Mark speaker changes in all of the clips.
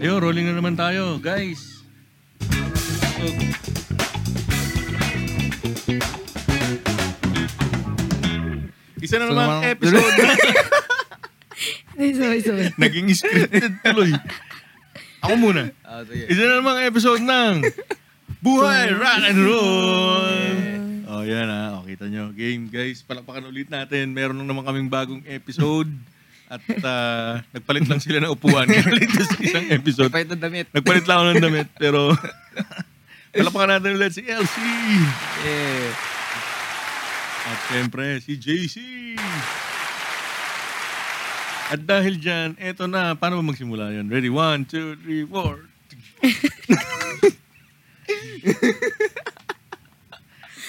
Speaker 1: Ayun, rolling na naman tayo, guys. Tugtog.
Speaker 2: Isa na
Speaker 3: So,
Speaker 2: namang
Speaker 3: mga-
Speaker 2: episode.
Speaker 4: Ay, sorry, sorry.
Speaker 2: Naging scripted tuloy. Ako muna.
Speaker 3: Ah, sige.
Speaker 2: Isa na namang episode ng Buhay Rock and Roll! Oh, yan ah. O, kita nyo. Game, guys. Palakpakan ulit natin. Meron na naman kaming bagong episode. At ah, nagpalit lang sila ng upuan. Galit sa isang episode.
Speaker 3: Pahit na damit.
Speaker 2: Nagpalit lang ako ng damit. Pero palakpakan natin ulit si Elsie.
Speaker 3: Yeah.
Speaker 2: At syempre, si JC. At dahil dyan, eto na. Paano ba magsimula yun? Ready? One, two, three, four.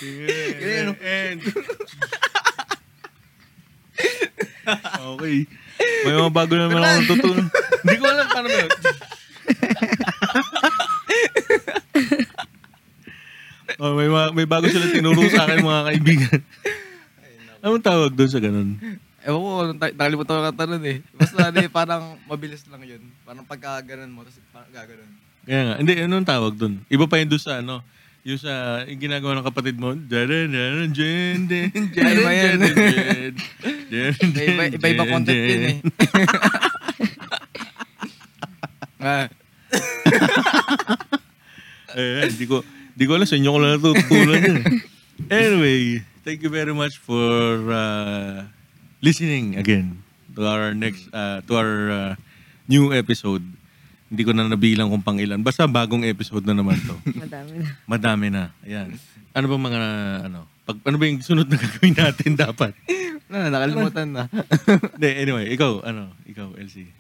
Speaker 2: Sige. And... okay. May mga bago naman ako natutunan. Hindi ko alam paano ba yun. Oh, may, mga- may bago sila tinuro sa akin mga kaibigan. Anong tawag doon sa ganun?
Speaker 3: Ewan ko, na- nakalimutan ko yung tanong eh. Basta ano eh, parang mabilis lang yun. Parang pagka ganun mo, tapos parang gaganon.
Speaker 2: Kaya nga. Hindi, anong tawag doon? Iba pa yun doon sa ano? Yung sa yung ginagawa ng kapatid mo. Daran, daran, jen, den,
Speaker 3: Ano ba yan?
Speaker 2: jen, jen, jen, jen,
Speaker 3: Iba, iba, iba
Speaker 2: jen,
Speaker 3: content yun eh.
Speaker 2: jen.
Speaker 3: ah,
Speaker 2: Eh, hindi ko, hindi ko alam sa inyo ko lang natutunan yun. Anyway, thank you very much for uh, listening again to our next, uh, to our uh, new episode. Hindi ko na nabilang kung pang ilan. Basta bagong episode na naman to.
Speaker 4: Madami na.
Speaker 2: Madami na. Ayan. Ano ba mga, ano, pag, ano ba yung sunod na gagawin natin dapat?
Speaker 3: na, nakalimutan na.
Speaker 2: Hindi, anyway, ikaw, ano, ikaw, LC.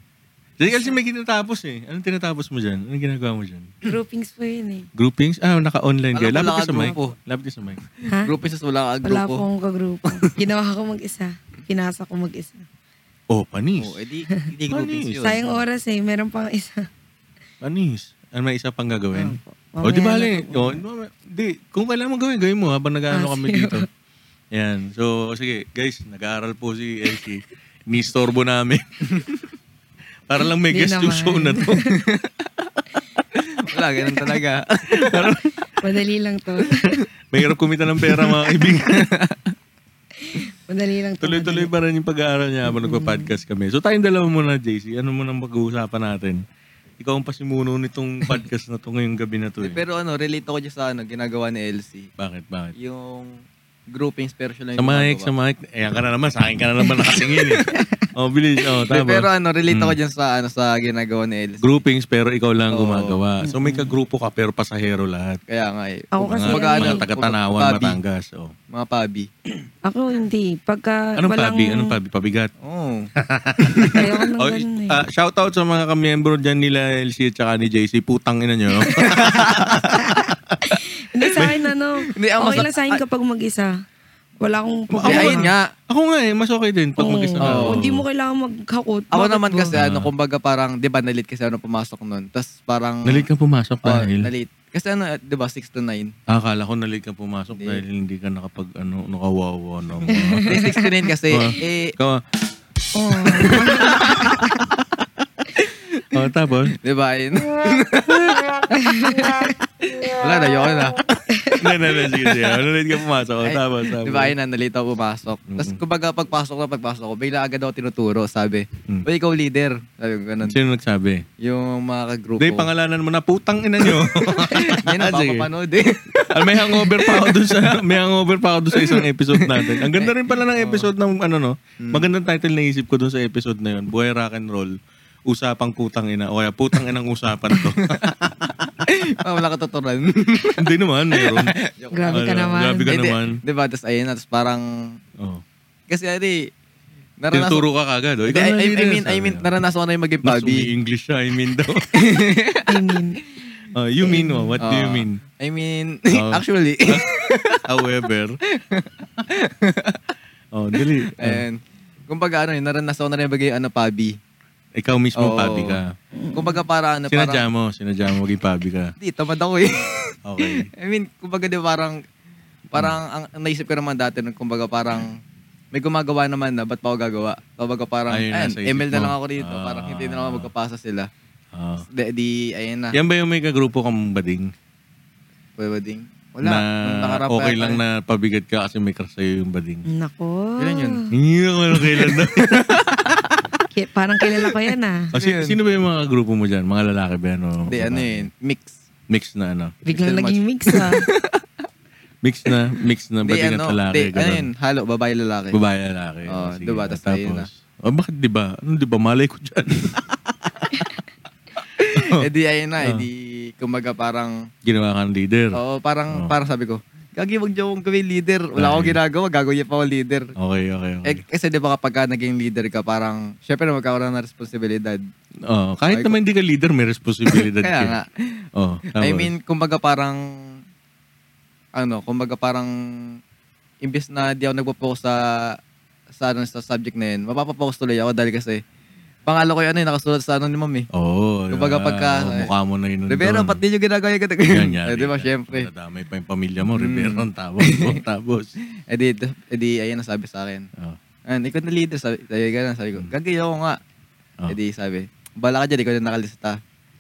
Speaker 2: Sige, LC, may tinatapos eh. Anong tinatapos mo dyan? Anong ginagawa mo dyan?
Speaker 4: Groupings po yun eh.
Speaker 2: Groupings? Ah, naka-online kayo.
Speaker 3: Alam ko,
Speaker 2: Lapit ka sa mic.
Speaker 3: nakagrupo.
Speaker 2: Lapit ka sa mic.
Speaker 4: Ha?
Speaker 3: Group is wala ka grupo.
Speaker 4: Wala po akong kagrupo. Ginawa ko mag-isa. Pinasa ko mag-isa.
Speaker 2: Oh, panis.
Speaker 3: Oh, edi, hindi group is
Speaker 2: Panis.
Speaker 3: yun.
Speaker 4: Sayang oras eh. Meron pang isa.
Speaker 2: Panis. Ano, may isa pang gagawin?
Speaker 4: Opo.
Speaker 2: O, di ba,
Speaker 4: Mamaya na po.
Speaker 2: O, di, kung kailangan mo gawin, gawin mo habang nag-ano
Speaker 4: Ah,
Speaker 2: kami
Speaker 4: sige.
Speaker 2: dito. Yan. So, sige, guys, nag-aaral po si LC. Ni-storbo namin. Para lang may
Speaker 4: Di
Speaker 2: guest yung
Speaker 4: naman.
Speaker 2: show na to.
Speaker 3: Wala, ganun talaga.
Speaker 4: Madali lang to.
Speaker 2: Mahirap kumita ng pera, mga kaibigan.
Speaker 4: Madali lang to.
Speaker 2: Tuloy-tuloy pa rin yung pag-aaral niya habang nagpa-podcast kami. So tayong dalawa muna, JC. Ano muna ang pag-uusapan natin? Ikaw ang pasimuno nitong podcast na to ngayong gabi na to. Eh.
Speaker 3: Pero ano, relate ako dyan sa ano, ginagawa ni LC.
Speaker 2: Bakit, bakit?
Speaker 3: Yung groupings pero siya lang
Speaker 2: Sa mic, sa
Speaker 3: ginagawa.
Speaker 2: mic. Ayan ka na naman, sa akin ka na naman nakasingin eh. oh, bilis. Oh,
Speaker 3: Pe-
Speaker 2: tama. Hmm.
Speaker 3: Pero ano, relate ako dyan sa ano sa ginagawa ni LC.
Speaker 2: Groupings pero ikaw lang
Speaker 3: Oo.
Speaker 2: gumagawa. So may kagrupo ka pero pasahero lahat.
Speaker 3: Kaya nga eh.
Speaker 2: Mga,
Speaker 4: Ako kasi
Speaker 3: Kumbaga,
Speaker 4: ano,
Speaker 2: mga
Speaker 3: ano,
Speaker 2: taga-tanawan,
Speaker 3: pabi.
Speaker 2: Batangas. Oh.
Speaker 3: Mga pabi.
Speaker 4: Ako hindi. Pagka
Speaker 2: Anong
Speaker 4: walang...
Speaker 2: pabi? Anong pabi? Pabigat?
Speaker 3: Oo.
Speaker 4: Ayoko nang
Speaker 2: Oh,
Speaker 4: ganun eh.
Speaker 2: ah, shout out sa mga kamiyembro dyan nila LC at saka ni JC. Putang ina nyo.
Speaker 4: Hindi sa akin ano.
Speaker 3: Hindi, ah, ang
Speaker 4: okay
Speaker 3: masa-
Speaker 4: lang sa akin kapag mag-isa. Wala akong
Speaker 3: Kaya
Speaker 4: problema.
Speaker 3: ayun nga.
Speaker 2: Ako nga eh, mas okay din pag
Speaker 4: Oo.
Speaker 2: mag-isa ka.
Speaker 4: Oo,
Speaker 2: Oo.
Speaker 4: Hindi mo kailangan maghakot.
Speaker 3: Ako
Speaker 4: Bakit
Speaker 3: naman
Speaker 4: ba?
Speaker 3: kasi
Speaker 2: Ah.
Speaker 3: ano, kumbaga parang, di ba nalit kasi ano pumasok nun. Tapos parang...
Speaker 2: Nalit kang pumasok
Speaker 3: Oo,
Speaker 2: dahil. Ah,
Speaker 3: nalit. Kasi ano, di ba, 6 to 9.
Speaker 2: Akala ko nalit kang pumasok
Speaker 3: Hindi.
Speaker 2: dahil hindi ka nakapag ano, nakawawa na.
Speaker 3: May 6 to 9 kasi,
Speaker 2: Oo.
Speaker 3: eh,
Speaker 2: Ikaw,
Speaker 4: Oo.
Speaker 2: oh, tapos?
Speaker 3: di ba, ayun. Wala na, yun na.
Speaker 2: Hindi, hindi, hindi, sige, sige. Nalit kang pumasok. Oh,
Speaker 3: Ay,
Speaker 2: tapos, tapos.
Speaker 3: Di ba, ayun na, nalit ako pumasok. Tapos kumbaga, pagpasok na, pagpasok ko, bigla agad ako tinuturo, sabi.
Speaker 2: Mm.
Speaker 3: Uy, ikaw leader. Sabi ko, ganun.
Speaker 2: Sino nagsabi?
Speaker 3: Yung mga kagrupo.
Speaker 2: Hindi, pangalanan mo na putang ina nyo.
Speaker 3: Hindi na,
Speaker 2: Ah, sige.
Speaker 3: papapanood eh.
Speaker 2: Ah, may hangover pa ako dun sa may hangover pa ako dun sa isang episode natin. Ang ganda rin pala ng episode ng ano no. Magandang title na isip ko dun sa episode na yun. Buhay rock and roll. Usapang putang ina. O kaya putang inang usapan to.
Speaker 3: Ah, Wala katuturan.
Speaker 2: Hindi naman, meron.
Speaker 4: Grabe ka
Speaker 2: Ano,
Speaker 4: naman.
Speaker 2: Grabe ka
Speaker 3: Eh, di-
Speaker 2: naman.
Speaker 3: Di ba, tapos ayun na, tapos parang,
Speaker 2: Oh.
Speaker 3: kasi ano eh, naranasan,
Speaker 2: Tinuturo ka kagad. Oh.
Speaker 3: Hindi,
Speaker 2: Ikaw
Speaker 3: I,
Speaker 2: na
Speaker 3: I- I
Speaker 2: leader,
Speaker 3: mean, I
Speaker 2: sabi
Speaker 3: mean,
Speaker 2: niya.
Speaker 3: naranasan ko na yung maging
Speaker 2: Mas
Speaker 3: pabi.
Speaker 2: umi-English siya, I mean daw.
Speaker 4: I mean,
Speaker 2: Oh, you mean oh, what do you
Speaker 3: Ah,
Speaker 2: mean?
Speaker 3: I mean,
Speaker 2: Oh.
Speaker 3: actually,
Speaker 2: However. oh, dali. Ah,
Speaker 3: and, kumbaga ano, eh, naranasan ko na rin yung maging ano, pabi.
Speaker 2: Eh, ikaw mismo
Speaker 3: Oo.
Speaker 2: pabi ka.
Speaker 3: Kumbaga para ano,
Speaker 2: Sinadya mo,
Speaker 3: parang,
Speaker 2: sinadya mo maging pabi ka.
Speaker 3: hindi, tamad ako eh.
Speaker 2: Okay.
Speaker 3: I mean, kumbaga di ba, parang, parang, ang, ang naisip ko naman dati, nun, kumbaga parang, may gumagawa naman na, ba't pa ako gagawa? Kumbaga parang,
Speaker 2: Ayun,
Speaker 3: ayun,
Speaker 2: nasa isip
Speaker 3: ML
Speaker 2: mo.
Speaker 3: na lang ako dito,
Speaker 2: Ah.
Speaker 3: parang hindi na lang ako magkapasa sila.
Speaker 2: Ah.
Speaker 3: Di, di, ayun na.
Speaker 2: Yan ba yung may kagrupo kang bading?
Speaker 3: Wedding. Wala.
Speaker 2: Na
Speaker 3: nung nakaraan pa
Speaker 2: okay
Speaker 3: yata
Speaker 2: lang
Speaker 3: eh.
Speaker 2: na pabigat ka kasi may crush sa'yo yung bading.
Speaker 4: Nako.
Speaker 3: Kailan yun?
Speaker 2: Hindi ko alam kailan na.
Speaker 4: Ki- Parang kilala ko yan ah.
Speaker 2: O, si- sino ba yung mga grupo mo dyan? Mga lalaki ba yan? o
Speaker 3: Di, ano
Speaker 2: babae?
Speaker 3: yun. Mix.
Speaker 2: Mix na ano?
Speaker 4: Biglang
Speaker 3: Still
Speaker 4: naging mix ah.
Speaker 2: Mix na, mix na,
Speaker 3: Di,
Speaker 2: bading
Speaker 3: ano.
Speaker 2: at lalaki.
Speaker 3: Di, ano
Speaker 2: ganun.
Speaker 3: yun. Halo, babae, lalaki.
Speaker 2: Babae lalaki.
Speaker 3: Oo,
Speaker 2: Sige,
Speaker 3: diba? Tas ayun na.
Speaker 2: Oh, bakit di ba? Ano di ba? Malay ko dyan. Oh.
Speaker 3: Eh di, ayun na.
Speaker 2: Ah.
Speaker 3: Eh di, kumaga parang,
Speaker 2: Ginawa kang leader.
Speaker 3: oo,
Speaker 2: Oo.
Speaker 3: parang, parang sabi ko, Gagi, wag niyo akong gawin leader. Wala akong
Speaker 2: Oh. Ay.
Speaker 3: ginagawa, gagawin niya pa ako leader.
Speaker 2: Okay, okay, okay.
Speaker 3: Eh, kasi di ba kapag ka naging leader ka, parang, syempre na magkakaroon ng responsibilidad.
Speaker 2: Oo, Oh, kahit naman hindi ka leader, may responsibilidad
Speaker 3: Kaya
Speaker 2: ka. Oh,
Speaker 3: nga.
Speaker 2: Oo, tama.
Speaker 3: I mean, kumbaga parang, ano, kumbaga parang, imbes na di ako nagpo-focus sa, sa, ano, sa subject na yun, mapapapokus tuloy ako dahil kasi, pangalo ko yun, ano, eh, nakasulat sa ano ni ma'am eh.
Speaker 2: Oo.
Speaker 3: Kumbaga
Speaker 2: ah,
Speaker 3: pagka,
Speaker 2: Mukha mo na yun.
Speaker 3: Rivera, ba't di nyo ginagawa yung katag-
Speaker 2: Ganyan.
Speaker 3: Eh, di ba, syempre. Mm.
Speaker 2: Nadamay Diba, pa yung pamilya mo, Rivera, ang tabos mo, tabos.
Speaker 3: Eh di, eh di, ayun ang sabi sa akin.
Speaker 2: Oo.
Speaker 3: And, ikaw na leader, sabi, sabi, ganun, sabi ko, gagay ako nga.
Speaker 2: Oh.
Speaker 3: Eh di, sabi, bala ka dyan, ikaw na nakalista.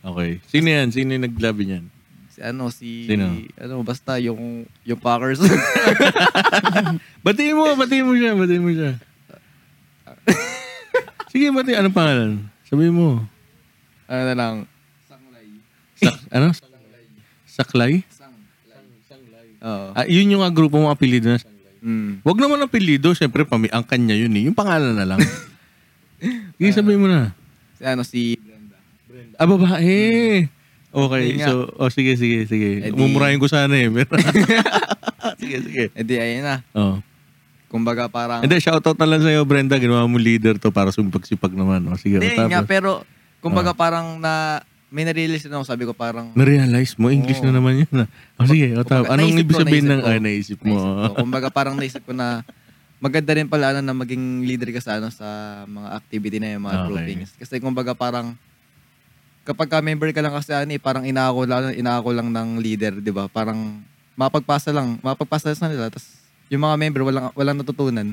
Speaker 2: Okay. Sino yan? Sino yung naglabi niyan?
Speaker 3: Si ano, si,
Speaker 2: Sino?
Speaker 3: ano, basta yung, yung Packers.
Speaker 2: Batiin mo, batiin mo siya, batiin mo siya. Sige, batiin. Anong pangalan? Sabihin mo.
Speaker 3: ano na lang,
Speaker 2: Sak, ano? Saklay?
Speaker 3: oo.
Speaker 2: Ah, yun yung nga grupo mo apelido na.
Speaker 3: Mm.
Speaker 2: Wag naman apelido, syempre pami ang kanya yun eh. Yung pangalan na lang. Sige, sabihin mo na.
Speaker 3: Si ano, si,
Speaker 2: Ah, babae. Okay,
Speaker 3: Yun nga.
Speaker 2: so, oh, sige, sige, sige.
Speaker 3: Eh di-
Speaker 2: Mumurahin ko sana eh. pero- sige, sige.
Speaker 3: eh di, ayun na.
Speaker 2: Oh.
Speaker 3: Kumbaga parang,
Speaker 2: Hindi, shoutout na lang sa'yo, Brenda. Ginawa mo leader to para sumpag-sipag naman. Oh, sige,
Speaker 3: hindi
Speaker 2: o,
Speaker 3: nga,
Speaker 2: tapos. Ah.
Speaker 3: pero, kumbaga parang na, may na-release na ako, sabi ko parang,
Speaker 2: Na-realize mo, English na naman yun. ah. Oh, sige, o, tapos.
Speaker 3: Kumbaga,
Speaker 2: Anong
Speaker 3: naisip
Speaker 2: ibig
Speaker 3: ko,
Speaker 2: sabihin
Speaker 3: naisip
Speaker 2: ng,
Speaker 3: ko.
Speaker 2: ay, naisip mo.
Speaker 3: naisip
Speaker 2: oh.
Speaker 3: ko. Kumbaga parang naisip ko na, maganda rin pala ano, na maging leader ka sa, ano, sa mga activity na yung mga
Speaker 2: Okay.
Speaker 3: groupings. Kasi kumbaga parang, kapag ka member ka lang kasi ano, eh, parang inaako lang, inaako lang ng leader, di ba? Parang, mapagpasa lang, mapagpasa sa nila, tapos yung mga member walang, walang natutunan.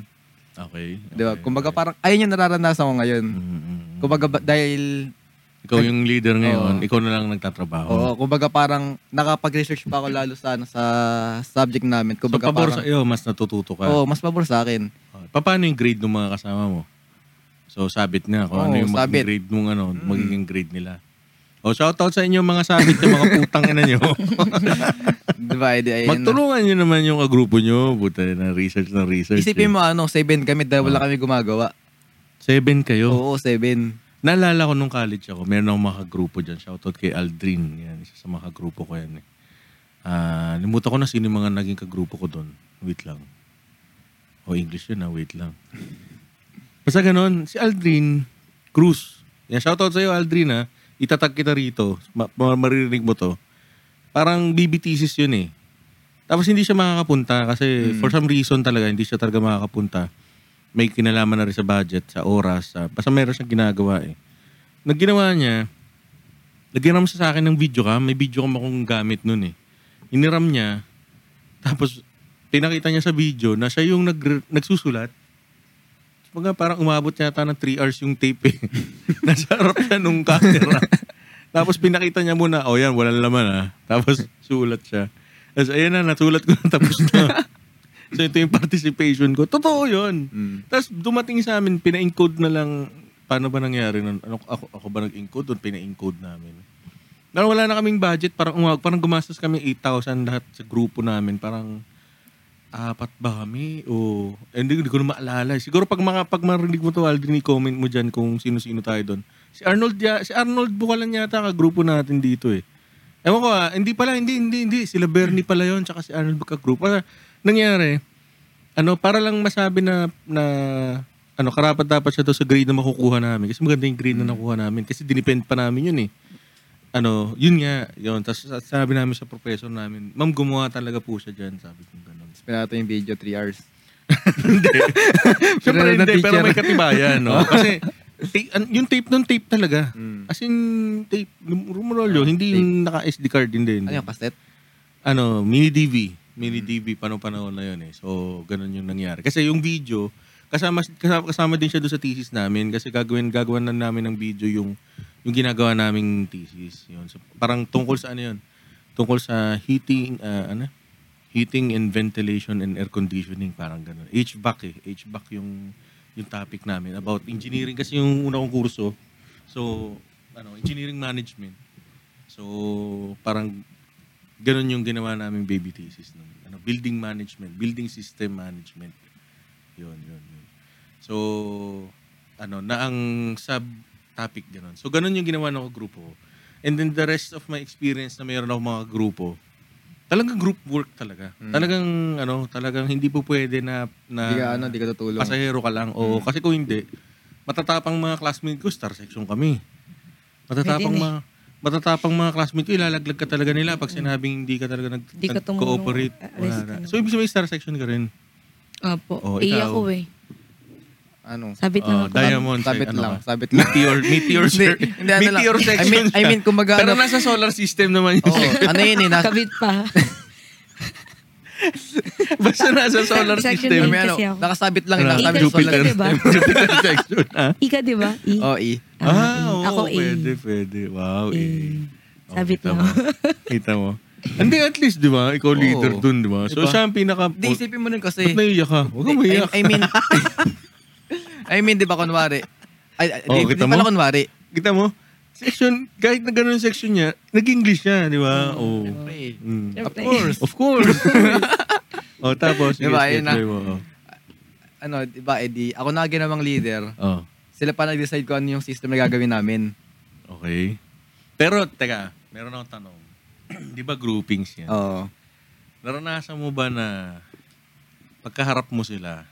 Speaker 2: Okay. Mm.
Speaker 3: Di ba? Kumbaga parang, ayun yung nararanasan ko ngayon.
Speaker 2: Mm-mm.
Speaker 3: Kumbaga ba- dahil
Speaker 2: Ikaw yung leader ngayon,
Speaker 3: Oo.
Speaker 2: ikaw na lang nagtatrabaho.
Speaker 3: Oo, kumbaga parang nakapag-research pa ako lalo sa ano, sa subject namin.
Speaker 2: So,
Speaker 3: Kumbaga
Speaker 2: pabor
Speaker 3: parang,
Speaker 2: sa iyo, mas natututo ka.
Speaker 3: Oo, mas pabor sa akin.
Speaker 2: Pa- Paano yung grade ng mga kasama mo? So, sabit na. Kung
Speaker 3: Oo,
Speaker 2: ano yung magiging
Speaker 3: sabit. Mm.
Speaker 2: grade mong ano, magiging grade nila. O, shoutout sa inyo mga sabit na mga putang ina nyo.
Speaker 3: Di ba? Eh, di, ayun na.
Speaker 2: Magtulungan nyo naman yung kagrupo nyo. Buta na research na research.
Speaker 3: Isipin
Speaker 2: eh.
Speaker 3: mo ano, seven kami
Speaker 2: Ah.
Speaker 3: dahil wala kami gumagawa.
Speaker 2: Seven kayo.
Speaker 3: Oo, seven.
Speaker 2: Naalala ko nung college ako, meron akong mga kagrupo dyan. Shoutout kay Aldrin. Yan, isa sa mga kagrupo ko yan. Eh. Ah, limutan ko na sino yung mga naging kagrupo ko doon. Wait lang. O English yun na, wait lang. Basta ganun, si Aldrin Cruz. Yan, shoutout sa'yo Aldrin ha. Itatag kita rito. Ma- ma- maririnig mo to. Parang BBTCs yun eh. Tapos hindi siya makakapunta kasi for some reason talaga hindi siya talaga makakapunta. May kinalaman na rin sa budget, sa oras, sa, basta meron siyang ginagawa eh. Nagginawa niya, nagiram siya sa akin ng video cam. May video cam akong gamit nun eh. Iniram niya, tapos pinakita niya sa video na siya yung nag, nagsusulat. Kumbaga parang umabot yata ng 3 hours yung tape eh. Nasa harap siya nung camera. Tapos pinakita niya muna, oh yan, walang laman ah. Tapos sulat siya. Tapos ayan na, natulat ko na tapos na. so ito yung participation ko. Totoo yun. Tapos dumating sa amin, pina-encode na lang, paano ba nangyari nun? Ano, ako, ako ba nag-encode o pina-encode namin? Pero wala na kaming budget, parang, umag, parang gumastos kami 8,000 lahat sa grupo namin. Parang apat ba kami? O, eh, hindi, hindi ko na maalala. Siguro pag mga pag marinig mo to, Aldrin, i-comment mo dyan kung sino-sino tayo doon. Si Arnold, ya, si Arnold Bukalan yata ka grupo natin dito eh. Ewan ko ah, hindi pala, hindi, hindi, hindi. Sila Bernie pala yon tsaka si Arnold ka group. Ah, nangyari, ano, para lang masabi na, na ano, karapat dapat siya to sa grade na makukuha namin. Kasi maganda yung grade na nakuha namin. Kasi dinepend pa namin yun eh. Ano, yun nga, yun. Tapos sabi namin sa professor namin, ma'am, gumawa talaga po siya dyan. Sabi ko ganun.
Speaker 3: Pinato yung video, three hours.
Speaker 2: Siyempre
Speaker 3: Pero na
Speaker 2: hindi,
Speaker 3: teacher.
Speaker 2: pero may katibayan, no? Kasi, ta- an- yung tape nun, tape talaga.
Speaker 3: Mm.
Speaker 2: As in, tape, lum- rumorolyo, hindi yung naka-SD card, hindi.
Speaker 3: Ano
Speaker 2: hindi.
Speaker 3: yung kaset?
Speaker 2: Ano, mini DV. Mini DV, panong panahon na yun eh. So, ganun yung nangyari. Kasi yung video, kasama, kasama, kasama din siya doon sa thesis namin kasi gagawin, gagawin na namin ng video yung yung ginagawa naming thesis. Yun. So, parang tungkol sa ano yun? Tungkol sa heating, ah, ano? Heating and ventilation and air conditioning, parang ganun. HVAC eh. HVAC yung, yung topic namin. About engineering kasi yung una kong kurso. So, ano, engineering management. So, parang ganun yung ginawa namin baby thesis. Nun. Ano, building management, building system management. Yun, yun, yun. So, ano, na ang sub-topic ganun. So, ganun yung ginawa ng grupo. ko. And then the rest of my experience na mayroon ako mga grupo, talagang group work talaga. Talagang, ano, talagang hindi po pwede na, na
Speaker 3: Hmm. Hindi ka, ano, hindi ka tutulong.
Speaker 2: pasahero ka lang.
Speaker 4: Mm.
Speaker 2: Oo, kasi kung hindi, matatapang mga classmate ko, star section kami. Matatapang
Speaker 4: Pwede na
Speaker 2: mga matatapang mga classmate ko, ilalaglag ka talaga nila pag sinabing hindi ka talaga nag,
Speaker 4: Hindi ka tumulong, ah,
Speaker 2: cooperate
Speaker 4: alis ka na.
Speaker 2: So, ibig sabihin, star section ka rin.
Speaker 4: Apo.
Speaker 2: Oh,
Speaker 4: Iya
Speaker 2: ikaw.
Speaker 4: ko eh.
Speaker 3: Ano?
Speaker 4: Sabit
Speaker 2: Oh,
Speaker 4: na ako.
Speaker 2: diamond.
Speaker 3: sabit
Speaker 2: ano
Speaker 3: lang,
Speaker 2: ka?
Speaker 3: sabit lang.
Speaker 2: Meteor, meteor, sir.
Speaker 3: hindi, ano lang.
Speaker 2: meteor section.
Speaker 3: I mean, I
Speaker 2: siya.
Speaker 3: mean, kumbaga,
Speaker 2: Pero
Speaker 3: ano-
Speaker 2: nasa solar system naman yun.
Speaker 3: Oo, ano yun eh, nasa,
Speaker 4: Kabit pa.
Speaker 2: Basta nasa solar
Speaker 4: Section
Speaker 2: system.
Speaker 4: yun.
Speaker 3: may ano,
Speaker 4: kasi ako.
Speaker 3: nakasabit lang,
Speaker 2: Ano,
Speaker 3: nakasabit sa
Speaker 2: Jupiter.
Speaker 3: solar
Speaker 4: Diba?
Speaker 3: system.
Speaker 2: Jupiter section. ah.
Speaker 4: Ika, di ba? I.
Speaker 3: Oh, E.
Speaker 4: Ah,
Speaker 2: Ah,
Speaker 4: eh.
Speaker 2: oo,
Speaker 4: Ako, eh.
Speaker 2: pwede, pwede. Wow, eh.
Speaker 4: Eh. Sabit
Speaker 2: kita
Speaker 4: lang.
Speaker 2: mo. Kita mo. Hindi, at least, di ba? Ikaw leader
Speaker 3: Oo.
Speaker 2: dun, di ba? So,
Speaker 3: Diba?
Speaker 2: siya ang pinaka...
Speaker 3: Hindi, isipin mo nun
Speaker 2: Ba't
Speaker 3: kasi,
Speaker 2: naiiyak ka? Oh. Huwag kang maiyak.
Speaker 3: I, I mean, I mean, di ba, kunwari, ay, ay,
Speaker 2: Oh,
Speaker 3: di, di
Speaker 2: kita
Speaker 3: pala
Speaker 2: mo?
Speaker 3: kunwari,
Speaker 2: Kita mo? Section, kahit na ganun yung section niya, nag-English siya, di ba? Oo.
Speaker 3: Siyempre.
Speaker 2: Mm.
Speaker 3: of course,
Speaker 2: Of course. o, tapos,
Speaker 3: Diba,
Speaker 2: sige,
Speaker 3: ayun na.
Speaker 2: tuloy mo. Oo.
Speaker 3: ano, di ba, edi, ako na ginawang leader,
Speaker 2: Oo.
Speaker 3: sila pa nag-decide kung ano yung system na gagawin namin.
Speaker 2: Okay. Pero, teka, meron akong tanong. di ba groupings yan?
Speaker 3: Oo.
Speaker 2: Naranasan mo ba na pagkaharap mo sila,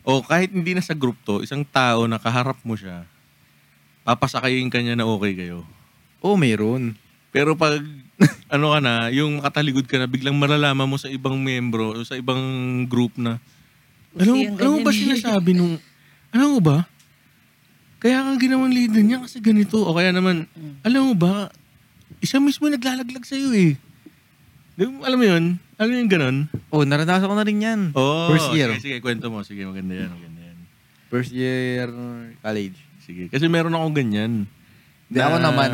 Speaker 2: o kahit hindi na sa group to, isang tao na kaharap mo siya, papasakayin ka niya na okay kayo.
Speaker 3: Oo, mayroon.
Speaker 2: Pero pag ano ka na, yung makataligod ka na, biglang malalaman mo sa ibang membro o sa ibang group na, alam, mo-
Speaker 4: Uso yung
Speaker 2: alam mo ba
Speaker 4: ganyan eh."
Speaker 2: sinasabi nung, alam mo ba, kaya kang ginawang leader niya kasi ganito. O kaya naman,
Speaker 4: Mm.
Speaker 2: alam mo ba, isa mismo yung naglalaglag sa'yo eh. Di mo- Alam mo yun? Alam mo yung ganon?
Speaker 3: Oo, naranasan ko na rin yan.
Speaker 2: Oh,
Speaker 3: First year.
Speaker 2: Sige, sige, kwento mo. Sige, maganda yan, maganda yan.
Speaker 3: First year college.
Speaker 2: Sige, kasi meron akong ganyan.
Speaker 3: Hindi,
Speaker 2: Na-
Speaker 3: ako naman.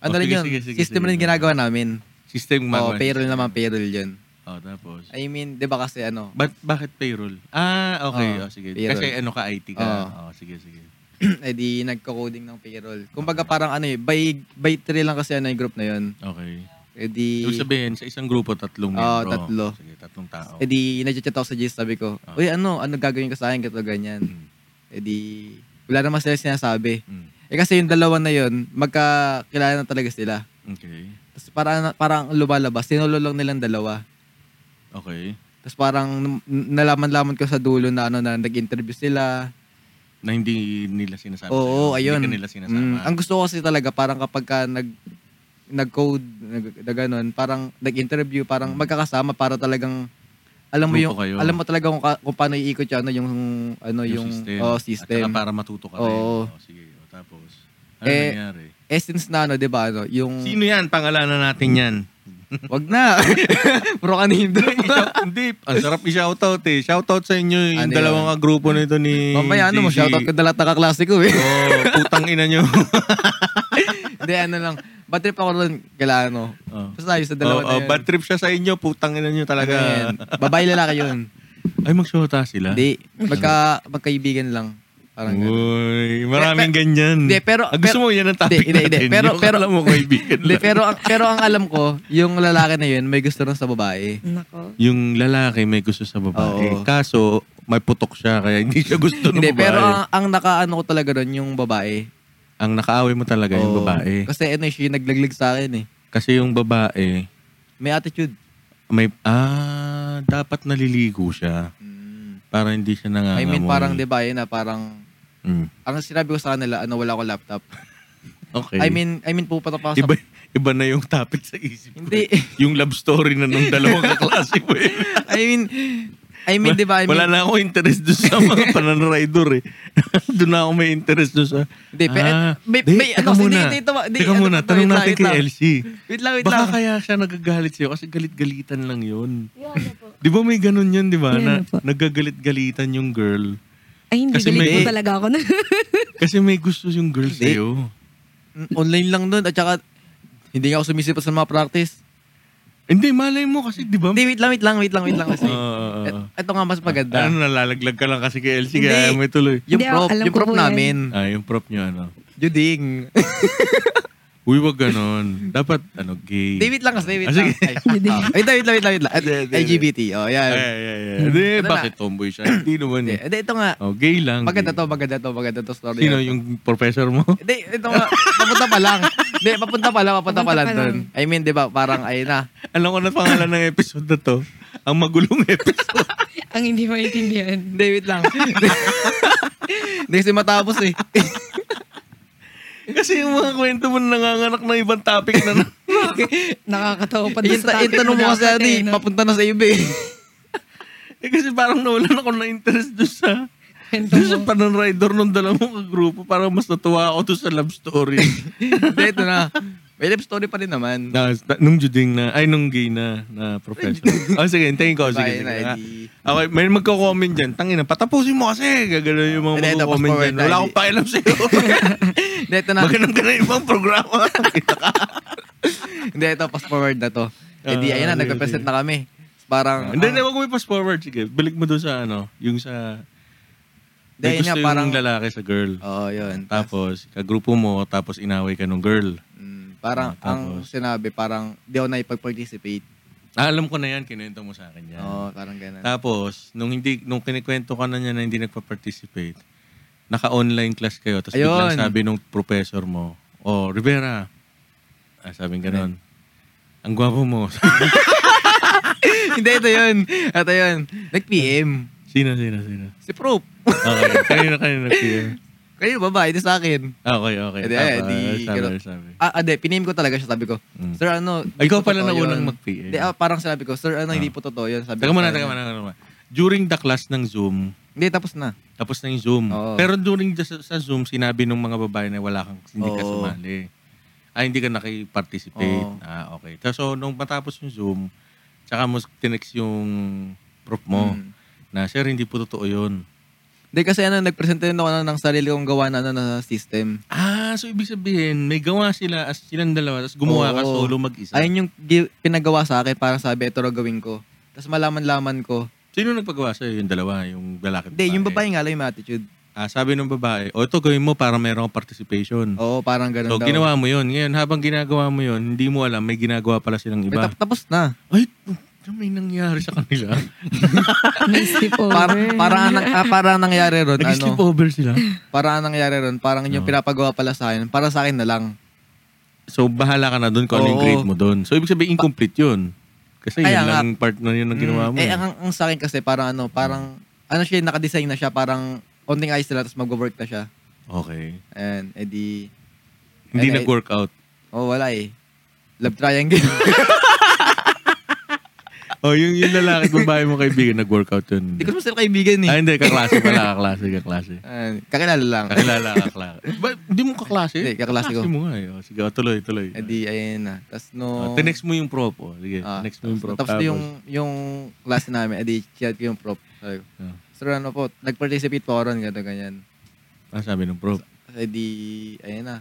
Speaker 3: Ano
Speaker 2: Oh,
Speaker 3: rin
Speaker 2: sige,
Speaker 3: yun?
Speaker 2: sige, sige,
Speaker 3: system
Speaker 2: sige.
Speaker 3: rin ginagawa namin.
Speaker 2: System
Speaker 3: Oo,
Speaker 2: gumagawa.
Speaker 3: payroll naman, payroll yun.
Speaker 2: Oh, tapos.
Speaker 3: I mean, di ba kasi ano,
Speaker 2: But bakit payroll? Ah, okay. oh,
Speaker 3: Oo,
Speaker 2: sige.
Speaker 3: payroll. Ah.
Speaker 2: Kasi ano ka, IT ka.
Speaker 3: Oo.
Speaker 2: Oh, sige, sige.
Speaker 3: eh di nagko-coding ng payroll. Kumbaga parang ano eh, by, by three lang kasi ano yung group na yun.
Speaker 2: Okay.
Speaker 3: Eh di,
Speaker 2: Ibig sabihin, sa isang grupo, tatlong
Speaker 3: Oo,
Speaker 2: membro.
Speaker 3: Ah, tatlo.
Speaker 2: Sige, tatlong tao.
Speaker 3: eh di, nagchat ako sa Jis, sabi ko,
Speaker 2: Oh.
Speaker 3: Uy, ano, ano gagawin ka sa akin, kato
Speaker 2: Hmm.
Speaker 3: ganyan. Eh di, wala naman sila sinasabi.
Speaker 2: Mm.
Speaker 3: Eh kasi yung dalawa na yun, magkakilala na talaga sila.
Speaker 2: Okay.
Speaker 3: Tapos parang, parang lumalabas, sinulolong nilang dalawa.
Speaker 2: Okay.
Speaker 3: Tapos parang n- nalaman-laman ko sa dulo na ano na nag-interview sila.
Speaker 2: Na hindi nila sinasama.
Speaker 3: Oo,
Speaker 2: sa'yo.
Speaker 3: ayun.
Speaker 2: Hindi ka nila sinasama.
Speaker 3: Mm, ang gusto ko kasi talaga parang kapag ka nag nag-code nag, na ganun, parang nag-interview, parang magkakasama para talagang alam mo yung
Speaker 2: Mm. Grupo kayo.
Speaker 3: alam mo talaga kung, ka- kung paano iikot yung ano yung ano yung, oh,
Speaker 2: At
Speaker 3: system.
Speaker 2: saka para matuto ka rin. Oh,
Speaker 3: Oo.
Speaker 2: sige. Oh, tapos, ano
Speaker 3: Eh,
Speaker 2: nangyari?
Speaker 3: Essence na ano, 'di ba? Ano, yung
Speaker 2: Sino yan? Pangalanan natin
Speaker 3: Hmm.
Speaker 2: yan.
Speaker 3: wag na. Bro kanino.
Speaker 2: Shout- Hindi, ang sarap i-shoutout eh. Shoutout sa inyo yung
Speaker 3: Ano
Speaker 2: dalawang
Speaker 3: yun?
Speaker 2: kagrupo na ito ni
Speaker 3: Mamaya ano mo,
Speaker 2: JG.
Speaker 3: shoutout ko dalat na kaklase ko eh.
Speaker 2: Oh, putang ina nyo.
Speaker 3: Hindi, ano lang. Bad trip ako ron kailangan ano.
Speaker 2: Oh.
Speaker 3: Basta ayos sa
Speaker 2: Oh,
Speaker 3: dalawa na
Speaker 2: oh,
Speaker 3: yun.
Speaker 2: bad trip siya sa inyo, putang ina nyo talaga.
Speaker 3: Ayan. Babae lalaki yun.
Speaker 2: Ay, magshota sila.
Speaker 3: Hindi. Magka, magkaibigan lang. Parang ganun.
Speaker 2: Uy, maraming
Speaker 3: Pe- pe-
Speaker 2: ganyan.
Speaker 3: hindi, pero-
Speaker 2: Ah, gusto
Speaker 3: pero-
Speaker 2: mo yan ang topic
Speaker 3: Hindi, hindi, hindi.
Speaker 2: natin.
Speaker 3: Pero-
Speaker 2: Yung
Speaker 3: pero-
Speaker 2: akala mo kaibigan
Speaker 3: Hindi,
Speaker 2: lang.
Speaker 3: pero, ang, pero ang alam ko, yung lalaki na yun, may gusto rin sa babae.
Speaker 4: Nako.
Speaker 2: Yung lalaki may gusto sa babae.
Speaker 3: Oo.
Speaker 2: Kaso, may putok siya, kaya hindi siya gusto ng
Speaker 3: Hindi,
Speaker 2: babae.
Speaker 3: pero ah, ang, ang nakaano ko talaga ron, yung babae.
Speaker 2: ang nakaaway mo talaga yung
Speaker 3: Oo.
Speaker 2: babae.
Speaker 3: Kasi ano, siya yung naglaglag sa akin eh.
Speaker 2: Kasi yung babae,
Speaker 3: May attitude.
Speaker 2: may, ah, dapat naliligo siya. Para hindi siya nangangamoy.
Speaker 3: Hmm. I mean, parang, di ba, yun na parang,
Speaker 2: Mm.
Speaker 3: ang sinabi ko sa kanila, ano, wala ko laptop.
Speaker 2: Okay.
Speaker 3: I mean, I mean, pupunta pa ako sa...
Speaker 2: iba, iba na yung topic sa isip ko.
Speaker 3: Hindi.
Speaker 2: yung love story na nung dalawang kaklase ko eh.
Speaker 3: I mean, I mean, di ba, I mean,
Speaker 2: Wala na ako interest doon sa mga pananrider eh. doon na ako may interest doon sa... Ah.
Speaker 3: Hindi, pe- may-
Speaker 2: di,
Speaker 3: may-
Speaker 2: teka
Speaker 3: ano, hindi,
Speaker 2: muna.
Speaker 3: hindi, tama- hindi,
Speaker 2: teka
Speaker 3: ano,
Speaker 2: muna,
Speaker 3: wait
Speaker 2: tanong
Speaker 3: lang,
Speaker 2: natin
Speaker 3: wait
Speaker 2: kay
Speaker 3: lang.
Speaker 2: LC.
Speaker 3: Wait lang, wait
Speaker 2: Baka
Speaker 3: lang.
Speaker 2: kaya siya nagagalit sa'yo kasi galit-galitan lang yun. Di ba may ganun yun, di ba?
Speaker 4: Yan
Speaker 2: Na,
Speaker 3: ano
Speaker 4: na po.
Speaker 2: nagagalit-galitan yung girl.
Speaker 4: Ay, hindi.
Speaker 2: Kasi
Speaker 4: Galit
Speaker 2: may-
Speaker 4: po talaga ako. na-
Speaker 2: Kasi may gusto yung girl sa'yo.
Speaker 3: mm, online lang nun. At saka, hindi nga ako sumisipat sa mga practice.
Speaker 2: Hindi, malay mo kasi, di ba?
Speaker 3: Hindi, wait lang, wait lang, wait lang, wait lang. Kasi,
Speaker 2: Oo.
Speaker 3: Et- eto nga mas maganda.
Speaker 2: ano, nalalaglag ka lang kasi kay LC,
Speaker 3: Hindi.
Speaker 2: kaya ayaw mo ituloy.
Speaker 3: Yung
Speaker 4: Hindi,
Speaker 3: prop,
Speaker 4: alam
Speaker 3: yung
Speaker 4: ko
Speaker 3: prop
Speaker 4: po yan.
Speaker 3: namin.
Speaker 2: Ah, yung prop nyo, ano.
Speaker 3: Juding.
Speaker 2: Uy, wag ganon. Dapat, ano, gay.
Speaker 3: David lang kasi, wait
Speaker 2: Ah, sige.
Speaker 3: lang. Ay, ah, Wait lang, wait lang, wait lang, wait lang. At
Speaker 2: Hindi, hindi,
Speaker 3: LGBT, oh,
Speaker 2: Ay,
Speaker 3: yan.
Speaker 2: ay, ay. Hindi,
Speaker 3: Ano na?
Speaker 2: bakit tomboy siya? Hindi naman
Speaker 3: Hindi,
Speaker 2: eh.
Speaker 3: hindi, ito nga.
Speaker 2: Oh, gay lang.
Speaker 3: Maganda to, maganda to, maganda to story.
Speaker 2: Sino yung professor mo?
Speaker 3: Hindi, ito nga. Papunta pa lang. Hindi, papunta pa lang, papunta pa
Speaker 4: Papunta
Speaker 3: lang
Speaker 4: pa
Speaker 3: dun. I mean, di ba, parang ayun na.
Speaker 2: Alam ko na pangalan ng episode na to. Ang magulong episode.
Speaker 4: Ang hindi maintindihan.
Speaker 3: Hindi, wait lang. Hindi kasi matapos eh.
Speaker 2: Kasi yung mga kwento mo nanganganak ng ibang topic na na.
Speaker 4: Nakakatawa pa.
Speaker 3: Yung, ta- yung tanong mo kasi, Adi, papunta na sa iba eh.
Speaker 2: eh, kasi parang nawalan ako na interest doon sa
Speaker 3: Ano?
Speaker 2: doon sa panan-rider nung dalawang grupo. Parang mas natuwa ako doon sa love story.
Speaker 3: Hindi, ito na. May love story pa rin naman.
Speaker 2: na, nung juding na, ay nung gay na, na professor. oh, sige, hintayin ko. Sige, sige.
Speaker 3: Bye, na,
Speaker 2: Ah,
Speaker 3: Eddie.
Speaker 2: Okay, may magko-comment dyan. Tangina, patapusin mo kasi. Gagano yung mga
Speaker 3: Hindi, tapos
Speaker 2: magko-comment
Speaker 3: forward
Speaker 2: dyan.
Speaker 3: tayo.
Speaker 2: Wala akong pakialam sa'yo.
Speaker 3: Hindi, ito na.
Speaker 2: Magandang ka na ibang programa.
Speaker 3: Hindi, ito, fast forward na to. Eh di,
Speaker 2: Ah,
Speaker 3: ayun na,
Speaker 2: sige,
Speaker 3: nagpe-present na kami. Parang,
Speaker 2: Hindi,
Speaker 3: ah,
Speaker 2: hindi, wag mo i-fast forward. Sige, balik mo doon sa ano, yung sa...
Speaker 3: Hindi,
Speaker 2: May
Speaker 3: yun
Speaker 2: gusto
Speaker 3: nga,
Speaker 2: yung
Speaker 3: parang- Oh,
Speaker 2: lalaki sa girl.
Speaker 3: oo, yun.
Speaker 2: Tapos, kagrupo mo, tapos inaway ka nung girl.
Speaker 3: Mm, parang,
Speaker 2: Ah,
Speaker 3: ang
Speaker 2: tapos?
Speaker 3: sinabi, parang, di ako naipag-participate.
Speaker 2: Ah, alam ko na yan, kinuwento mo sa akin yan.
Speaker 3: Oo, Oh, parang ganun.
Speaker 2: Tapos, nung hindi nung kinikwento ka na niya na hindi nagpa-participate, naka-online class kayo, tapos
Speaker 3: Ayun.
Speaker 2: biglang sabi nung professor mo, oh, Rivera, ah, sabing ganon, ang gwapo mo.
Speaker 3: Hindi, ito yun. Ito yun. Nag-PM.
Speaker 2: sino, sino, sino?
Speaker 3: Si Prop.
Speaker 2: Okay, kayo na kayo nag-PM.
Speaker 3: Kayo, babae, di sa akin.
Speaker 2: Okay, okay.
Speaker 3: Edi,
Speaker 2: Tama,
Speaker 3: edi,
Speaker 2: sabi,
Speaker 3: eh, ganun.
Speaker 2: sabi.
Speaker 3: Ah, ah, di, piname ko talaga siya, sabi ko.
Speaker 2: Mm.
Speaker 3: Sir, ano?
Speaker 2: Ay,
Speaker 3: di
Speaker 2: ikaw
Speaker 3: po
Speaker 2: pala na
Speaker 3: totoo
Speaker 2: unang
Speaker 3: yun."
Speaker 2: mag-PM.
Speaker 3: Di, ah, parang sinabi ko, sir, ano, hindi po totoo yun. Sabi
Speaker 2: Ah. Teka
Speaker 3: ko
Speaker 2: muna,
Speaker 3: sa
Speaker 2: teka
Speaker 3: kanya.
Speaker 2: muna, teka muna. During the class ng Zoom,
Speaker 3: Hindi, tapos na.
Speaker 2: tapos na yung Zoom.
Speaker 3: Oo.
Speaker 2: Pero during the, sa, sa Zoom, sinabi nung mga babae na wala kang, hindi ka
Speaker 3: Oo.
Speaker 2: sumali. Ah, hindi ka nakiparticipate.
Speaker 3: Oo.
Speaker 2: Ah, okay. Ta- So, nung matapos yung Zoom, tsaka mo tinext yung prof mo
Speaker 3: Mm.
Speaker 2: na, sir, hindi po totoo yun.
Speaker 3: Hindi, kasi ano, nag-present din ako ng sarili kong gawa na, ano, na system.
Speaker 2: Ah, so ibig sabihin, may gawa sila as silang dalawa, tapos gumawa ka
Speaker 3: Oo.
Speaker 2: solo mag-isa.
Speaker 3: Ayun yung gi- pinagawa sa akin, parang sabi, ito raw gawin ko. Tapos malaman-laman ko.
Speaker 2: Sino nagpagawa sa'yo? Yung dalawa, yung lalaki.
Speaker 3: Hindi, yung babae nga lang yung attitude.
Speaker 2: Ah, sabi ng babae, o ito gawin mo para meron kang participation.
Speaker 3: Oo, parang ganun
Speaker 2: So,
Speaker 3: daw.
Speaker 2: ginawa mo yun. Ngayon, habang ginagawa mo yun, hindi mo alam, may ginagawa pala silang
Speaker 3: May
Speaker 2: iba.
Speaker 3: tap- tapos na.
Speaker 2: Ay, ano may nangyari sa kanila?
Speaker 4: Nag-sleep over.
Speaker 3: Para, parang, anang, ah, parang nangyari ron, ano?
Speaker 2: Nag-sleep over sila.
Speaker 3: Parang ang nangyari ron, parang yung pinapagawa pala sa akin, para sa akin na lang.
Speaker 2: So, bahala ka na doon kung ano yung
Speaker 3: Oo.
Speaker 2: grade mo doon. So, ibig sabihin, incomplete yun. Kasi yun
Speaker 3: Kaya nga.
Speaker 2: lang part na yun ang ginawa mo.
Speaker 3: Eh,
Speaker 2: eh.
Speaker 3: ang, ang sa akin kasi parang ano, parang, ano siya, nakadesign na siya, parang, onting ayos na lang, tapos mag-work na siya.
Speaker 2: okay.
Speaker 3: And, edi,
Speaker 2: Hindi
Speaker 3: eh,
Speaker 2: nag-work out.
Speaker 3: oh, wala eh. Love triangle.
Speaker 2: Oh, yung, yung lalaki at babae mo kaibigan, nag-work out yun.
Speaker 3: Hindi ko naman sila kaibigan eh.
Speaker 2: Ay, hindi. Kaklase pala. Kaklase, kaklase.
Speaker 3: Ah, kakilala lang.
Speaker 2: Kakilala, kaklase. Ba, hindi mo kaklase?
Speaker 3: Hindi, kaklase ko.
Speaker 2: Kaklase mo nga. eh. Oh, sige, oh, tuloy, tuloy.
Speaker 3: Edi, Eh, ayun na. Tapos
Speaker 2: Oh,
Speaker 3: no...
Speaker 2: tinext mo yung prop. Oh. Sige,
Speaker 3: Ah,
Speaker 2: tinext mo yung prop.
Speaker 3: Tapos, yung, yung class namin, edi, chat ko yung prop. Sabi ko,
Speaker 2: Ah.
Speaker 3: sir, ano po, nag-participate po ako ron, ganito, ganyan.
Speaker 2: Ah, sabi ng prop.
Speaker 3: Edi, ayun na,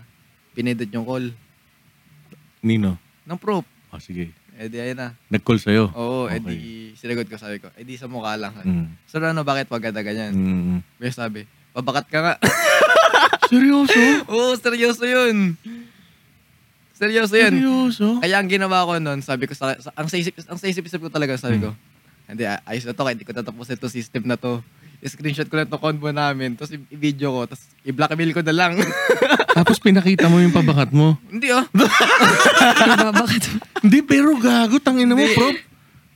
Speaker 3: pinindot yung call
Speaker 2: Nino.
Speaker 3: ng prop.
Speaker 2: Oh, sige.
Speaker 3: Edi, ayun na.
Speaker 2: Nag-call sa'yo.
Speaker 3: Oo, eh,
Speaker 2: Okay.
Speaker 3: edi, sinagot ko, sabi ko, edi sa mukha lang. Sabi ko,
Speaker 2: Mm.
Speaker 3: Sir, ano, bakit wag ganda ganyan?
Speaker 2: Mm.
Speaker 3: May sabi, pabakat ka nga.
Speaker 2: Seryoso?
Speaker 3: Oo, seryoso yun. Seryoso yun.
Speaker 2: Seryoso?
Speaker 3: Kaya ang ginawa ko noon, sabi ko sa, sa- ang sa isip, ang sa isip-isip ko
Speaker 2: Mm.
Speaker 3: talaga, sabi ko, hindi, a- ayos na to, kahit hindi ko tatapusin itong system na to. I-screenshot ko lang itong convo namin, tapos i- i-video ko, tapos i-blackmail ko na lang.
Speaker 2: Tapos pinakita mo yung pabakat mo.
Speaker 3: hindi oh.
Speaker 4: Diba, bakit?
Speaker 2: Hindi, pero gago. Tangin mo,
Speaker 3: Hindi.
Speaker 2: bro.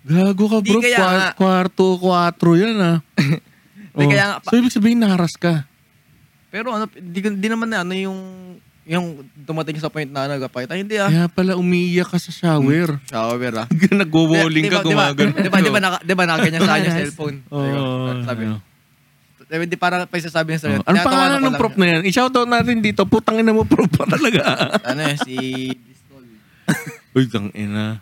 Speaker 2: Gago ka,
Speaker 3: Hindi,
Speaker 2: bro.
Speaker 3: kaya
Speaker 2: Kwa-
Speaker 3: nga.
Speaker 2: kwarto, kwatro yan, ah.
Speaker 3: Hindi,
Speaker 2: Oh.
Speaker 3: kaya nga pa-
Speaker 2: So, ibig sabihin, naharas ka.
Speaker 3: Pero ano, di, ko- di naman na ano yung, yung dumating sa point na ano, kapakita, hindi ah.
Speaker 2: Kaya pala umiiyak ka sa shower.
Speaker 3: Shower ah.
Speaker 2: Nagwo-walling ka,
Speaker 3: Di ba-
Speaker 2: gumagano.
Speaker 3: Di ba, di ba, naka- di ba, nakaganyan sa kanya cellphone? Sabi ko,
Speaker 2: Oh,
Speaker 3: sabi,
Speaker 2: ano.
Speaker 3: sabi, di parang pa sasabi niya sa'yo.
Speaker 2: Oh, Ano pangalan ng prop na yan? I-shoutout natin dito. Putangin na mo, prop pa talaga.
Speaker 3: Ano eh, si...
Speaker 2: Uy, tang ina.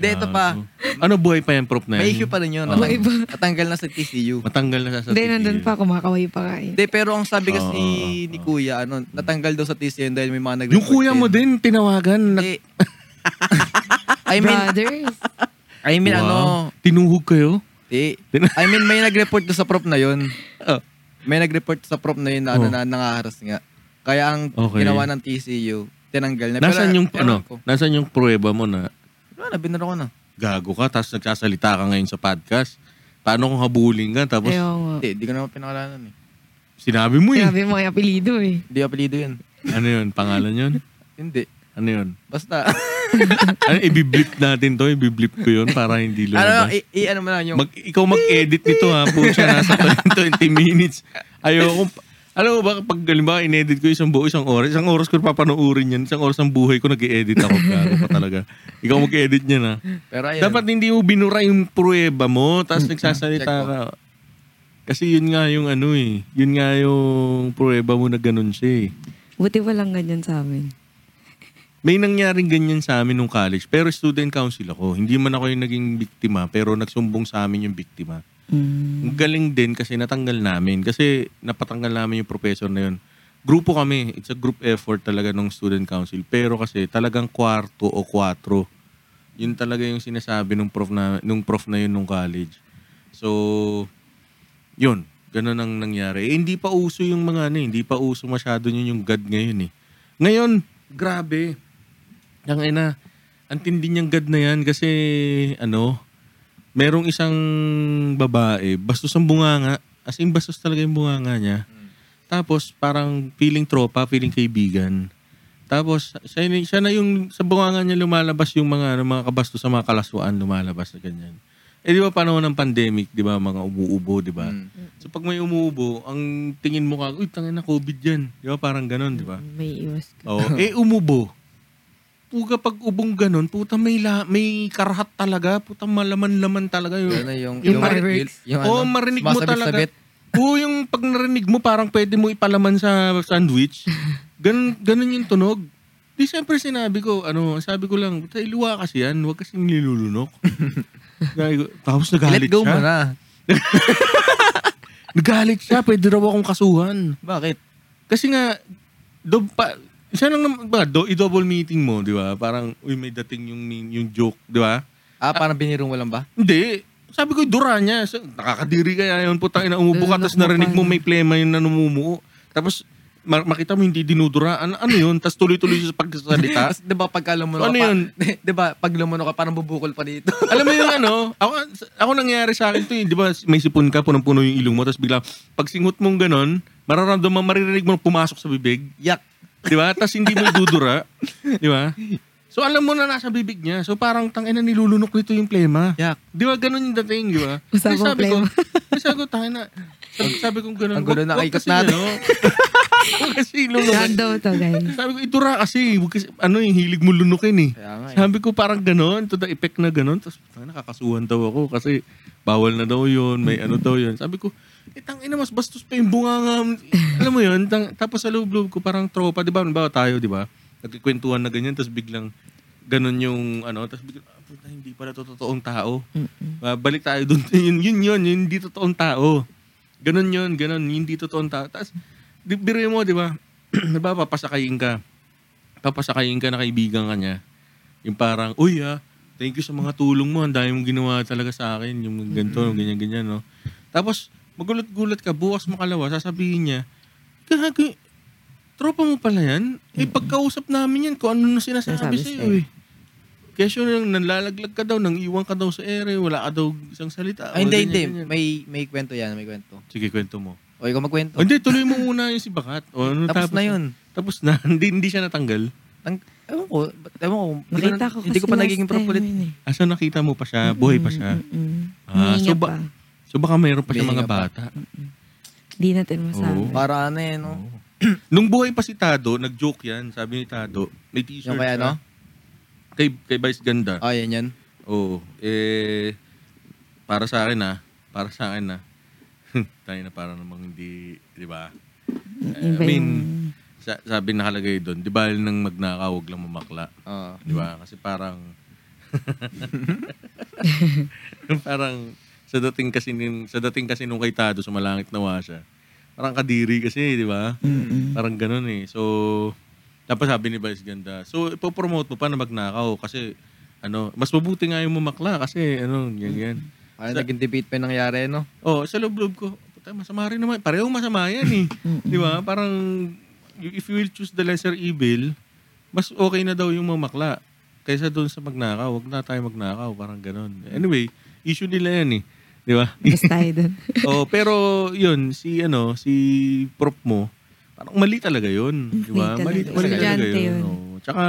Speaker 3: Hindi, ito pa.
Speaker 2: Ano buhay pa yung prop na yan?
Speaker 3: May issue pa rin yun.
Speaker 2: Oo.
Speaker 3: Natang- Natanggal na sa TCU.
Speaker 2: Matanggal na sa sa
Speaker 4: Hindi,
Speaker 2: tigil.
Speaker 4: nandun pa. Kumakaway pa ka eh.
Speaker 3: Hindi, pero ang sabi kasi
Speaker 2: Oo.
Speaker 3: ni Kuya, ano, natanggal daw sa TCU dahil may mga nag
Speaker 2: Yung kuya mo din, tinawagan. nag-
Speaker 3: Hindi. I mean,
Speaker 4: Brothers.
Speaker 3: I mean,
Speaker 2: Wow.
Speaker 3: ano,
Speaker 2: Tinuhog kayo?
Speaker 3: Di.
Speaker 2: Tin-
Speaker 3: I mean, may nag-report doon sa prop na yun.
Speaker 2: Oh.
Speaker 3: May nag-report sa prop na yun na, ano,
Speaker 2: Oh.
Speaker 3: na nangaharas nga. Kaya ang
Speaker 2: Okay.
Speaker 3: ginawa ng TCU, tinanggal na. Pero,
Speaker 2: Nasaan yung,
Speaker 3: ewan
Speaker 2: ano,
Speaker 3: ko.
Speaker 2: nasaan yung prueba mo na
Speaker 3: Wala, binaro ko na.
Speaker 2: gago ka, tapos nagsasalita ka ngayon sa podcast? Paano kung habulin ka, tapos
Speaker 4: Ayaw nga.
Speaker 3: Hindi, di ko naman pinakalanan eh.
Speaker 2: sinabi mo yun.
Speaker 4: Grabe yung mga apelido eh.
Speaker 3: Hindi apelido yun.
Speaker 2: Ano yun? Pangalan yun?
Speaker 3: Hindi.
Speaker 2: Ano yun?
Speaker 3: Basta.
Speaker 2: Ano, ibiblip natin to, ibiblip ko yun para hindi
Speaker 3: ano,
Speaker 2: lumabas.
Speaker 3: i, i- ano mo na yung...
Speaker 2: Mag, ikaw mag-edit nito ha, po siya nasa 20 minutes. Ayoko, alam mo ba, pag halimbawa in-edit ko isang buo, isang oras, isang oras ko papanoorin yan, isang oras ang buhay ko nag-edit ako, gago pa talaga. Ikaw mag-edit niyan ha.
Speaker 3: pero ayun.
Speaker 2: Dapat hindi mo binura yung prueba mo, tapos nagsasalita
Speaker 3: Check
Speaker 2: ka. Kasi yun nga yung ano eh, yun nga yung prueba mo na ganun siya eh.
Speaker 4: Buti walang ganyan sa amin.
Speaker 2: May nangyaring ganyan sa amin nung college, pero student council ako. Hindi man ako yung naging biktima, pero nagsumbong sa amin yung biktima.
Speaker 4: Mm.
Speaker 2: Ang galing din kasi natanggal namin. Kasi napatanggal namin yung professor na yun. Grupo kami. It's a group effort talaga ng student council. Pero kasi talagang kwarto o kwatro. Yun talaga yung sinasabi nung prof na, nung prof na yun nung college. So, yun. Ganun ang nangyari. Eh, hindi pa uso yung mga ano, eh, hindi pa uso masyado yun yung God ngayon eh. Ngayon, grabe. Ang ina, ang tindi niyang God na yan kasi ano, merong isang babae, bastos ang bunganga. As in, bastos talaga yung bunganga niya. Tapos, parang feeling tropa, feeling kaibigan. Tapos, siya, na- siya na yung, sa bunganga niya lumalabas yung mga, ano, mga kabastos sa mga kalaswaan lumalabas na ganyan. Eh, di ba, panahon ng pandemic, di ba, mga umuubo, di ba?
Speaker 3: Mm.
Speaker 2: So, pag may umuubo, ang tingin mo ka, uy, tangin na COVID yan. Di ba, parang ganun, di ba?
Speaker 4: May iwas ka.
Speaker 2: Oo. eh, umubo. Puga pag ubong ganun, puta may, la, may karahat talaga, puta malaman-laman talaga yun.
Speaker 3: Yun na yung... ano,
Speaker 2: Yung
Speaker 4: fireworks.
Speaker 2: Oo, marinig mo talaga. Oo, yung pag narinig mo, parang pwede mo ipalaman sa sandwich. Ganun, ganun yung tunog. Di siyempre sinabi ko, ano, sabi ko lang, puta, iluwa kasi yan, huwag kasi nilulunok. Sabi ko, Tapos nagalit
Speaker 3: Let go
Speaker 2: siya.
Speaker 3: mo na.
Speaker 2: Nagalit siya, pwede raw akong kasuhan.
Speaker 3: Bakit?
Speaker 2: Kasi nga, do, pa, siya lang naman, ba, do, i-double meeting mo, di ba? Parang, uy, may dating yung, yung joke, di ba?
Speaker 3: Ah, parang binirong walang ba?
Speaker 2: Hindi. Sabi ko, dura niya. So, nakakadiri kaya yun, putang ina, umubo ka,
Speaker 4: Lulunok
Speaker 2: tapos narinig mo
Speaker 4: mo pa.
Speaker 2: may plema yun na numumuo. Tapos, ma- makita mo hindi dinudura. Ano, ano yun? Tapos tuloy-tuloy siya sa pagsasalita.
Speaker 3: Tapos, di ba, pagka lumuno
Speaker 2: Ano
Speaker 3: ka,
Speaker 2: yun?
Speaker 3: pa, di ba, pag lumuno ka, parang bubukol pa dito.
Speaker 2: Alam mo yung ano, ako, ako nangyari sa akin to, eh, di ba may sipon ka, punong-puno yung ilong mo, tapos bigla, pag singot mong ganon, mararamdaman, maririnig mo pumasok sa bibig.
Speaker 3: Yak.
Speaker 2: Di ba? Tapos hindi mo idudura. Di ba? So alam mo na nasa bibig niya. So parang tangina nilulunok nito yung plema.
Speaker 3: Yak.
Speaker 2: Di ba ganun yung dating, di ba?
Speaker 4: Usapang
Speaker 2: Kaya sabi
Speaker 4: plema.
Speaker 2: Ko, sabi ko, tangina. Sabi, sabi ko ganun.
Speaker 3: Ang gulo
Speaker 2: wag-
Speaker 3: ng
Speaker 2: wag
Speaker 3: ikot
Speaker 2: kasi
Speaker 3: natin.
Speaker 2: ano, Wag kasi
Speaker 3: Ano
Speaker 2: ilulunok.
Speaker 4: Lahat daw to, guys.
Speaker 2: Sabi ko, idura kasi. Wag kasi ano yung hilig mo lunukin eh.
Speaker 3: Kaya nga eh.
Speaker 2: Sabi ko parang ganun, to the effect na ganun. Tapos tangina, nakakasuhan daw ako kasi bawal na daw yun, may ano daw yun. Sabi ko, eh tangina, mas bastos pa yung bunganga. Alam mo yun, tang, tapos sa loob-loob ko parang tropa, di ba? Ano ba tayo, di ba? Nagkikwentuhan na ganyan, tapos biglang ganun yung ano, tapos biglang, ah, puta, hindi pala to totoong tao. Ah, balik tayo dun. yun, yun, yun, yun, hindi totoong tao. Ganun yun, ganun, hindi totoong tao. Tapos, di, biruin mo, di ba? di ba, papasakayin ka. Papasakayin ka na kaibigan ka niya. Yung parang, uy ah, thank you sa mga tulong mo. Ang dami mong ginawa talaga sa akin. Yung ganito, ganyan-ganyan, no? Tapos, magulat-gulat ka. Bukas makalawa, sasabihin niya, gago, tropa mo pala yan? Eh, pagkausap namin yan, kung ano na sinasabi
Speaker 4: Sinasabi
Speaker 2: sa'yo,
Speaker 4: sa'yo.
Speaker 2: eh. Kesyo nang nanlalaglag ka daw, nang iwan ka daw sa ere, wala ka daw isang salita. o
Speaker 3: Ay,
Speaker 2: ganyan,
Speaker 3: hindi, hindi.
Speaker 2: ganyan.
Speaker 3: May, may kwento yan, may kwento.
Speaker 2: Sige, kwento mo.
Speaker 3: O, ikaw magkwento.
Speaker 2: O, hindi, tuloy mo muna Ano yung si Bakat. O, ano,
Speaker 3: Tapos na yun.
Speaker 2: Tapos na. Hindi, hindi siya natanggal.
Speaker 3: Ang, ewan ko, ba't- ewan ko, hindi ko,
Speaker 4: Nakita
Speaker 3: na-
Speaker 4: ko kasi
Speaker 3: hindi ko pa
Speaker 4: last
Speaker 3: nagiging prop
Speaker 4: time
Speaker 3: ulit.
Speaker 4: yun eh.
Speaker 2: Asa nakita mo pa siya, buhay pa siya.
Speaker 4: Mm-mm.
Speaker 2: Ah, so
Speaker 4: Humihinga
Speaker 2: ba-
Speaker 4: pa.
Speaker 2: So baka mayroon pa siya mga
Speaker 3: Hihinga pa.
Speaker 2: bata.
Speaker 4: Di natin masabi.
Speaker 2: Oo.
Speaker 3: Para ano eh, no?
Speaker 2: Nung buhay pa si Tado, nag-joke yan. Sabi ni Tado, may t-shirt
Speaker 3: Yung ano? kaya,
Speaker 2: siya.
Speaker 3: no?
Speaker 2: Kay, kay Vice Ganda.
Speaker 3: O, Ah, yan yan.
Speaker 2: Oo. Eh, para sa akin ah. Para sa akin ah. Tayo na parang namang hindi, di ba? I
Speaker 4: Iba
Speaker 2: mean,
Speaker 4: yung...
Speaker 2: sa,
Speaker 3: Ah.
Speaker 2: sabi nakalagay doon, di ba nang magnakaw, huwag lang mamakla.
Speaker 3: Oo.
Speaker 2: Di ba? Kasi parang, parang sa dating kasi nin, sa dating kasi nung kay Tado sa Malangit na Washa. Parang kadiri kasi, di ba? Parang ganun eh. So, tapos sabi ni Vice Ganda, so ipopromote mo pa na magnakaw kasi ano, mas mabuti nga yung mamakla kasi ano, yan yan.
Speaker 3: Parang naging debate pa yung nangyari, no?
Speaker 2: Oh, sa loob loob ko, puta, masama rin naman. Parehong masama yan eh. Di ba? Parang, y- if you will choose the lesser evil, mas okay na daw yung mamakla kaysa doon sa magnakaw. Huwag na tayo magnakaw. Parang ganun. Anyway, issue nila yan eh. Di ba?
Speaker 4: Basta tayo dun.
Speaker 2: oh, pero yun, si ano, si prop mo, parang mali talaga yun. Di ba? Mali, mali,
Speaker 4: Mali talaga.
Speaker 2: talaga
Speaker 4: Estudyante
Speaker 2: yun.
Speaker 4: yun.
Speaker 2: oo. Tsaka,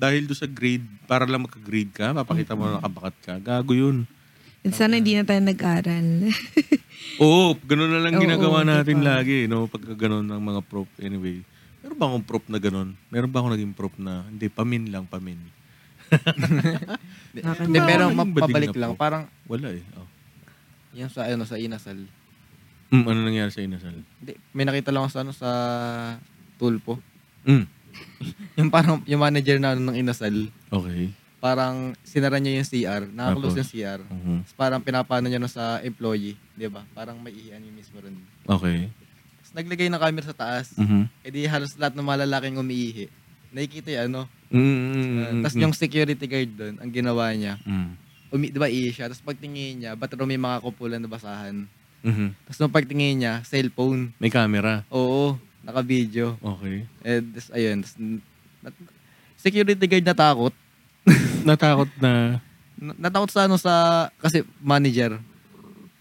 Speaker 2: dahil doon sa grade, para lang magka-grade ka, papakita mo na nakabakat ka, gago yun.
Speaker 4: Sana hindi na tayo nag-aral.
Speaker 2: Oo, ganun na lang
Speaker 4: Oo,
Speaker 2: ginagawa
Speaker 4: diba?
Speaker 2: natin lagi, no? Pagka ganun ng mga prop, anyway. Meron ba akong prop na ganun? Meron ba akong naging prop na, hindi, pamin lang, pamin.
Speaker 3: Hindi, pero
Speaker 2: Ano ba,
Speaker 3: mapabalik
Speaker 2: hindi na
Speaker 3: lang.
Speaker 2: po?
Speaker 3: Parang
Speaker 2: Wala eh. Oh.
Speaker 3: yan sa, ano, sa inasal.
Speaker 2: Mm, ano nangyari sa inasal?
Speaker 3: Hindi, may nakita lang ako sa, ano, sa tulpo.
Speaker 2: Mm,
Speaker 3: Yung parang, yung manager na ano, ng inasal,
Speaker 2: okay.
Speaker 3: parang sinara niya yung CR, nakaklose
Speaker 2: Tapos?
Speaker 3: yung CR.
Speaker 2: Mhm.
Speaker 3: Tapos parang pinapano niya no sa employee, di ba? Parang may iiyan yung mismo rin.
Speaker 2: Okay.
Speaker 3: Tapos naglagay ng camera sa taas,
Speaker 2: Mhm.
Speaker 3: edi halos lahat ng mga lalaking umiihi. Nakikita yung ano.
Speaker 2: Mm, mm, mm, mm,
Speaker 3: Tapos
Speaker 2: mm.
Speaker 3: yung security guard doon, ang ginawa niya,
Speaker 2: Mm.
Speaker 3: umi, di ba iihi siya? Tapos pagtingin niya, ba't may mga kupulan na basahan?
Speaker 2: Mhm.
Speaker 3: Tapos nung pagtingin niya, cellphone.
Speaker 2: May camera.
Speaker 3: Oo, naka-video.
Speaker 2: Okay.
Speaker 3: And, tas, ayun. tas, n- nat- security guard natakot.
Speaker 2: Natakot na.
Speaker 3: N- Natakot sa ano sa, kasi manager.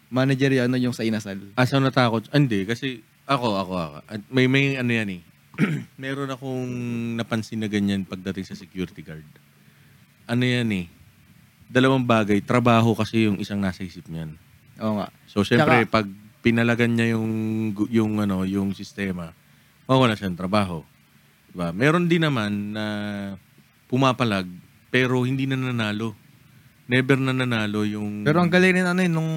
Speaker 3: Manager yan, ano, yung sa inasal.
Speaker 2: Asaw natakot. Ah, Hindi, kasi ako, ako, ako. At May, may ano yan eh. Meron akong napansin na ganyan pagdating sa security guard. Ano yan eh. Dalawang bagay. Trabaho kasi yung isang nasa isip niyan.
Speaker 3: Oo nga.
Speaker 2: So, syempre,
Speaker 3: Tsaka-
Speaker 2: pag pinalagan niya yung, gu- yung, ano, yung sistema, mawawala siya ng trabaho. Diba? Meron din naman na pumapalag, pero hindi na nanalo. Never na nanalo yung...
Speaker 3: Pero ang galing rin ano yun, nung,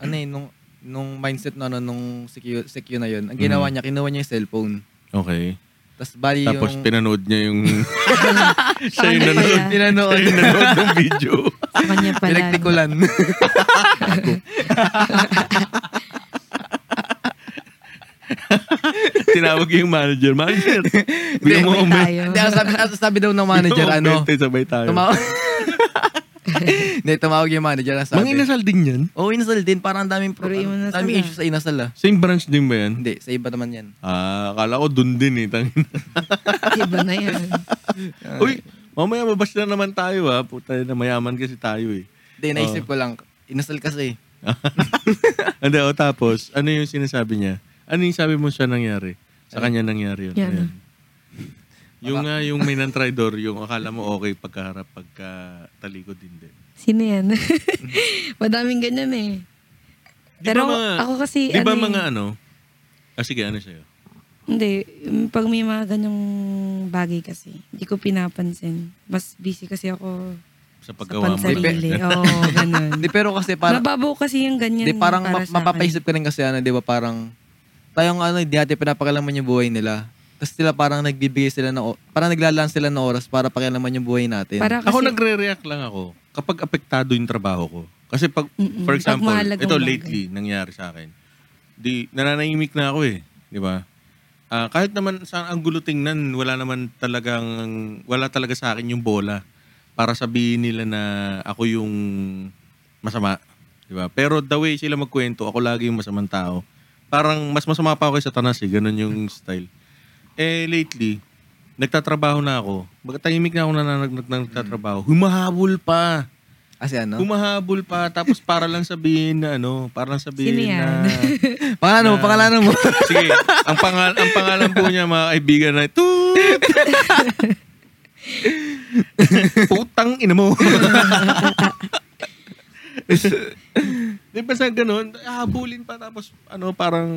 Speaker 3: ano yun, nung, nung mindset na ano, nung secure, secure na yun. Ang ginawa niya, kinuha niya yung cellphone.
Speaker 2: Okay.
Speaker 3: Tapos bali
Speaker 2: Tapos
Speaker 3: yung...
Speaker 2: pinanood niya yung... siya yung
Speaker 4: Ano
Speaker 2: nanood.
Speaker 4: pala?
Speaker 2: Siya yung nanood ng video.
Speaker 4: Sa kanya pala.
Speaker 3: Pinagtikulan.
Speaker 2: Tinawag yung manager. Manager, bigyan mo
Speaker 4: Sabay
Speaker 2: comment.
Speaker 4: tayo.
Speaker 3: Hindi, ang sabi, ang sabi daw ng manager, ano,
Speaker 2: Sabay tayo.
Speaker 3: tumawag... Hindi, tumawag yung manager, ang
Speaker 2: Mga
Speaker 3: sabi.
Speaker 2: inasal din yan.
Speaker 3: Oo, inasal din. Parang ang daming, pro-
Speaker 4: Pero yung
Speaker 3: ang
Speaker 4: inasal
Speaker 3: daming
Speaker 4: ah.
Speaker 3: issue sa inasal ah.
Speaker 2: Same branch din ba yan?
Speaker 3: Hindi, sa iba naman yan.
Speaker 2: Ah, akala ko dun din eh. Tangin.
Speaker 4: Iba na yan.
Speaker 2: Uy, mamaya mabash na naman tayo ha. Puta na mayaman kasi tayo eh.
Speaker 3: Hindi, naisip ko lang, inasal kasi.
Speaker 2: Hindi, o tapos, ano yung sinasabi niya? Ano yung sabi mo siya nangyari? Sa kanya nangyari yun.
Speaker 4: Yan.
Speaker 2: Ayan. Yung nga, yung may nantraidor, yung akala mo okay pagkaharap, pagka talikod din din.
Speaker 4: Sino yan? Madaming ganyan eh.
Speaker 2: Di
Speaker 4: Pero
Speaker 2: ba mga-
Speaker 4: ako kasi,
Speaker 2: Di ba
Speaker 4: ano eh,
Speaker 2: mga ano? Ah, sige, ano sa'yo?
Speaker 4: Hindi. Pag may mga ganyang bagay kasi, hindi ko pinapansin. Mas busy kasi ako
Speaker 2: Sa
Speaker 4: sa
Speaker 2: paggawa mo.
Speaker 4: pansarili. Oo, ganun.
Speaker 3: Hindi, pero kasi parang...
Speaker 4: Mababaw kasi yung ganyan.
Speaker 3: Di parang ma-
Speaker 4: para sa akin.
Speaker 3: mapapaisip ka rin kasi ano, di ba parang tayong ano, di natin pinapakalaman yung buhay nila. Tapos sila parang nagbibigay sila ng, o- parang naglalaan sila ng oras para pakialaman yung buhay natin.
Speaker 4: Para kasi,
Speaker 2: Ako nagre-react lang ako kapag apektado yung trabaho ko. Kasi pag,
Speaker 4: Mm-mm.
Speaker 2: for example,
Speaker 4: Pag mahalagang
Speaker 2: ito
Speaker 4: bagay.
Speaker 2: lately nangyari sa akin. Di, nananahimik na ako eh. Di ba? Ah, kahit naman sa ang gulo tingnan, wala naman talagang, wala talaga sa akin yung bola para sabihin nila na ako yung masama. Di ba? Pero the way sila magkwento, ako lagi yung masamang tao. Parang mas masama pa ako kaysa Tanas eh. Ganun yung style. Eh, lately, nagtatrabaho na ako. Magtahimik na ako na nag- nag- nagtatrabaho. Humahabol pa.
Speaker 3: kasi ano,
Speaker 2: Humahabol pa. Tapos para lang sabihin na ano, para lang
Speaker 4: Sino
Speaker 2: sabihin
Speaker 4: yan?
Speaker 2: na...
Speaker 3: pangalan mo, pangalan mo.
Speaker 2: Sige, ang, pangal ang pangalan po niya mga kaibigan na ito. Putang ina mo. Di ba sa ganun, habulin pa tapos ano parang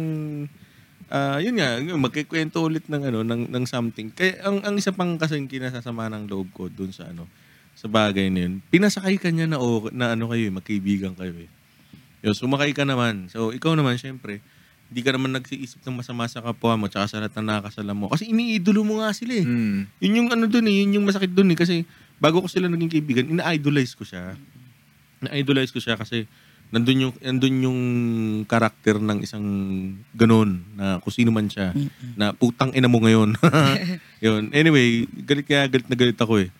Speaker 2: ah, yun nga, yun, magkikwento ulit ng ano ng, ng something. Kaya ang ang isa pang kasing kinasasama ng loob ko dun sa ano sa bagay na yun. Pinasakay ka niya na, o, na ano kayo, eh, magkaibigan kayo eh. Yo, sumakay ka naman. So, ikaw naman, syempre, Hindi ka naman nagsiisip ng masama sa kapwa mo tsaka sa lahat ng nakakasala mo. Kasi iniidolo mo nga sila eh.
Speaker 3: Mm.
Speaker 2: Yun yung ano dun eh, yun yung masakit dun eh. Kasi bago ko sila naging kaibigan, ina-idolize ko siya. Na-idolize ko siya kasi nandun yung, nandun yung karakter ng isang ganun na kung sino man siya. Na putang ina mo ngayon. yun. Anyway, galit kaya galit na galit ako eh.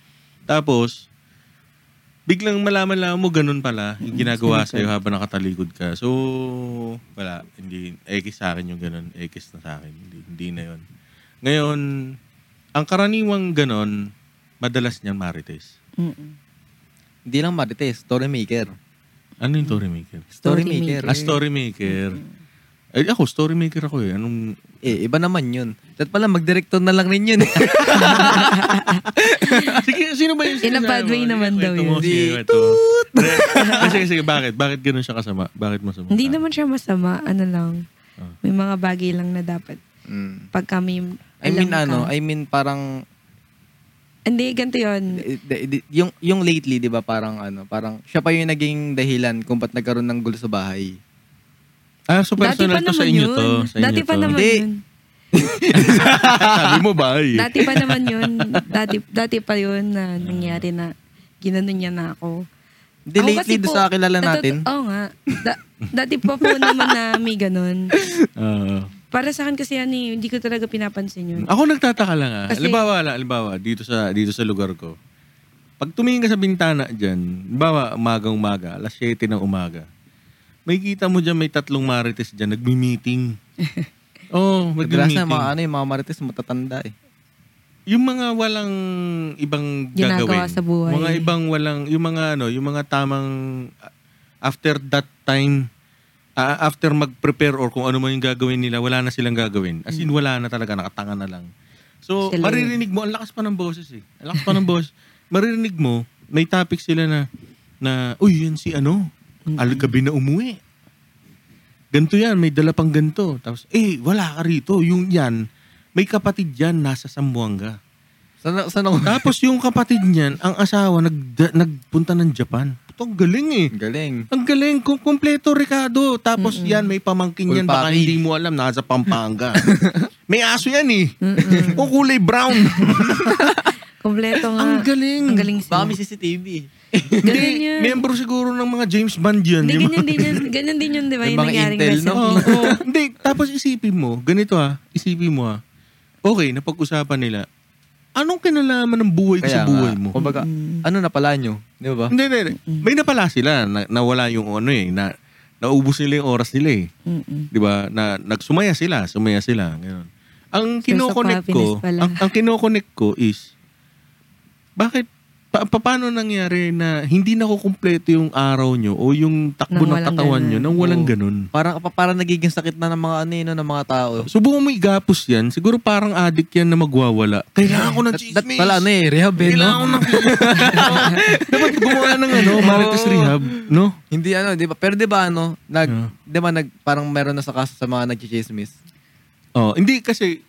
Speaker 2: Tapos, biglang malaman lang mo Mm, ganun pala yung ginagawa sa'yo habang nakatalikod ka. So, wala. Hindi, X sa akin yung ganun. X na sa akin. Hindi, hindi na yun. Ngayon, ang karaniwang ganun, madalas niyan marites.
Speaker 4: Mm-mm.
Speaker 3: Hindi lang marites, story maker.
Speaker 2: Ano yung story maker?
Speaker 3: Story
Speaker 4: Story
Speaker 3: maker.
Speaker 4: maker.
Speaker 2: Ah, story maker. Eh, ako, story maker ako eh. Anong,
Speaker 3: Eh, iba naman yun. Dapat pala, mag-director na lang rin yun.
Speaker 2: Sige, sino ba yung
Speaker 4: In a
Speaker 2: sinasabi
Speaker 4: bad
Speaker 2: mo?
Speaker 4: way naman
Speaker 2: Sige,
Speaker 4: daw
Speaker 2: kwento mo,
Speaker 4: yun.
Speaker 2: sige,
Speaker 3: Hindi.
Speaker 2: kwento mo. Ah, Sige, sige, bakit? Bakit ganun siya kasama? Bakit masama?
Speaker 4: Hindi naman siya masama, ano lang.
Speaker 2: Ah.
Speaker 4: May mga bagay lang na dapat
Speaker 3: Mm.
Speaker 4: pag kami
Speaker 3: I mean,
Speaker 4: alam
Speaker 3: ano,
Speaker 4: ka.
Speaker 3: I mean, parang,
Speaker 4: Hindi, ganito yun.
Speaker 3: eh, di- di- yung, yung lately, di ba, parang, ano, parang, siya pa yung naging dahilan kung ba't nagkaroon ng gulo sa bahay.
Speaker 2: Ah, so personal to sa inyo to. Sa inyo
Speaker 4: Dati pa
Speaker 2: to.
Speaker 4: naman
Speaker 3: Hindi.
Speaker 4: yun.
Speaker 2: Sabi mo ba eh?
Speaker 4: Dati pa naman yun. Dati, dati pa yun na nangyari na ginano niya na ako.
Speaker 3: Hindi,
Speaker 4: Ako
Speaker 3: lately,
Speaker 4: kasi
Speaker 3: doon
Speaker 4: po,
Speaker 3: sa kakilala
Speaker 4: natutu-
Speaker 3: natin.
Speaker 4: Oo nga. Da- dati pa po naman na may ganun.
Speaker 2: Ah.
Speaker 4: Para sa akin kasi ano eh, hindi ko talaga pinapansin yun.
Speaker 2: Mm. Ako nagtataka lang ah.
Speaker 4: Kasi-
Speaker 2: Halimbawa, lang, halimbawa, dito sa dito sa lugar ko. Pag tumingin ka sa bintana diyan, halimbawa, umagang umaga, alas 7 ng umaga. May kita mo diyan may tatlong marites diyan nagmi-meeting. oh,
Speaker 3: Kadalasan, mga,
Speaker 2: magmi-meeting.
Speaker 3: ano, yung mga marites, matatanda eh.
Speaker 2: Yung mga walang ibang
Speaker 4: Ginagawa
Speaker 2: gagawin.
Speaker 4: sa buhay.
Speaker 2: Mga ibang walang yung mga ano, yung mga tamang ah, after that time ah, after mag-prepare or kung ano man yung gagawin nila, wala na silang gagawin. As in, wala na talaga, nakatanga na lang. So,
Speaker 4: Sila yun.
Speaker 2: maririnig mo, ang lakas pa ng boses eh. Ang lakas pa ng boses. Maririnig mo, may topic sila na, na, uy, yan si ano, alagabi na umuwi. Ganto yan, may dala pang ganto. Tapos, eh, wala ka rito, yung yan, may kapatid yan, nasa Sambuanga.
Speaker 3: Saan, saan ako?
Speaker 2: Tapos yung kapatid niyan, ang asawa, nagda- nagpunta ng Japan. Puto, ang galing eh.
Speaker 3: Galing.
Speaker 2: Ang galing, kung kumpleto Ricardo. Tapos yan, may pamangkin
Speaker 3: Full
Speaker 2: yan, baka
Speaker 3: package.
Speaker 2: hindi mo alam, nasa Pampanga. may aso yan eh. o kulay brown.
Speaker 4: Kompleto nga.
Speaker 2: ang galing.
Speaker 4: Ang galing sila.
Speaker 3: Baka may CCTV.
Speaker 4: Ganun yun.
Speaker 2: Member siguro ng mga James Bond yan.
Speaker 4: Hindi,
Speaker 2: yung mga-
Speaker 4: ganyan din yun. Ganyan din yun, di ba?
Speaker 3: Yung
Speaker 4: Yung
Speaker 3: mga
Speaker 4: nangyaring
Speaker 3: intel,
Speaker 4: recipe.
Speaker 3: no?
Speaker 2: Oo, oo. Hindi, tapos isipin mo, ganito ha, isipin mo ha, okay, napag-usapan nila, anong kinalaman ng buhay ko sa
Speaker 3: Kaya
Speaker 2: buhay
Speaker 3: nga,
Speaker 2: mo? Mm.
Speaker 3: Kumbaga, ano na pala nyo? Di ba?
Speaker 2: Hindi, hindi, hindi.
Speaker 3: Mm.
Speaker 2: May napala sila, na, nawala yung ano eh, na, naubos nila yung oras nila eh.
Speaker 4: Mm-mm.
Speaker 2: 'di ba? Na nagsumaya sila, sumaya sila, ganun. Ang
Speaker 4: Source of
Speaker 2: kino-connect ko,
Speaker 4: happiness pala.
Speaker 2: ang, ang kino-connect ko is bakit pa, pa- paano nangyari na hindi na kumpleto yung araw nyo o yung takbo
Speaker 4: Nang
Speaker 2: ng
Speaker 4: walang
Speaker 2: katawan
Speaker 4: ganun.
Speaker 2: nyo nang walang
Speaker 3: Oo.
Speaker 2: ganun?
Speaker 3: Parang, parang nagiging sakit na ng mga ano yun, no, ng mga tao.
Speaker 2: Subukan mo igapos yan, siguro parang addict yan na magwawala. Kailangan ko ng
Speaker 3: That,
Speaker 2: chismis.
Speaker 3: that pala ano eh, rehab eh,
Speaker 2: Kailangan ko
Speaker 3: no?
Speaker 2: ng Dapat gumawa ng ano, Marites Rehab, no?
Speaker 3: Hindi ano, di ba? Pero di ba ano, nag,
Speaker 2: Yeah.
Speaker 3: di ba nag, parang meron na sa kaso sa mga nagchichismis?
Speaker 2: Oh, hindi kasi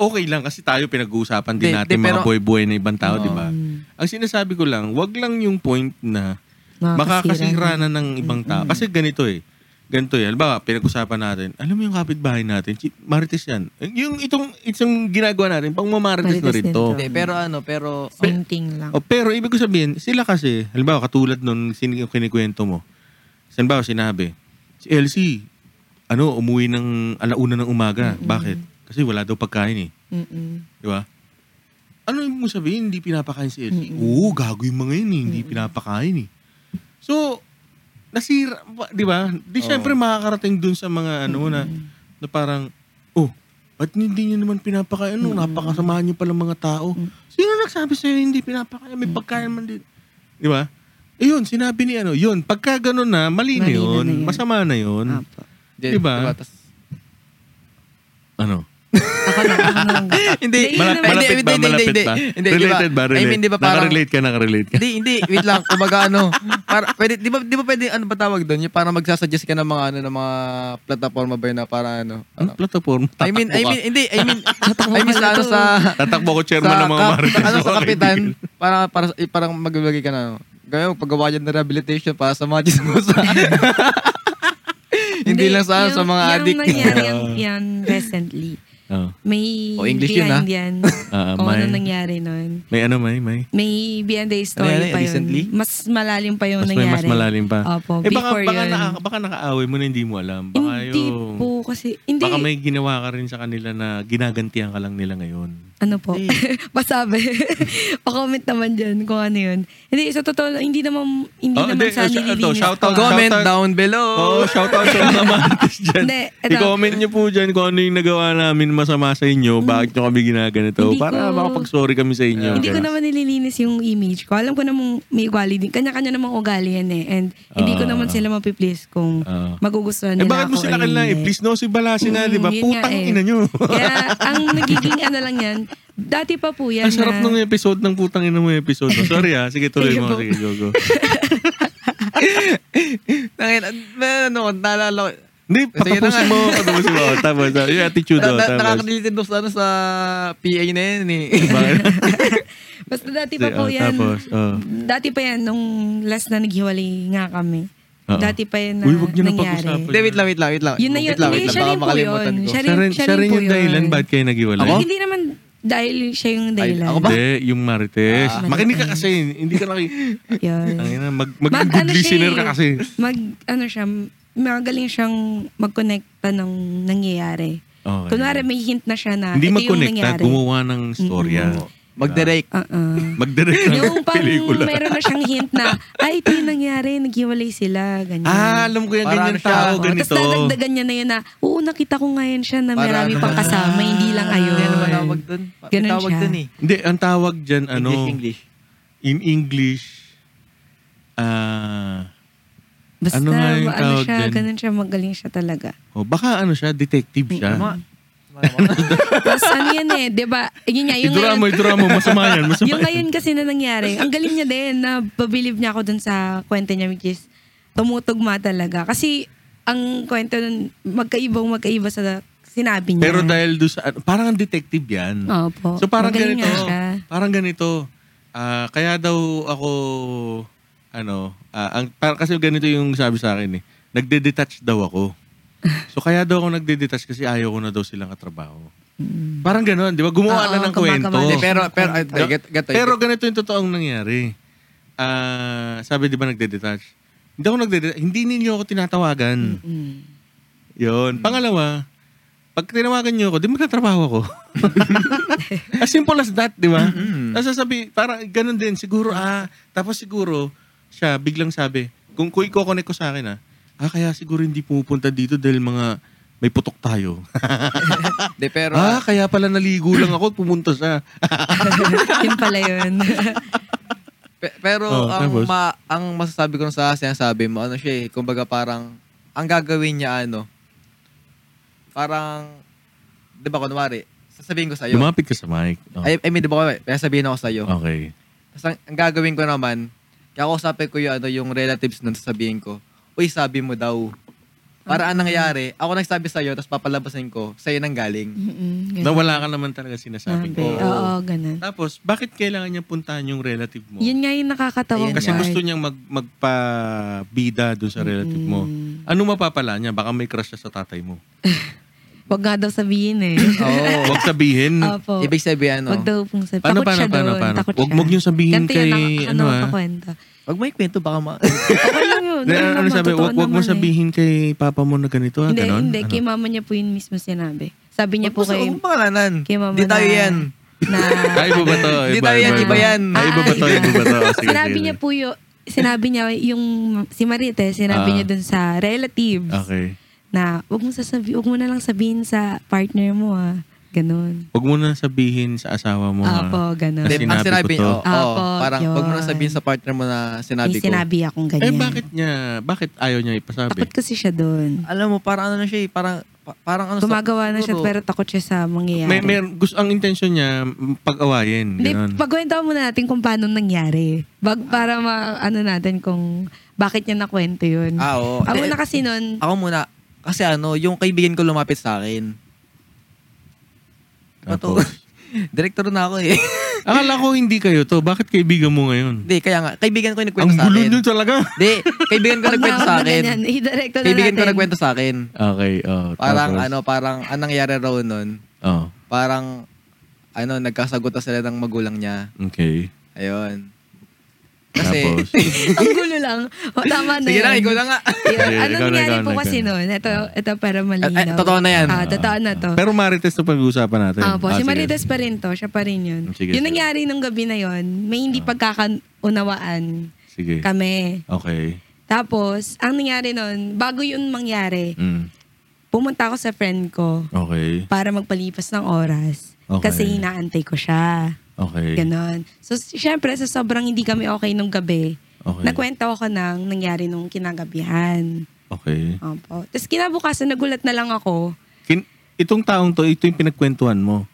Speaker 2: okay lang kasi tayo pinag-uusapan din
Speaker 3: Hindi,
Speaker 2: natin
Speaker 3: hindi,
Speaker 2: mga
Speaker 3: pero-
Speaker 2: boy-boy na ibang tao,
Speaker 3: Oo.
Speaker 2: 'di ba? Ang sinasabi ko lang, wag lang yung point na
Speaker 4: Nakakasira.
Speaker 2: makakasira na ng ibang tao. Kasi ganito eh. Ganito eh. Halimbawa, pinag-usapan natin, alam mo yung kapitbahay natin, chi- marites yan. Eh, Yung itong, itong ginagawa natin, pang mamarites na
Speaker 4: Marites
Speaker 2: rin
Speaker 4: din
Speaker 2: to.
Speaker 4: to.
Speaker 3: Hindi, pero ano, pero...
Speaker 4: Same thing lang.
Speaker 2: O, Oh, pero ibig ko sabihin, sila kasi, halimbawa katulad nung sin- kinikwento mo, halimbawa sinabi, si Elsie, ano, umuwi ng alauna ng umaga. Bakit? Kasi wala daw pagkain eh.
Speaker 3: Oh.
Speaker 4: Mm-mm.
Speaker 2: Di ba? Ano mo sabihin, hindi pinapakain si Elsie? Oo, gago yung mga yun eh, hindi pinapakain eh. So, nasira, ba- di ba? Di syempre makakarating dun sa mga ano na, na parang, oh, ba't hindi nyo naman pinapakain? Ano, napakasamahan nyo pala mga tao. Sino nagsabi sa'yo hindi pinapakain? May pagkain man din. Di ba? Eh yun, sinabi ni ano, yun, pagka ganun na, mali na
Speaker 4: Mali na
Speaker 2: yun,
Speaker 4: na yun. Ah.
Speaker 2: masama na yun.
Speaker 3: Mm.
Speaker 4: Apo.
Speaker 3: Di,
Speaker 2: Di ba?
Speaker 3: Tas, ah,
Speaker 2: Ano?
Speaker 4: Ako na, ako na.
Speaker 3: hindi,
Speaker 4: Mala-
Speaker 3: hindi,
Speaker 2: malapit
Speaker 3: hindi,
Speaker 2: ba?
Speaker 3: hindi,
Speaker 2: Malapit
Speaker 3: hindi,
Speaker 2: ba?
Speaker 3: Hindi, di ba?
Speaker 2: Related ba? Relate?
Speaker 3: I mean, di ba parang...
Speaker 2: Nakarelate ka, nakarelate ka.
Speaker 3: Hindi, hindi, wait lang. Kumbaga ano, para, pwede, di ba, di ba pwede, ano ba tawag doon? Yung parang magsasuggest ka ng mga ano, ng mga plataforma ba yun na para ano?
Speaker 2: Ano platform?
Speaker 3: I mean,
Speaker 2: Tatakbo
Speaker 3: I
Speaker 2: ka.
Speaker 3: mean, hindi, I mean, I mean, sa ano, sa,
Speaker 2: Tatakbo ko chairman ng mga
Speaker 3: kap-
Speaker 2: marites.
Speaker 3: Ano sa kapitan, para, para, eh, parang maglagay ka na, ano. Gaya, magpagawa dyan ng rehabilitation para sa mga chismosa. Hindi lang sa- sa mga
Speaker 4: yung
Speaker 3: addict.
Speaker 4: nangyari yan, yan recently.
Speaker 2: Oh.
Speaker 4: May
Speaker 3: Oh, English yun,
Speaker 4: behind yan.
Speaker 2: Ah,
Speaker 4: Kung ano
Speaker 2: may-
Speaker 4: nangyari nun.
Speaker 2: May ano, may, may.
Speaker 4: May behind the
Speaker 3: yan,
Speaker 4: story pa yun.
Speaker 3: recently?
Speaker 4: Mas malalim pa yung
Speaker 2: Ano Mas may mas
Speaker 4: nangyari.
Speaker 2: malalim pa.
Speaker 4: Opo,
Speaker 2: eh baka,
Speaker 4: before
Speaker 2: baka,
Speaker 4: yun.
Speaker 2: na, baka nakaaway mo na hindi mo alam. Baka
Speaker 4: hindi
Speaker 2: yung,
Speaker 4: po kasi, hindi.
Speaker 2: Baka may ginawa ka rin sa kanila na ginagantihan ka lang nila ngayon.
Speaker 4: Ano po? Pasabi. Pa-comment naman dyan kung ano yun. Hindi, sa totoo, lang, hindi naman, hindi
Speaker 2: Oh,
Speaker 4: naman
Speaker 2: hindi,
Speaker 4: sa
Speaker 2: oh, siya-
Speaker 4: nililinis.
Speaker 2: ito, shout
Speaker 4: ko.
Speaker 2: out, shout
Speaker 3: Comment
Speaker 2: out.
Speaker 3: down below.
Speaker 2: Oo, oh, shout out sa mga marites dyan.
Speaker 4: Hindi, ito.
Speaker 2: I-comment nyo po dyan kung ano yung nagawa namin masama sa inyo, bakit nyo kami ginaganito.
Speaker 4: Hindi
Speaker 2: Hmm. Para
Speaker 4: ko-
Speaker 2: makapag-sorry kami sa inyo.
Speaker 4: Hindi ko naman nililinis yung image ko. Alam ko namang may ugali din. Kanya-kanya namang ugali yan eh. And hindi ko
Speaker 2: Ah.
Speaker 4: naman sila mapiplease kung
Speaker 2: Ah.
Speaker 4: magugustuhan
Speaker 2: Eh
Speaker 4: nila
Speaker 2: bakit mo
Speaker 4: ako
Speaker 2: sila
Speaker 4: or
Speaker 2: kanila eh?
Speaker 4: hindi.
Speaker 2: Please no, si Balasin na,
Speaker 4: Mm,
Speaker 2: di ba?
Speaker 4: yun nga
Speaker 2: Putang
Speaker 4: eh.
Speaker 2: ina nyo.
Speaker 4: Kaya ang nagiging ano lang yan, dati pa po yan
Speaker 2: Ang sarap
Speaker 4: na,
Speaker 2: ng episode ng putang ina mo episode. no? Sorry ah. Sige, tuloy
Speaker 4: Sige
Speaker 2: mo.
Speaker 4: po.
Speaker 2: Sige, go, go.
Speaker 3: Tangin, na- ano, naalala ko.
Speaker 2: Hindi,
Speaker 3: Sige na
Speaker 2: patapos
Speaker 3: nga.
Speaker 2: mo. Patapos mo. Oh, Tama, tama. Yung attitude.
Speaker 3: Na,
Speaker 2: oh,
Speaker 3: na,
Speaker 2: Tama.
Speaker 3: nakakalitin doon sa, ano, sa PA na yan eh.
Speaker 2: Bakit?
Speaker 4: basta dati pa
Speaker 2: Sige,
Speaker 4: po
Speaker 2: oh,
Speaker 4: yan.
Speaker 2: Tapos, oh.
Speaker 4: Dati pa yan, nung last na naghiwalay nga kami.
Speaker 2: Oo.
Speaker 4: Dati pa yan na
Speaker 2: Uy, wag niyo na
Speaker 4: nangyari.
Speaker 2: pag-usapan.
Speaker 3: Hindi, wait lang, wait lang, wait lang.
Speaker 4: Yun na yun.
Speaker 3: Wait lang,
Speaker 4: Hindi,
Speaker 3: wait lang.
Speaker 4: siya
Speaker 3: Baka
Speaker 4: rin po
Speaker 3: makalimutan
Speaker 4: yun.
Speaker 3: ko.
Speaker 4: Siya rin,
Speaker 2: Siya rin,
Speaker 4: siya
Speaker 2: siya rin
Speaker 4: po
Speaker 2: yung
Speaker 4: yun.
Speaker 2: dahilan ba't kayo naghiwalay?
Speaker 3: Ako?
Speaker 4: Hindi naman dahil siya yung dahilan.
Speaker 3: ako ba?
Speaker 2: Hindi, yung Marites.
Speaker 4: Ah.
Speaker 2: Makinig ka kasi. Hindi ka naki...
Speaker 4: Yun.
Speaker 2: Tangina, mag, mag, good
Speaker 4: ano siya
Speaker 2: listener
Speaker 4: eh.
Speaker 2: ka kasi.
Speaker 4: Mag, ano siya, magaling siyang mag-connecta ng nangyayari.
Speaker 2: Okay.
Speaker 4: Kunwari, may hint na siya na
Speaker 2: Hindi
Speaker 4: ito yung
Speaker 2: mag-connecta,
Speaker 4: nangyari.
Speaker 2: gumawa ng storya.
Speaker 3: Mag-direct.
Speaker 4: Uh-uh.
Speaker 2: Mag-direct
Speaker 4: yung
Speaker 2: ng
Speaker 4: pang
Speaker 2: pelikula.
Speaker 4: meron na siyang hint na, ay, ito yung nangyari, naghiwalay sila, ganyan.
Speaker 2: Ah, alam ko yan,
Speaker 3: Parang
Speaker 2: ganyan
Speaker 3: siya.
Speaker 2: tao,
Speaker 4: Oo,
Speaker 2: ganito.
Speaker 4: Tapos dadagdagan niya na yun na, oo, nakita ko nga yan siya na
Speaker 3: Para
Speaker 4: marami
Speaker 3: ano
Speaker 4: pang
Speaker 3: ba?
Speaker 4: kasama, hindi
Speaker 2: Ah.
Speaker 4: lang ayun.
Speaker 3: Hindi, ano ba tawag doon?
Speaker 4: Ganun
Speaker 3: tawag
Speaker 4: siya.
Speaker 3: doon eh.
Speaker 2: Hindi, ang tawag dyan, ano,
Speaker 3: English, English.
Speaker 2: in English, ah,
Speaker 4: Basta,
Speaker 2: Ano
Speaker 4: ano,
Speaker 2: nga yung tawag
Speaker 4: siya,
Speaker 2: dyan?
Speaker 4: ganun siya, magaling siya talaga.
Speaker 2: oh, baka ano siya, detective siya.
Speaker 4: Tapos ano yan eh, di ba? Yun nga, yung
Speaker 2: Idura
Speaker 4: ngayon-
Speaker 2: mo, idura mo, eh, masama yan, masama
Speaker 4: yung
Speaker 2: yan.
Speaker 4: ngayon kasi na nangyari, ang galing niya din na babilib niya ako dun sa kwento niya which is tumutugma talaga. Kasi ang kwento nun, magkaibang magkaiba sa sinabi niya.
Speaker 2: Pero dahil doon sa, ano, parang ang detective yan.
Speaker 4: Opo.
Speaker 2: So parang
Speaker 4: Magaling
Speaker 2: ganito,
Speaker 4: nga siya.
Speaker 2: parang ganito. Ah, kaya daw ako ano, ah, ang par- kasi ganito yung sabi sa akin eh. Nagde-detach daw ako. So kaya daw ako nagde-detach kasi ayaw ko na daw silang katrabaho. Parang gano'n, di ba? Gumawa
Speaker 4: Mm. Oo,
Speaker 2: na ng
Speaker 4: gumagamali.
Speaker 2: kwento.
Speaker 4: Hindi,
Speaker 3: Pero, pero, ay, ay, get, get, get-
Speaker 2: Oh. Pero ganito yung totoong nangyari. Ah, sabi di ba nagde-detach? Hindi ako nagde-detach. Hindi ninyo ako tinatawagan. Mm. Yun. Pangalawa, pag tinawagan niyo ako, di magtatrabaho ako. as simple as that, di ba? Tapos sasabi, parang ganun din, siguro, ah, tapos siguro, siya biglang sabi, kung kung i-connect ko sa akin, ah, ah, kaya siguro hindi pumupunta dito dahil mga may putok tayo.
Speaker 3: Hindi, pero,
Speaker 2: ah, kaya pala naligo lang ako, pumunta siya.
Speaker 4: yun pala yun.
Speaker 3: Pe- pero
Speaker 2: Oh,
Speaker 3: ang,
Speaker 2: tapos?
Speaker 3: ma, ang masasabi ko sa sinasabi mo, ano siya eh, kumbaga parang, ang gagawin niya ano, parang, di ba kunwari, sasabihin ko sa'yo.
Speaker 2: Lumapit ka sa mic. Oh,
Speaker 3: I, I mean, di ba kunwari, may sasabihin ako sa'yo.
Speaker 2: Okay.
Speaker 3: Tapos ang, ang gagawin ko naman, kakausapin ko yung, ano, yung relatives nun, sasabihin ko, uy, sabi mo daw. Para anong nangyari, ako nagsabi sa'yo, tapos papalabasin ko, sa'yo nang galing.
Speaker 4: Mm-mm,
Speaker 2: Na wala ka naman talaga sinasabi
Speaker 4: Sabi.
Speaker 2: ko.
Speaker 4: Oo, ganun.
Speaker 2: Tapos, bakit kailangan niya puntahan yung relative mo?
Speaker 4: Yun nga eh. yung nakakatawa
Speaker 3: Ayun
Speaker 4: ko.
Speaker 2: Kasi
Speaker 3: Right.
Speaker 2: gusto niyang mag, magpabida doon sa relative mo. Ano mapapala niya? Baka may crush siya sa tatay mo.
Speaker 4: Huwag nga daw sabihin eh.
Speaker 3: Oo.
Speaker 2: Huwag sabihin.
Speaker 4: Opo.
Speaker 3: Ibig sabihin, ano,
Speaker 4: Huwag daw pong sabihin.
Speaker 2: Paano,
Speaker 4: Takot siya
Speaker 2: paano, paano,
Speaker 4: doon,
Speaker 2: paano?
Speaker 4: takot
Speaker 2: Huwag
Speaker 4: siya.
Speaker 2: mo yung sabihin
Speaker 4: Ganito
Speaker 2: kay,
Speaker 4: yun ang-
Speaker 2: ano, ah.
Speaker 4: kakwento.
Speaker 3: wag mo ikwento, baka ma...
Speaker 4: Okay lang yun.
Speaker 2: Ano, ano
Speaker 4: naman,
Speaker 2: sabi?
Speaker 4: totoo
Speaker 2: Huwag, huwag mo
Speaker 4: naman eh.
Speaker 2: sabihin kay papa mo na ganito, ha?
Speaker 4: Hindi,
Speaker 2: Ganon?
Speaker 4: hindi. Kay
Speaker 2: Ano?
Speaker 4: mama niya po yun mismo sinabi. Sabi niya po
Speaker 3: Huwag
Speaker 4: kay,
Speaker 3: mo oh, pangalanan.
Speaker 4: kay mama
Speaker 3: Di um? tayo
Speaker 4: na-
Speaker 3: yan.
Speaker 4: Na,
Speaker 2: Ay, Ah, iba ba to?
Speaker 3: Hindi tayo yan, iba yan.
Speaker 2: Ay, iba ba to?
Speaker 4: Ah,
Speaker 2: Iba ba to? Sige,
Speaker 4: sinabi
Speaker 2: sige.
Speaker 4: niya po yun, sinabi niya yung si Marite, sinabi
Speaker 2: Ah.
Speaker 4: niya dun sa relatives
Speaker 2: Okay.
Speaker 4: na wag mo sasabi, wag mo na lang sabihin sa partner mo ah. Ganun.
Speaker 2: Huwag mo na sabihin sa asawa mo, ha?
Speaker 4: Apo, ganun.
Speaker 2: Kasi
Speaker 3: Hindi,
Speaker 2: sinabi
Speaker 3: ang
Speaker 2: ko
Speaker 3: sinabi,
Speaker 2: to.
Speaker 3: oo, oo,
Speaker 4: Apo,
Speaker 3: parang huwag mo
Speaker 4: Ah, yun.
Speaker 3: na sabihin sa partner mo na sinabi
Speaker 4: May
Speaker 3: ko.
Speaker 4: sinabi akong
Speaker 2: Eh,
Speaker 4: ganyan.
Speaker 2: bakit niya? Bakit ayaw niya ipasabi?
Speaker 4: Takot kasi siya doon.
Speaker 3: Alam mo, parang ano na siya eh, parang, pa- parang ano
Speaker 4: Gumagawa na siya
Speaker 3: siguro.
Speaker 4: pero takot siya sa mangyayari.
Speaker 2: May, may, gusto, ang intention niya, pag-awayin.
Speaker 4: Hindi,
Speaker 2: Ganon.
Speaker 4: pagkwentahan muna natin kung paano nangyari. Bag, para ma, ano natin kung bakit niya nakwento yun.
Speaker 3: Ah, oo.
Speaker 4: Ako
Speaker 3: Eh,
Speaker 4: na kasi nun,
Speaker 3: Ako muna, kasi ano, yung kaibigan ko lumapit sa akin.
Speaker 2: Tapos,
Speaker 3: Director na ako eh.
Speaker 2: Akala ko hindi kayo to. Bakit kaibigan mo ngayon?
Speaker 3: Hindi, kaya nga. Kaibigan ko yung nagkwento
Speaker 2: Ang
Speaker 3: sa
Speaker 2: gulo
Speaker 3: akin.
Speaker 2: nyo talaga.
Speaker 3: Hindi, kaibigan ko nagkwento sa akin.
Speaker 4: I-direct na
Speaker 3: Kaibigan ko
Speaker 4: natin.
Speaker 3: nagkwento sa akin.
Speaker 2: Okay, oh.
Speaker 3: Parang
Speaker 2: tapos,
Speaker 3: ano, parang anong nangyari raw nun,
Speaker 2: Oh,
Speaker 3: parang ano, nagkasagot na sila ng magulang niya.
Speaker 2: okay.
Speaker 3: Ayun. Kasi,
Speaker 2: Tapos?
Speaker 4: Ang gulo lang. O, tama na
Speaker 3: sige
Speaker 4: Ano yun.
Speaker 3: lang, ikaw na nga.
Speaker 4: Yun.
Speaker 2: Sige,
Speaker 4: Anong
Speaker 2: ikaw na,
Speaker 4: nangyari
Speaker 2: ikaw
Speaker 4: po
Speaker 2: na,
Speaker 4: kasi
Speaker 2: ikaw na.
Speaker 4: noon? Ito, ito para malinaw.
Speaker 3: Ay, Eh, totoo na yan.
Speaker 4: Ah, totoo na to.
Speaker 2: Pero marites na pag-uusapan natin.
Speaker 4: Opo,
Speaker 2: Ah,
Speaker 4: si
Speaker 2: sige. Ah,
Speaker 4: Marites pa rin to. Siya pa rin yun.
Speaker 2: Sige, sige.
Speaker 4: yung nangyari nung gabi na yun, may hindi pagkakaunawaan
Speaker 2: Sige.
Speaker 4: kami.
Speaker 2: Okay.
Speaker 4: Tapos, ang nangyari nun, bago yun mangyari,
Speaker 2: Mm.
Speaker 4: pumunta ako sa friend ko
Speaker 2: Okay.
Speaker 4: para magpalipas ng oras.
Speaker 2: Okay.
Speaker 4: Kasi inaantay ko siya.
Speaker 2: Okay.
Speaker 4: Ganon. So, syempre, sa sobrang hindi kami okay nung gabi,
Speaker 2: Okay.
Speaker 4: nagkwento ako ng nangyari nung kinagabihan.
Speaker 2: Okay.
Speaker 4: Opo. Tapos kinabukasan, nagulat na lang ako.
Speaker 2: Kin- itong taong to, ito yung pinagkwentuhan mo.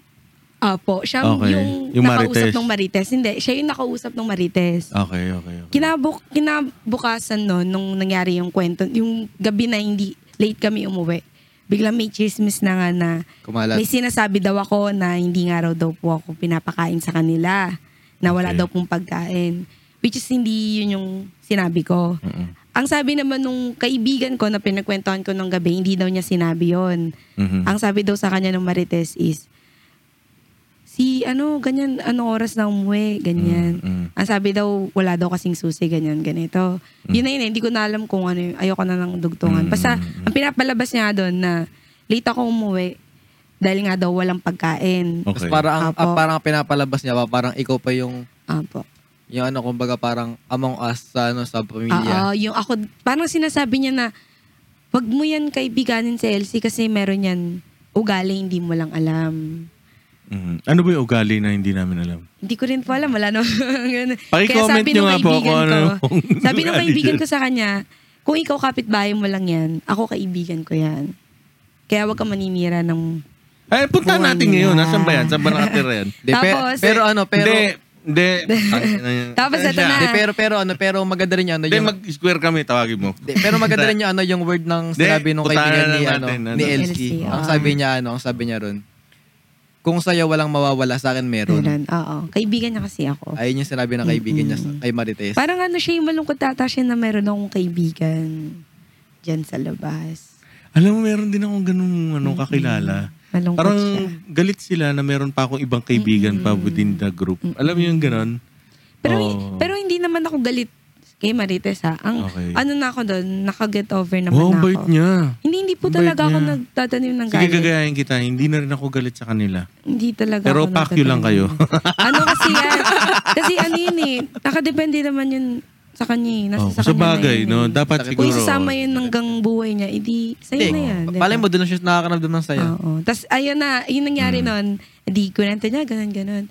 Speaker 4: Opo, siya
Speaker 2: Okay.
Speaker 4: yung,
Speaker 2: Yung
Speaker 4: nakausap
Speaker 2: Marites.
Speaker 4: ng Marites. Hindi, siya yung nakausap ng Marites.
Speaker 2: Okay, okay. okay.
Speaker 4: Kinabuk kinabukasan noon, nung nangyari yung kwento, yung gabi na hindi, late kami umuwi, biglang may chismis na nga na
Speaker 3: Kumalat.
Speaker 4: may sinasabi daw ako na hindi nga raw daw po ako pinapakain sa kanila, na wala
Speaker 2: Okay.
Speaker 4: daw pong pagkain. Which is hindi yun yung sinabi ko.
Speaker 2: Mm-mm.
Speaker 4: Ang sabi naman nung kaibigan ko na pinagkwentuhan ko nung gabi, hindi daw niya sinabi yon.
Speaker 2: Mhm.
Speaker 4: Ang sabi daw sa kanya ng Marites is, si ano, ganyan, ano oras na umuwi, ganyan.
Speaker 2: Mm, mm.
Speaker 4: Ang sabi daw, wala daw kasing susi, ganyan, ganito. Yun na yun, eh, hindi ko na alam kung ano, yun. ayoko na ng dugtungan.
Speaker 2: Mm,
Speaker 4: Basta,
Speaker 2: mm, mm.
Speaker 4: ang pinapalabas niya doon na, late ako umuwi, dahil nga daw walang pagkain.
Speaker 2: Okay.
Speaker 3: Tapos parang, ang,
Speaker 4: Apo.
Speaker 3: ah, parang ang pinapalabas niya, parang ikaw pa yung,
Speaker 4: Apo.
Speaker 3: yung ano, kumbaga parang among us sa, ano, sa pamilya.
Speaker 2: ah?
Speaker 4: Oo, yung ako, parang sinasabi niya na, wag mo yan kaibiganin sa Elsie kasi meron yan ugali, hindi mo lang alam.
Speaker 2: Mhm. Ano ba yung ugali na hindi namin alam?
Speaker 4: Hindi ko rin po alam, wala na. Ganun.
Speaker 2: Pakicomment
Speaker 4: sabi
Speaker 2: nyo
Speaker 4: nung
Speaker 2: nga po
Speaker 4: kaibigan
Speaker 2: kung ano
Speaker 4: ko,
Speaker 2: yung-
Speaker 4: Sabi nung kaibigan ko sa kanya, kung ikaw kapitbahay mo lang yan, ako kaibigan ko yan. Kaya wag kang maninira ng...
Speaker 2: Ay, Eh, punta
Speaker 4: Buwan
Speaker 2: natin
Speaker 4: nila.
Speaker 2: ngayon. Nasaan ba yan? Saan ba nakatira yan?
Speaker 3: Hindi, pe-
Speaker 4: Tapos,
Speaker 3: pero ano, pero,
Speaker 2: Hindi, hindi. Tangin na yan.
Speaker 4: Tapos
Speaker 2: Ayan
Speaker 4: ito
Speaker 2: siya.
Speaker 4: na.
Speaker 3: hindi, pero, pero, ano, pero maganda rin yung, ano,
Speaker 2: Hindi,
Speaker 3: yung,
Speaker 2: mag-square kami. Tawagin mo.
Speaker 3: Hindi, pero maganda rin yung ano yung word ng
Speaker 2: Hindi,
Speaker 3: sinabi nung
Speaker 2: putahan
Speaker 3: kaibigan
Speaker 2: na lang
Speaker 3: ni ano
Speaker 2: natin, ano?
Speaker 3: ni
Speaker 4: LC,
Speaker 3: Elsie.
Speaker 4: oo.
Speaker 3: Ang sabi niya ano, ang sabi niya ron. Kung sa'yo walang mawawala sa akin meron.
Speaker 4: Ganun, oo. Kaibigan niya kasi ako.
Speaker 3: Ayun yung sinabi ng kaibigan niya sa- kay Marites.
Speaker 4: Parang ano siya, yung malungkot tata siya na meron akong kaibigan dyan sa labas.
Speaker 2: Alam mo, meron din akong ganung ano, kakilala.
Speaker 4: Malungkot
Speaker 2: Parang
Speaker 4: siya.
Speaker 2: galit sila na meron pa akong ibang kaibigan pa within the group. Alam mo yung ganun?
Speaker 4: Pero,
Speaker 2: Oo.
Speaker 4: pero hindi naman ako galit kay Marites ha.
Speaker 2: Oh.
Speaker 4: Ang,
Speaker 2: Okay.
Speaker 4: Ano na ako doon, nakaget over naman
Speaker 2: Wow, ang
Speaker 4: na
Speaker 2: bait
Speaker 4: ako.
Speaker 2: niya.
Speaker 4: Hindi, hindi po
Speaker 2: Ang bait
Speaker 4: talaga ako
Speaker 2: niya.
Speaker 4: nagtatanim ng
Speaker 2: Sige,
Speaker 4: galit.
Speaker 2: gagayahin kita. Hindi na rin ako galit sa kanila.
Speaker 4: Hindi talaga.
Speaker 2: Pero
Speaker 4: ako
Speaker 2: pakyo lang
Speaker 4: nagtatanong.
Speaker 2: kayo.
Speaker 4: ano kasi yan? Kasi ano yun eh. Nakadepende naman yun sa kanya eh. Nasa
Speaker 2: Oh,
Speaker 4: sa
Speaker 2: sa
Speaker 4: kanya
Speaker 2: bagay,
Speaker 4: na yun
Speaker 2: no?
Speaker 4: eh.
Speaker 2: Dapat
Speaker 3: Kung
Speaker 4: Kung
Speaker 2: siguro. oh.
Speaker 4: isasama yun hanggang buhay niya, edi sa'yo na yan.
Speaker 3: Palay mo doon lang siya nakakaramdam ng saya.
Speaker 4: Oo. Tapos ayun na, yun nangyari
Speaker 2: Mm.
Speaker 4: nun. Di kwento niya, ganun, ganun.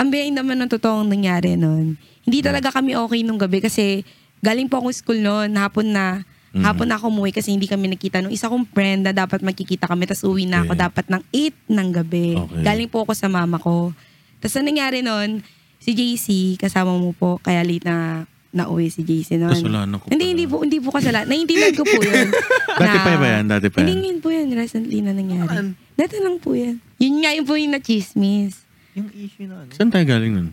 Speaker 4: Ang behind naman ng totoong nangyari nun. Hindi talaga kami okay nung gabi kasi galing po ako school noon, hapon na.
Speaker 2: Mm.
Speaker 4: Hapon na ako umuwi kasi hindi kami nakita nung isa kong friend na dapat magkikita kami. Tapos uwi na ako
Speaker 2: Okay.
Speaker 4: dapat ng 8 ng gabi.
Speaker 2: Okay.
Speaker 4: Galing po ako sa mama ko. Tapos ang nangyari nun, si JC, kasama mo po, kaya late na nauwi si JC noon.
Speaker 2: Kasalanan ko
Speaker 4: Hindi,
Speaker 2: pala.
Speaker 4: hindi po, hindi po kasalanan. Naiintindihan ko po yun.
Speaker 2: Dati pa ba yan? Dati pa yan?
Speaker 4: Hindi yun po yan, recently na nangyari. Dati lang po yan. Yun nga yun po yung na-chismis.
Speaker 3: Yung issue na ano.
Speaker 2: Saan tayo galing nun?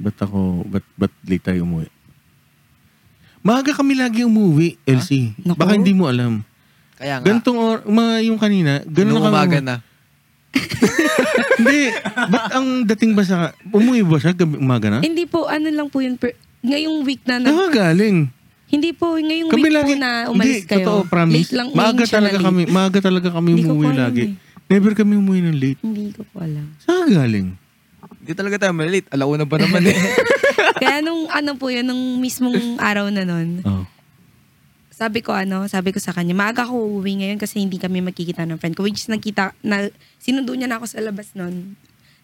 Speaker 2: Ba't ako, ba't, ba't late tayo umuwi? Maaga kami lagi umuwi, LC.
Speaker 4: Naku.
Speaker 2: Baka hindi mo alam.
Speaker 3: Kaya nga.
Speaker 2: Ganitong or, mga yung kanina, ganun
Speaker 3: nung
Speaker 2: na kami.
Speaker 3: umaga
Speaker 2: umuwi.
Speaker 3: na.
Speaker 2: hindi, ba't ang dating ba sa, umuwi ba siya gabi, umaga na?
Speaker 4: Hindi po, ano lang po yun, per, ngayong week na, na
Speaker 2: Nakagaling.
Speaker 4: hindi po, ngayong
Speaker 2: Kami
Speaker 4: week
Speaker 2: lagi,
Speaker 4: po na umalis
Speaker 2: hindi,
Speaker 4: kayo.
Speaker 2: totoo, promise.
Speaker 4: Late lang,
Speaker 2: maaga
Speaker 4: ngayon siya na
Speaker 2: talaga
Speaker 4: late.
Speaker 2: kami, maaga talaga kami
Speaker 4: Hindi ko
Speaker 2: umuwi
Speaker 4: po alam
Speaker 2: lagi.
Speaker 4: eh.
Speaker 2: Never kami umuwi ng late.
Speaker 4: Hindi ko po alam.
Speaker 2: Saan galing?
Speaker 3: Hindi talaga tayo malilate. Alauna ba naman eh.
Speaker 4: Kaya nung ano po yun, nung mismong araw na nun,
Speaker 2: Oh.
Speaker 4: sabi ko ano, sabi ko sa kanya, maaga ako uuwi ngayon kasi hindi kami magkikita ng friend ko. Which is nagkita, na, sinundo niya na ako sa labas nun.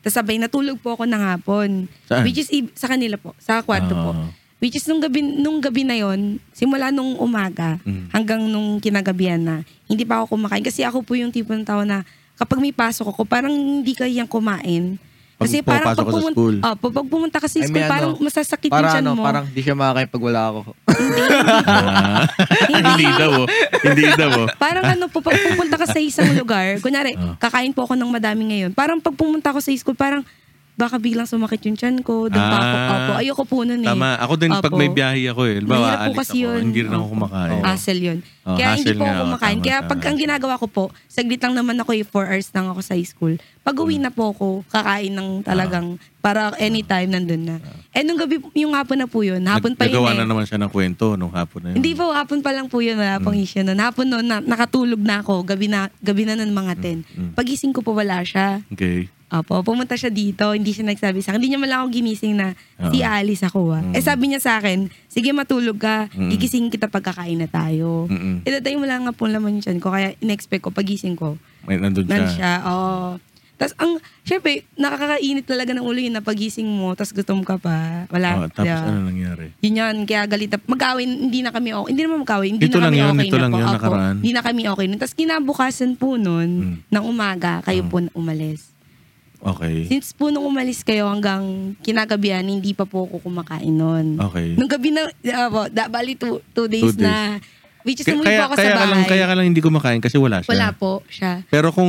Speaker 4: Tapos sabay, natulog po ako ng hapon.
Speaker 2: Saan?
Speaker 4: Which is, ib- sa kanila po, sa kwarto po.
Speaker 2: Ah.
Speaker 4: Which is nung gabi, nung gabi na yon simula nung umaga
Speaker 2: Mm.
Speaker 4: hanggang nung kinagabihan na, hindi pa ako kumakain. Kasi ako po yung tipo ng tao na kapag may pasok ako, parang hindi kayang kumain.
Speaker 2: Pag
Speaker 4: Kasi
Speaker 2: pumapasok
Speaker 4: parang
Speaker 2: ka
Speaker 4: pag
Speaker 2: sa
Speaker 4: pumunta,
Speaker 2: school.
Speaker 4: Opo, pag pumunta ka sa
Speaker 3: Ay, may
Speaker 4: school, parang
Speaker 3: ano,
Speaker 4: masasakit yung
Speaker 3: Para
Speaker 4: tiyan
Speaker 3: ano,
Speaker 4: mo.
Speaker 3: parang di siya makakain pag wala ako.
Speaker 2: Ah. hindi daw. oh. Hindi daw. oh.
Speaker 4: Parang ano po, pag pupunta ka sa isang lugar, kunyari,
Speaker 2: Ah.
Speaker 4: kakain po ako ng madami ngayon. Parang pag pumunta ako sa school, parang baka biglang sumakit yung tiyan ko. Doon pa ako.
Speaker 2: Ah.
Speaker 4: Opo, ayoko po nun eh.
Speaker 2: Tama. Ako din pag
Speaker 4: Opo.
Speaker 2: may biyahe ako eh.
Speaker 4: Mahirap
Speaker 2: Halimbawa,
Speaker 4: po
Speaker 2: alis
Speaker 4: kasi
Speaker 2: ako.
Speaker 4: yun. Ah,
Speaker 2: Hindi rin ako
Speaker 4: Opo.
Speaker 2: kumakain.
Speaker 3: Oo.
Speaker 4: Hassle yun.
Speaker 2: Oh,
Speaker 4: Kaya hindi
Speaker 2: hassle
Speaker 4: po
Speaker 2: nga,
Speaker 4: ako
Speaker 2: oh,
Speaker 4: kumakain.
Speaker 2: tama,
Speaker 4: Kaya pag
Speaker 2: tama.
Speaker 4: ang ginagawa ko po, saglit lang naman ako eh, 4 hours lang ako sa school. Pag uwi
Speaker 2: Mm.
Speaker 4: na po ako, kakain ng talagang,
Speaker 2: Ah.
Speaker 4: para anytime nandun na. Eh nung gabi, yung hapon na po yun, hapon pa yun
Speaker 2: Nagawa Ah. na
Speaker 4: eh.
Speaker 2: naman siya ng kwento nung hapon na yun. Mm.
Speaker 4: Hindi po, hapon pa lang po yun, wala pang issue nun. Hapon nun, na, nakatulog na ako, gabi na, gabi na nun
Speaker 2: Mm,
Speaker 4: mga 10. Pagising ko po wala siya.
Speaker 2: Okay.
Speaker 4: Opo, pumunta siya dito, hindi siya nagsabi sa akin. Hindi niya man lang ako ginising na si
Speaker 2: Oo.
Speaker 4: Alice ako ah. Eh sabi niya sa akin, sige matulog ka,
Speaker 2: Mm.
Speaker 4: gigisingin kita pagkakain na tayo.
Speaker 2: Mm-mm.
Speaker 4: Itatay mo lang Eh, nga po naman yung tiyan ko, kaya in-expect ko, pagising ko,
Speaker 2: May nandun siya.
Speaker 4: nan siya, oo. Tapos ang, syempre, nakakainit talaga ng ulo yun na pagising mo, tapos gutom ka pa.
Speaker 2: Oh,
Speaker 4: Wala.
Speaker 2: tapos
Speaker 4: diba?
Speaker 2: ano nangyari?
Speaker 4: Yun yan, kaya galit. na- Mag-away, hindi na kami okay. Hindi naman mag-away, hindi
Speaker 2: Ito
Speaker 4: na
Speaker 2: lang
Speaker 4: kami
Speaker 2: yun,
Speaker 4: okay
Speaker 2: ito
Speaker 4: na
Speaker 2: lang
Speaker 4: po.
Speaker 2: yun,
Speaker 4: Opo,
Speaker 2: nakaraan.
Speaker 4: Hindi na kami okay. nun. Tapos kinabukasan po nun,
Speaker 2: Mm.
Speaker 4: ng umaga, kayo po na umalis.
Speaker 2: Okay.
Speaker 4: Since po nung umalis kayo hanggang kinagabihan, hindi pa po ako kumakain nun.
Speaker 2: Okay.
Speaker 4: Nung gabi na, ah, po, da, bali two, two days,
Speaker 2: Two days.
Speaker 4: na. Which is,
Speaker 2: Kaya,
Speaker 4: umuwi
Speaker 2: kaya,
Speaker 4: po ako
Speaker 2: kaya
Speaker 4: sa
Speaker 2: ka
Speaker 4: bahay.
Speaker 2: lang, kaya ka lang hindi kumakain kasi wala siya.
Speaker 4: Wala po siya.
Speaker 2: Pero kung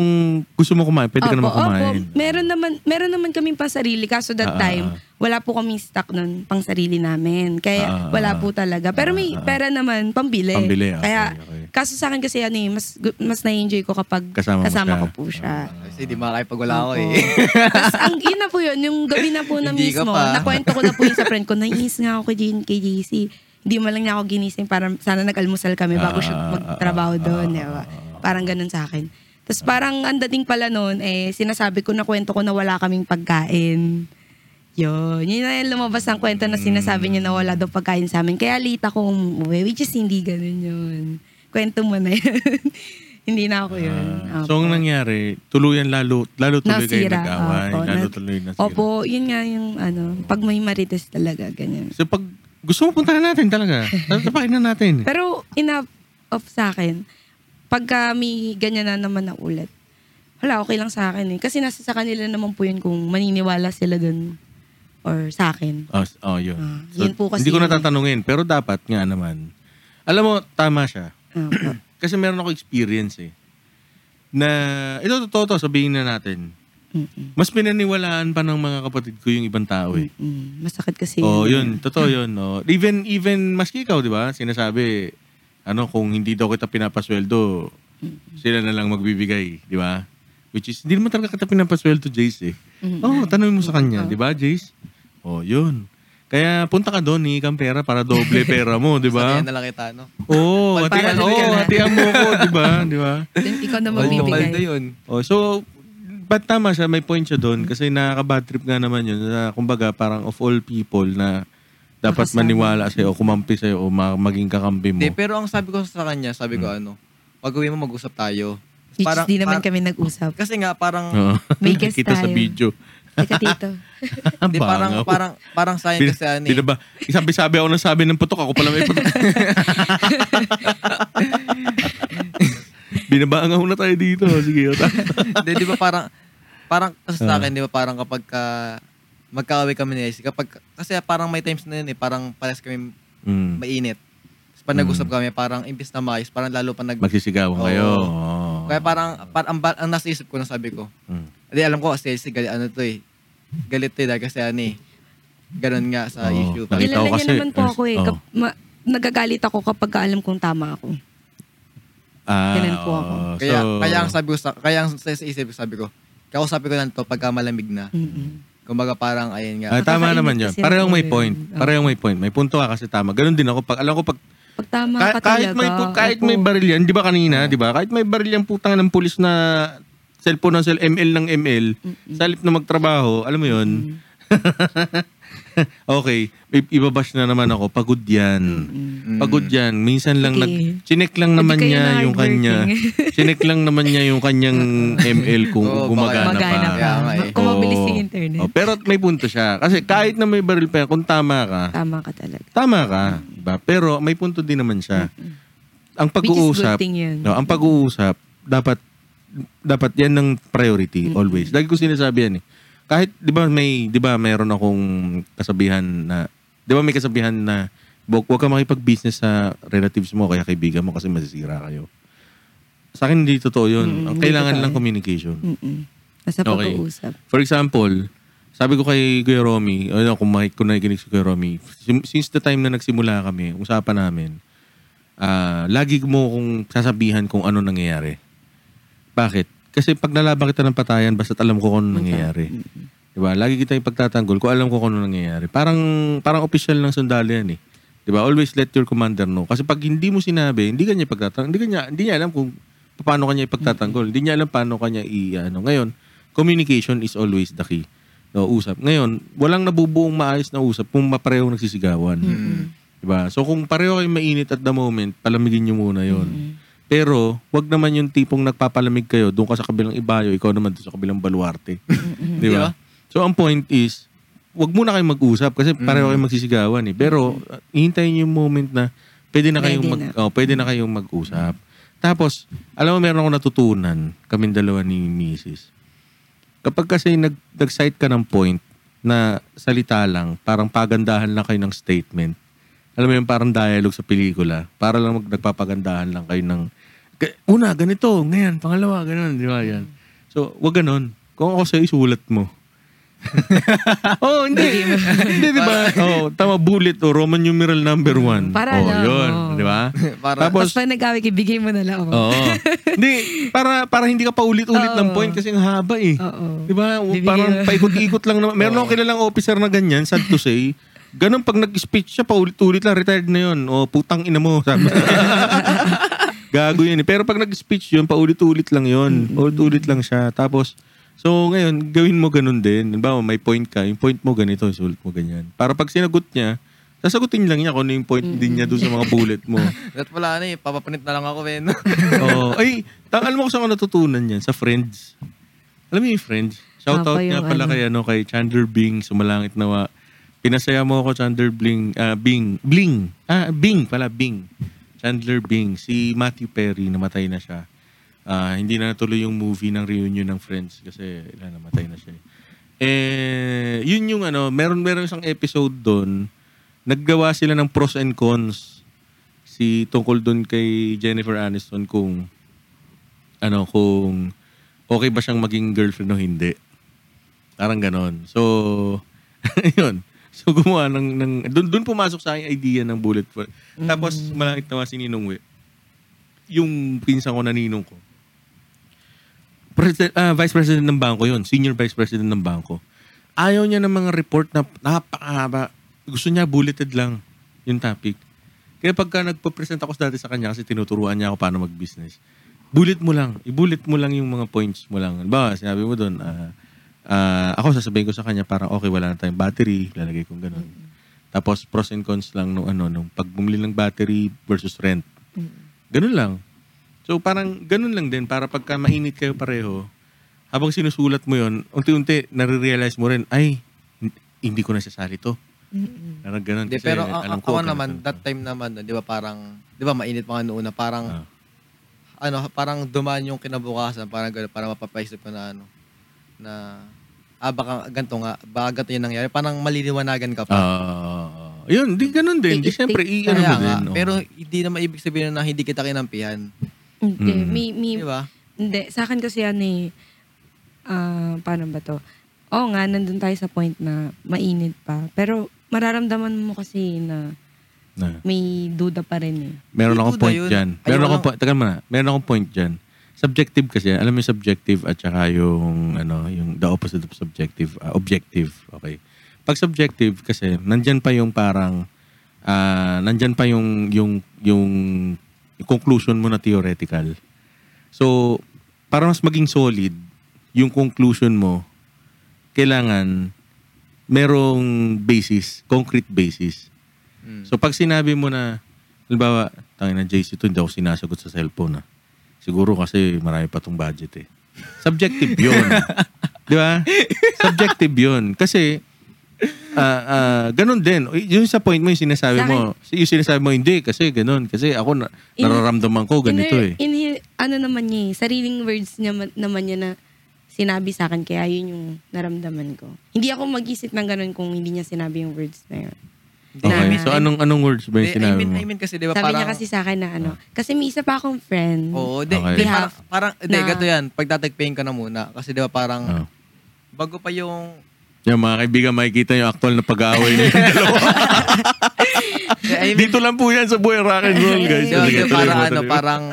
Speaker 2: gusto mo kumain, pwede ka naman
Speaker 4: Opo,
Speaker 2: kumain.
Speaker 4: opo. Meron naman, meron naman kaming pansarili. Kaso
Speaker 2: Ah,
Speaker 4: that time,
Speaker 2: ah, ah.
Speaker 4: wala po kaming stock nun pang sarili namin. Kaya
Speaker 2: Ah, ah, ah.
Speaker 4: wala po talaga. Pero
Speaker 2: Ah,
Speaker 4: may
Speaker 2: ah, ah.
Speaker 4: pera naman, pambili.
Speaker 2: Pambili, okay,
Speaker 4: Kaya,
Speaker 2: okay.
Speaker 4: kaso sa akin kasi ano eh, mas, gu- mas na-enjoy ko kapag
Speaker 2: Kasama mo siya.
Speaker 4: kasama,
Speaker 2: Ah,
Speaker 4: ko po siya.
Speaker 3: Kasi di makakipagwala ako eh.
Speaker 4: Tapos ang yun na po yun, yung gabi na po na
Speaker 3: Hindi ka
Speaker 4: mismo,
Speaker 3: pa.
Speaker 4: nakwento ko na po yun sa friend ko, naiinis nga ako kay, Jin- kay JC. Hindi mo lang niya ako ginising para sana nag-almusal kami bago siya
Speaker 2: Ah, ah,
Speaker 4: magtrabaho doon. di ba? Parang ganun sa akin. Tapos parang ang dating pala noon, eh, sinasabi ko na kwento ko na wala kaming pagkain. Yun. Yun na yung lumabas ang kwento na sinasabi niya na wala daw pagkain sa amin. Kaya late ako umuwi, which is hindi ganun yun. Kwento mo na yun. hindi na ako yun.
Speaker 2: Ah, so,
Speaker 4: Opo.
Speaker 2: ang nangyari, tuluyan lalo, lalo tuloy kayo
Speaker 4: Nasira,
Speaker 2: nag-away.
Speaker 4: opo.
Speaker 2: lalo
Speaker 4: Na-
Speaker 2: tuloy nasira.
Speaker 4: Opo, yun nga yung ano, pag may marites talaga, ganyan.
Speaker 2: So, pag gusto mo, puntahan natin talaga. Tatapakin na natin.
Speaker 4: Pero enough of sa akin, pagka may ganyan na naman na ulit, wala, okay lang sa akin eh. Kasi nasa sa kanila naman po yun kung maniniwala sila dun or sa akin.
Speaker 2: Oh, s- oh yun.
Speaker 4: Ah,
Speaker 2: so,
Speaker 4: yun po kasi
Speaker 2: hindi ko
Speaker 4: yun eh.
Speaker 2: natatanungin, pero dapat nga naman. Alam mo, tama siya.
Speaker 4: Ah, po.
Speaker 2: Kasi meron ako experience eh. Na, ito totoo to, sabihin na natin.
Speaker 4: Mm-mm.
Speaker 2: Mas pinaniwalaan pa ng mga kapatid ko yung ibang tao eh.
Speaker 4: Mm, Masakit kasi
Speaker 2: Oh, yun. Totoo yun. No? Even, even maski ikaw, di ba? Sinasabi, ano, kung hindi daw kita pinapasweldo, sila na lang magbibigay, di ba? Which is, hindi naman talaga kita pinapasweldo, Jace eh. Oh, tanongin mo sa kanya, di ba, Jace? Oh, yun. Kaya punta ka doon, ni kang pera para doble pera mo, di ba?
Speaker 3: Sanayan na lang kita, no?
Speaker 2: Oo, oh, hatian,
Speaker 3: Palpalan din ka
Speaker 2: oh,
Speaker 3: na.
Speaker 2: hatian mo ko, di ba? Di ba?
Speaker 4: Then ikaw na
Speaker 3: Paldo, paldo
Speaker 4: magbibigay.
Speaker 3: yun.
Speaker 2: Oh, so, ba't tama siya? May point siya doon. Kasi nakaka-bad trip nga naman yun. Na, kumbaga, parang of all people na dapat
Speaker 4: Nakasama.
Speaker 2: maniwala sa'yo, kumampi sa'yo, o ma- maging kakampi mo.
Speaker 3: Hindi, pero ang sabi ko sa kanya, sabi ko ano, pag uwi mo mag-usap tayo.
Speaker 4: Which is di naman
Speaker 3: par-
Speaker 4: kami nag-usap.
Speaker 3: kasi nga parang,
Speaker 2: Oo.
Speaker 4: May guest
Speaker 2: Nakita sa
Speaker 4: tayo.
Speaker 2: video.
Speaker 4: Teka tito.
Speaker 3: di
Speaker 2: Bangaw.
Speaker 3: parang, parang, parang sayang kasi ano eh.
Speaker 2: Di- di na ba? Sabi-sabi ako ng sabi ng putok. Ako pala may putok. Binabangaw na tayo dito. Sige.
Speaker 3: Hindi, di ba parang, parang kasi sa akin, di ba parang kapag ka, magkaaway kami ni Elsie, kapag, kasi parang may times na yun eh, parang parehas kami
Speaker 2: mm.
Speaker 3: mainit. Tapos pag nag-usap kami, parang imbis na maayos, parang lalo pa nag...
Speaker 2: Magsisigawan kayo.
Speaker 3: Oo.
Speaker 2: Oo.
Speaker 3: Kaya parang, par- ang, ba- ang nasa isip ko na sabi ko,
Speaker 2: Mm.
Speaker 3: hindi alam ko kasi si galit, ano to eh, galit to eh, dahil kasi ano eh, ganun nga sa
Speaker 2: Oo.
Speaker 3: issue.
Speaker 2: Nakita ko
Speaker 3: Parang,
Speaker 4: Kilala niya
Speaker 2: kasi-
Speaker 4: naman po ako eh.
Speaker 2: Oh.
Speaker 4: Kap- ma- nagagalit ako kapag alam kong tama ako.
Speaker 2: Ah,
Speaker 4: Ganun po ako.
Speaker 2: oo.
Speaker 3: kaya,
Speaker 2: So,
Speaker 3: kaya ang sabi ko, sa, kaya ang sa, sa isip ko sabi ko, kausapin ko lang to pagka malamig na.
Speaker 4: Mm-mm.
Speaker 3: Kumbaga parang, ayun nga.
Speaker 2: Ah, tama
Speaker 4: Nakakainit
Speaker 2: naman yun.
Speaker 4: kasi
Speaker 2: Parehong
Speaker 4: ako
Speaker 2: may
Speaker 4: eh.
Speaker 2: point.
Speaker 4: Oo.
Speaker 2: Parehong may point. May punto ka kasi tama. Ganun din ako. Pag, alam ko, pag,
Speaker 4: Pag tama
Speaker 2: ka-
Speaker 4: ka
Speaker 2: kahit,
Speaker 4: talaga,
Speaker 2: may, pu- kahit
Speaker 4: opo.
Speaker 2: may baril yan, di ba kanina, di ba? Kahit may baril yan putang ng pulis na cellphone ng cell ML ng ML, sa halip na magtrabaho, alam mo yun? okay, i- ibabash na naman ako. Pagod yan. Pagod yan. Minsan lang,
Speaker 4: Sige.
Speaker 2: nag, chinek lang naman
Speaker 4: kayo na
Speaker 2: niya yung kanya. chinek lang naman niya yung kanyang ML kung
Speaker 3: Oo, baka
Speaker 2: gumagana
Speaker 4: Gumagana
Speaker 2: pa.
Speaker 4: pa.
Speaker 3: Kaya nga eh.
Speaker 4: Kung mabilis
Speaker 2: Oo.
Speaker 4: yung internet.
Speaker 2: Oh, pero may punto siya. Kasi kahit na may baril pa yan, kung tama ka,
Speaker 4: Tama ka talaga.
Speaker 2: tama ka. Diba? Pero may punto din naman siya. Ang pag-uusap,
Speaker 4: Which is good thing yun.
Speaker 2: no, ang pag-uusap, dapat dapat yan ng priority always. Lagi ko sinasabi yan eh. Kahit 'di ba may 'di ba mayroon akong kasabihan na 'di ba may kasabihan na "Huwag- huwag ka makipag-business sa relatives mo kaya kaibigan mo kasi masisira kayo. Sa akin hindi totoo 'yun.
Speaker 4: Mm,
Speaker 2: ang
Speaker 4: hindi
Speaker 2: kailangan
Speaker 4: totoo
Speaker 2: lang
Speaker 4: yun.
Speaker 2: communication.
Speaker 4: Mm-mm. Nasa
Speaker 2: Okay.
Speaker 4: pag-uusap.
Speaker 2: For example, Sabi ko kay Kuya Romy, ano, kung may, kung nakikinig si Kuya Romy, sim- since the time na nagsimula kami, usapan namin, ah, lagi mo kung sasabihan kung ano nangyayari. Bakit? Kasi pag nalaban kita ng patayan, basta't alam ko kung ano nangyayari. Diba? Lagi kita ipagtatanggol kung alam ko kung ano nangyayari. Parang, parang official ng sundalo yan eh. Diba? Always let your commander know. Kasi pag hindi mo sinabi, hindi kanya ipagtatanggol. Hindi, kanya, hindi niya alam kung paano kanya ipagtatanggol. Hindi niya alam paano kanya i... Ano. Ngayon, communication is always the key. No, usap. Ngayon, walang nabubuong maayos na usap kung mapareho nagsisigawan.
Speaker 3: Mm.
Speaker 2: Diba? So kung pareho kayo mainit at the moment, palamigin nyo muna yon. Pero, wag naman yung tipong nagpapalamig kayo doon ka sa kabilang ibayo, ikaw naman doon sa kabilang baluarte. Di ba? So, ang point is, wag muna kayong mag-usap kasi pareho kayong magsisigawan eh. Pero, uh, hihintayin niyo yung moment na pwede na kayong,
Speaker 4: Pwede
Speaker 2: mag, oh, pwede na kayong mag-usap. Tapos, alam mo, meron ako natutunan, kaming dalawa ni Mrs. Kapag kasi nag, nag-cite ka ng point na salita lang, parang pagandahan lang kayo ng statement. Alam mo yun, parang dialogue sa pelikula. Para lang mag, nagpapagandahan lang kayo ng, "Ga- una, ganito, ngayon, pangalawa, ganun, di ba yan? So, wag ganun. Kung ako sa'yo, isulat mo. oh, hindi. hindi, di ba? Oh, tama, bullet o Roman numeral number one.
Speaker 4: Para
Speaker 2: oh,
Speaker 4: alam
Speaker 2: yun,
Speaker 4: mo.
Speaker 2: di ba?
Speaker 3: Para-
Speaker 4: Tapos pag nag-away, ibigay mo na lang. Oo.
Speaker 2: Oo. Hindi, para para hindi ka paulit-ulit ng
Speaker 4: Oo.
Speaker 2: point kasi ang haba eh.
Speaker 4: Oo.
Speaker 2: 'Di ba? O,
Speaker 4: Bibigyan
Speaker 2: Parang
Speaker 4: mo.
Speaker 2: paikot-ikot lang naman. Meron akong kilalang officer na ganyan, sad to say. Ganun pag nag-speech siya paulit-ulit lang, retired na 'yon. O putang ina mo, sabi. Gago 'yun eh. Pero pag nag-speech 'yun, paulit-ulit lang
Speaker 4: Mm-hmm.
Speaker 2: 'yon. Paulit-ulit lang siya. Tapos So ngayon, gawin mo ganun din. Halimbawa, may point ka. Yung point mo ganito, sulit mo ganyan. Para pag sinagot niya, sasagutin lang niya kung ano yung point
Speaker 4: Mm-hmm.
Speaker 2: din niya doon sa mga bullet mo.
Speaker 3: At wala na eh, papapunit na lang ako eh. no?
Speaker 2: Oo. Ay, ta- alam mo kung saan ko natutunan yan? Sa Friends. Alam mo yung Friends? Shoutout
Speaker 4: Ako yung
Speaker 2: nga pala
Speaker 4: ano.
Speaker 2: kay, ano, kay Chandler Bing, sumalangit nawa. Pinasaya mo ako, Chandler Bling, ah, Bing, Bling, ah, Bing pala, Bing. Chandler Bing, si Matthew Perry, namatay na siya. Ah, hindi na natuloy yung movie ng reunion ng Friends kasi ilan, namatay na siya. eh. Eh, yun yung ano, meron, meron isang episode doon, naggawa sila ng pros and cons si tungkol doon kay Jennifer Aniston kung ano kung okay ba siyang maging girlfriend o hindi. Parang ganon. So, yun. So, gumawa ng... ng doon, doon pumasok sa akin yung idea ng bullet for. Tapos, malangit nawa si Ninong We. Yung pinsan ko na ninong ko. President, ah, Vice President ng bangko yun. Senior Vice President ng bangko. Ayaw niya ng mga report na napakahaba. Gusto niya bulleted lang yung topic. Kaya pagka nagpo-present ako dati sa kanya kasi tinuturuan niya ako paano mag-business, bullet mo lang. I-bullet mo lang yung mga points mo lang. Halimbawa, sinabi mo doon, ah, ah, ako sasabihin ko sa kanya parang okay, wala na tayong battery, lalagay kong ganun. Tapos pros and cons lang nung ano, nung pag bumili ng battery versus rent. Ganun lang. So parang ganun lang din para pagka mainit kayo pareho, habang sinusulat mo yon, unti-unti nare-realize mo rin, ay, hin- hindi ko nasasali to. Parang ganun.
Speaker 3: Hindi,
Speaker 2: Kasi
Speaker 3: pero a-
Speaker 2: alam ko,
Speaker 3: ako
Speaker 2: ganun
Speaker 3: naman,
Speaker 2: to.
Speaker 3: that time naman, no, di ba parang, di ba mainit pa nga noon na parang,
Speaker 2: Ah.
Speaker 3: ano, parang dumaan yung kinabukasan, parang gano'n, parang mapapaisip ko na ano, na, ah, baka ganito nga, baka ganito yung nangyari, parang maliliwanagan ka pa.
Speaker 2: Ah, yun, di ganun din. Di
Speaker 4: Take it,
Speaker 2: syempre,
Speaker 4: take it.
Speaker 2: i-ano mo
Speaker 3: Kaya nga,
Speaker 2: din. oh.
Speaker 3: Pero hindi naman ibig sabihin na hindi kita kinampihan.
Speaker 4: Hindi.
Speaker 2: Mm.
Speaker 4: May, may,
Speaker 3: Di ba?
Speaker 4: Hindi, sa akin kasi yan eh, ah, paano ba to? Oo nga, nandun tayo sa point na mainit pa. Pero mararamdaman mo kasi na
Speaker 2: Na.
Speaker 4: may duda pa rin eh.
Speaker 2: Meron
Speaker 3: Hindi
Speaker 2: akong
Speaker 3: duda
Speaker 2: point
Speaker 3: yun.
Speaker 2: dyan.
Speaker 3: Ayaw
Speaker 2: Meron akong
Speaker 3: lang-
Speaker 2: point. Tagal mo na. Meron akong point dyan. Subjective kasi. Alam mo yung subjective at saka yung, ano, yung the opposite of subjective. ah, objective. Okay. Pag subjective kasi, nandyan pa yung parang, ah nandyan pa yung, yung, yung conclusion mo na theoretical. So, para mas maging solid, yung conclusion mo, kailangan merong basis, concrete basis.
Speaker 3: Mm.
Speaker 2: So pag sinabi mo na, halimbawa, tangin na JC to, hindi ako sinasagot sa cellphone ah. Siguro kasi marami pa tong budget eh. Subjective yun. Di ba? Subjective yun. Kasi, ah ah, ganun din. O, Yung sa point mo, yung sinasabi
Speaker 4: Sa
Speaker 2: mo, yung sinasabi mo, hindi, kasi ganun. Kasi ako, na,
Speaker 4: In-
Speaker 2: nararamdaman ko ganito eh.
Speaker 4: Iner- inhe- ano naman niya eh, sariling words niya ma- naman niya na sinabi sa akin, kaya yun yung naramdaman ko. Hindi ako mag-isip ng ganun kung hindi niya sinabi yung words na yun.
Speaker 2: Okay,
Speaker 4: na-
Speaker 2: so ano, anong anong words ba yung
Speaker 3: Di, I
Speaker 2: sinabi
Speaker 3: mean,
Speaker 2: mo?
Speaker 3: I mean kasi, di ba,
Speaker 4: Sabi
Speaker 3: parang,
Speaker 4: niya kasi sa akin na ano, kasi may isa pa akong friend.
Speaker 3: Oo, di,
Speaker 2: Okay.
Speaker 3: di, parang,
Speaker 4: Behalf
Speaker 3: parang, di,
Speaker 4: na-
Speaker 3: ganito yan. Pagtatagpayin ka na muna. Kasi di ba parang,
Speaker 2: Ah.
Speaker 3: bago pa yung,
Speaker 2: Yung mga kaibigan, makikita yung actual na pag-aaway na yung dalawa.
Speaker 3: I mean,
Speaker 2: Dito lang po yan sa buhay rock and roll, guys.
Speaker 3: Yung,
Speaker 2: Sige,
Speaker 3: yung
Speaker 2: tuloy
Speaker 3: parang
Speaker 2: mo,
Speaker 3: ano,
Speaker 2: tuloy mo.
Speaker 3: parang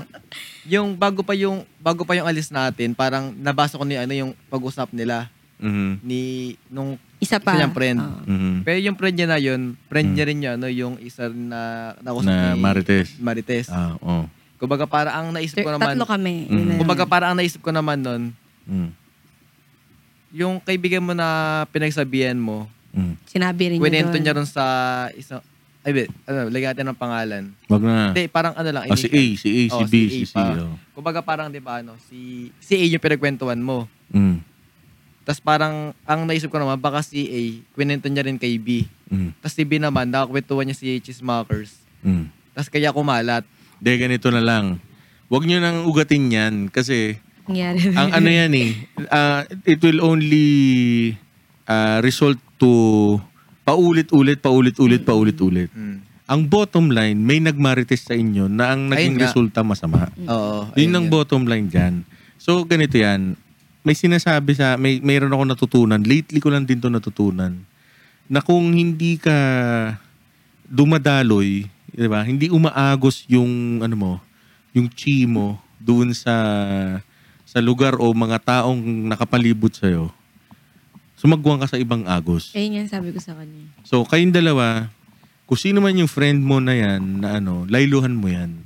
Speaker 3: yung bago pa yung bago pa yung alis natin, parang nabasa ko ni ano yung pag-usap nila
Speaker 2: Mhm.
Speaker 3: ni nung
Speaker 4: Isa pa. Ah.
Speaker 3: Isa niyang friend.
Speaker 4: Oo.
Speaker 2: Mhm.
Speaker 3: pero yung friend niya na yun, friend niya rin yun, ano, yung isa rin na nakusap
Speaker 2: Hmm. Na
Speaker 3: ni
Speaker 2: Marites.
Speaker 3: Marites.
Speaker 2: Ah, oo.
Speaker 3: Kumbaga para ang naisip ko naman,
Speaker 4: Tatlo
Speaker 2: Mm.
Speaker 4: kami. Yun na yun.
Speaker 3: kumbaga para ang naisip ko naman nun,
Speaker 2: Mm.
Speaker 3: yung kaibigan mo na pinagsabihan mo,
Speaker 2: Mm.
Speaker 4: Sinabi rin niya
Speaker 3: kwento
Speaker 4: doon.
Speaker 3: niya ron sa isang, ay, wait, ano, lagyan natin ng pangalan.
Speaker 2: Wag na.
Speaker 3: Hindi, parang ano lang.
Speaker 2: Ah, si A, si A, si
Speaker 3: Oh,
Speaker 2: B, si C.
Speaker 3: pa.
Speaker 2: oh.
Speaker 3: Kumbaga parang, di ba, ano, si, si A yung pinagkwentuhan mo.
Speaker 2: Mm.
Speaker 3: Tapos parang, ang naisip ko naman, baka si A, kwento niya rin kay B.
Speaker 2: Mm.
Speaker 3: Tapos si B naman, nakakwentuhan niya si Cheesemakers.
Speaker 2: Mm.
Speaker 3: Tapos kaya kumalat.
Speaker 2: De, ganito na lang. Huwag nyo nang ugatin yan kasi
Speaker 4: Nangyari.
Speaker 2: ang ano yan eh, ah, it will only ah, result to paulit-ulit, paulit-ulit, paulit-ulit.
Speaker 3: Mm.
Speaker 2: Ang bottom line, may nagmarites sa inyo na ang naging
Speaker 3: Ayun nga.
Speaker 2: resulta masama.
Speaker 3: Oo.
Speaker 2: Yun
Speaker 3: ayun
Speaker 2: ang bottom line dyan. So, ganito yan. May sinasabi sa, may, mayroon ako natutunan. Lately ko lang din to natutunan. Na kung hindi ka dumadaloy, di ba? Hindi umaagos yung, ano mo, yung chi mo doon sa, sa lugar o mga taong nakapalibot sa'yo, sumagwan ka sa ibang agos.
Speaker 4: Ayun yan sabi ko sa kanya.
Speaker 2: So, kayong dalawa, kung sino man yung friend mo na yan, na ano, layluhan mo yan.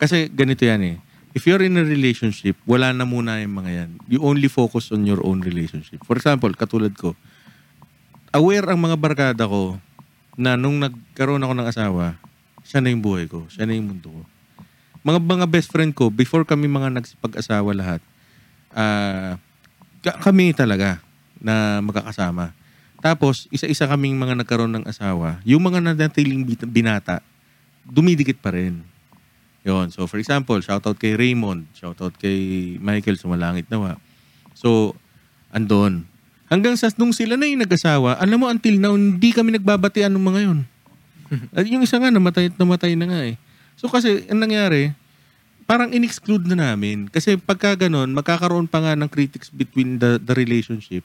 Speaker 2: Kasi ganito yan eh. If you're in a relationship, wala na muna yung mga yan. You only focus on your own relationship. For example, katulad ko, aware ang mga barkada ko na nung nagkaroon ako ng asawa, siya na yung buhay ko, siya na yung mundo ko. Mga mga best friend ko, before kami mga nagsipag-asawa lahat, ah, ka- kami talaga na magkakasama. Tapos, isa-isa kaming mga nagkaroon ng asawa, yung mga nanatiling bit- binata, dumidikit pa rin. Yon. So, for example, shoutout kay Raymond, shoutout kay Michael Sumalangit Nawa. So, andon. Hanggang sa nung sila na yung nag-asawa, alam mo, until now, hindi kami nagbabatian ng mga yon. At yung isa nga, namatay at namatay na nga eh. So, kasi, ang nangyari, parang in-exclude na namin. Kasi pagka ganun, magkakaroon pa nga ng critics between the, the relationship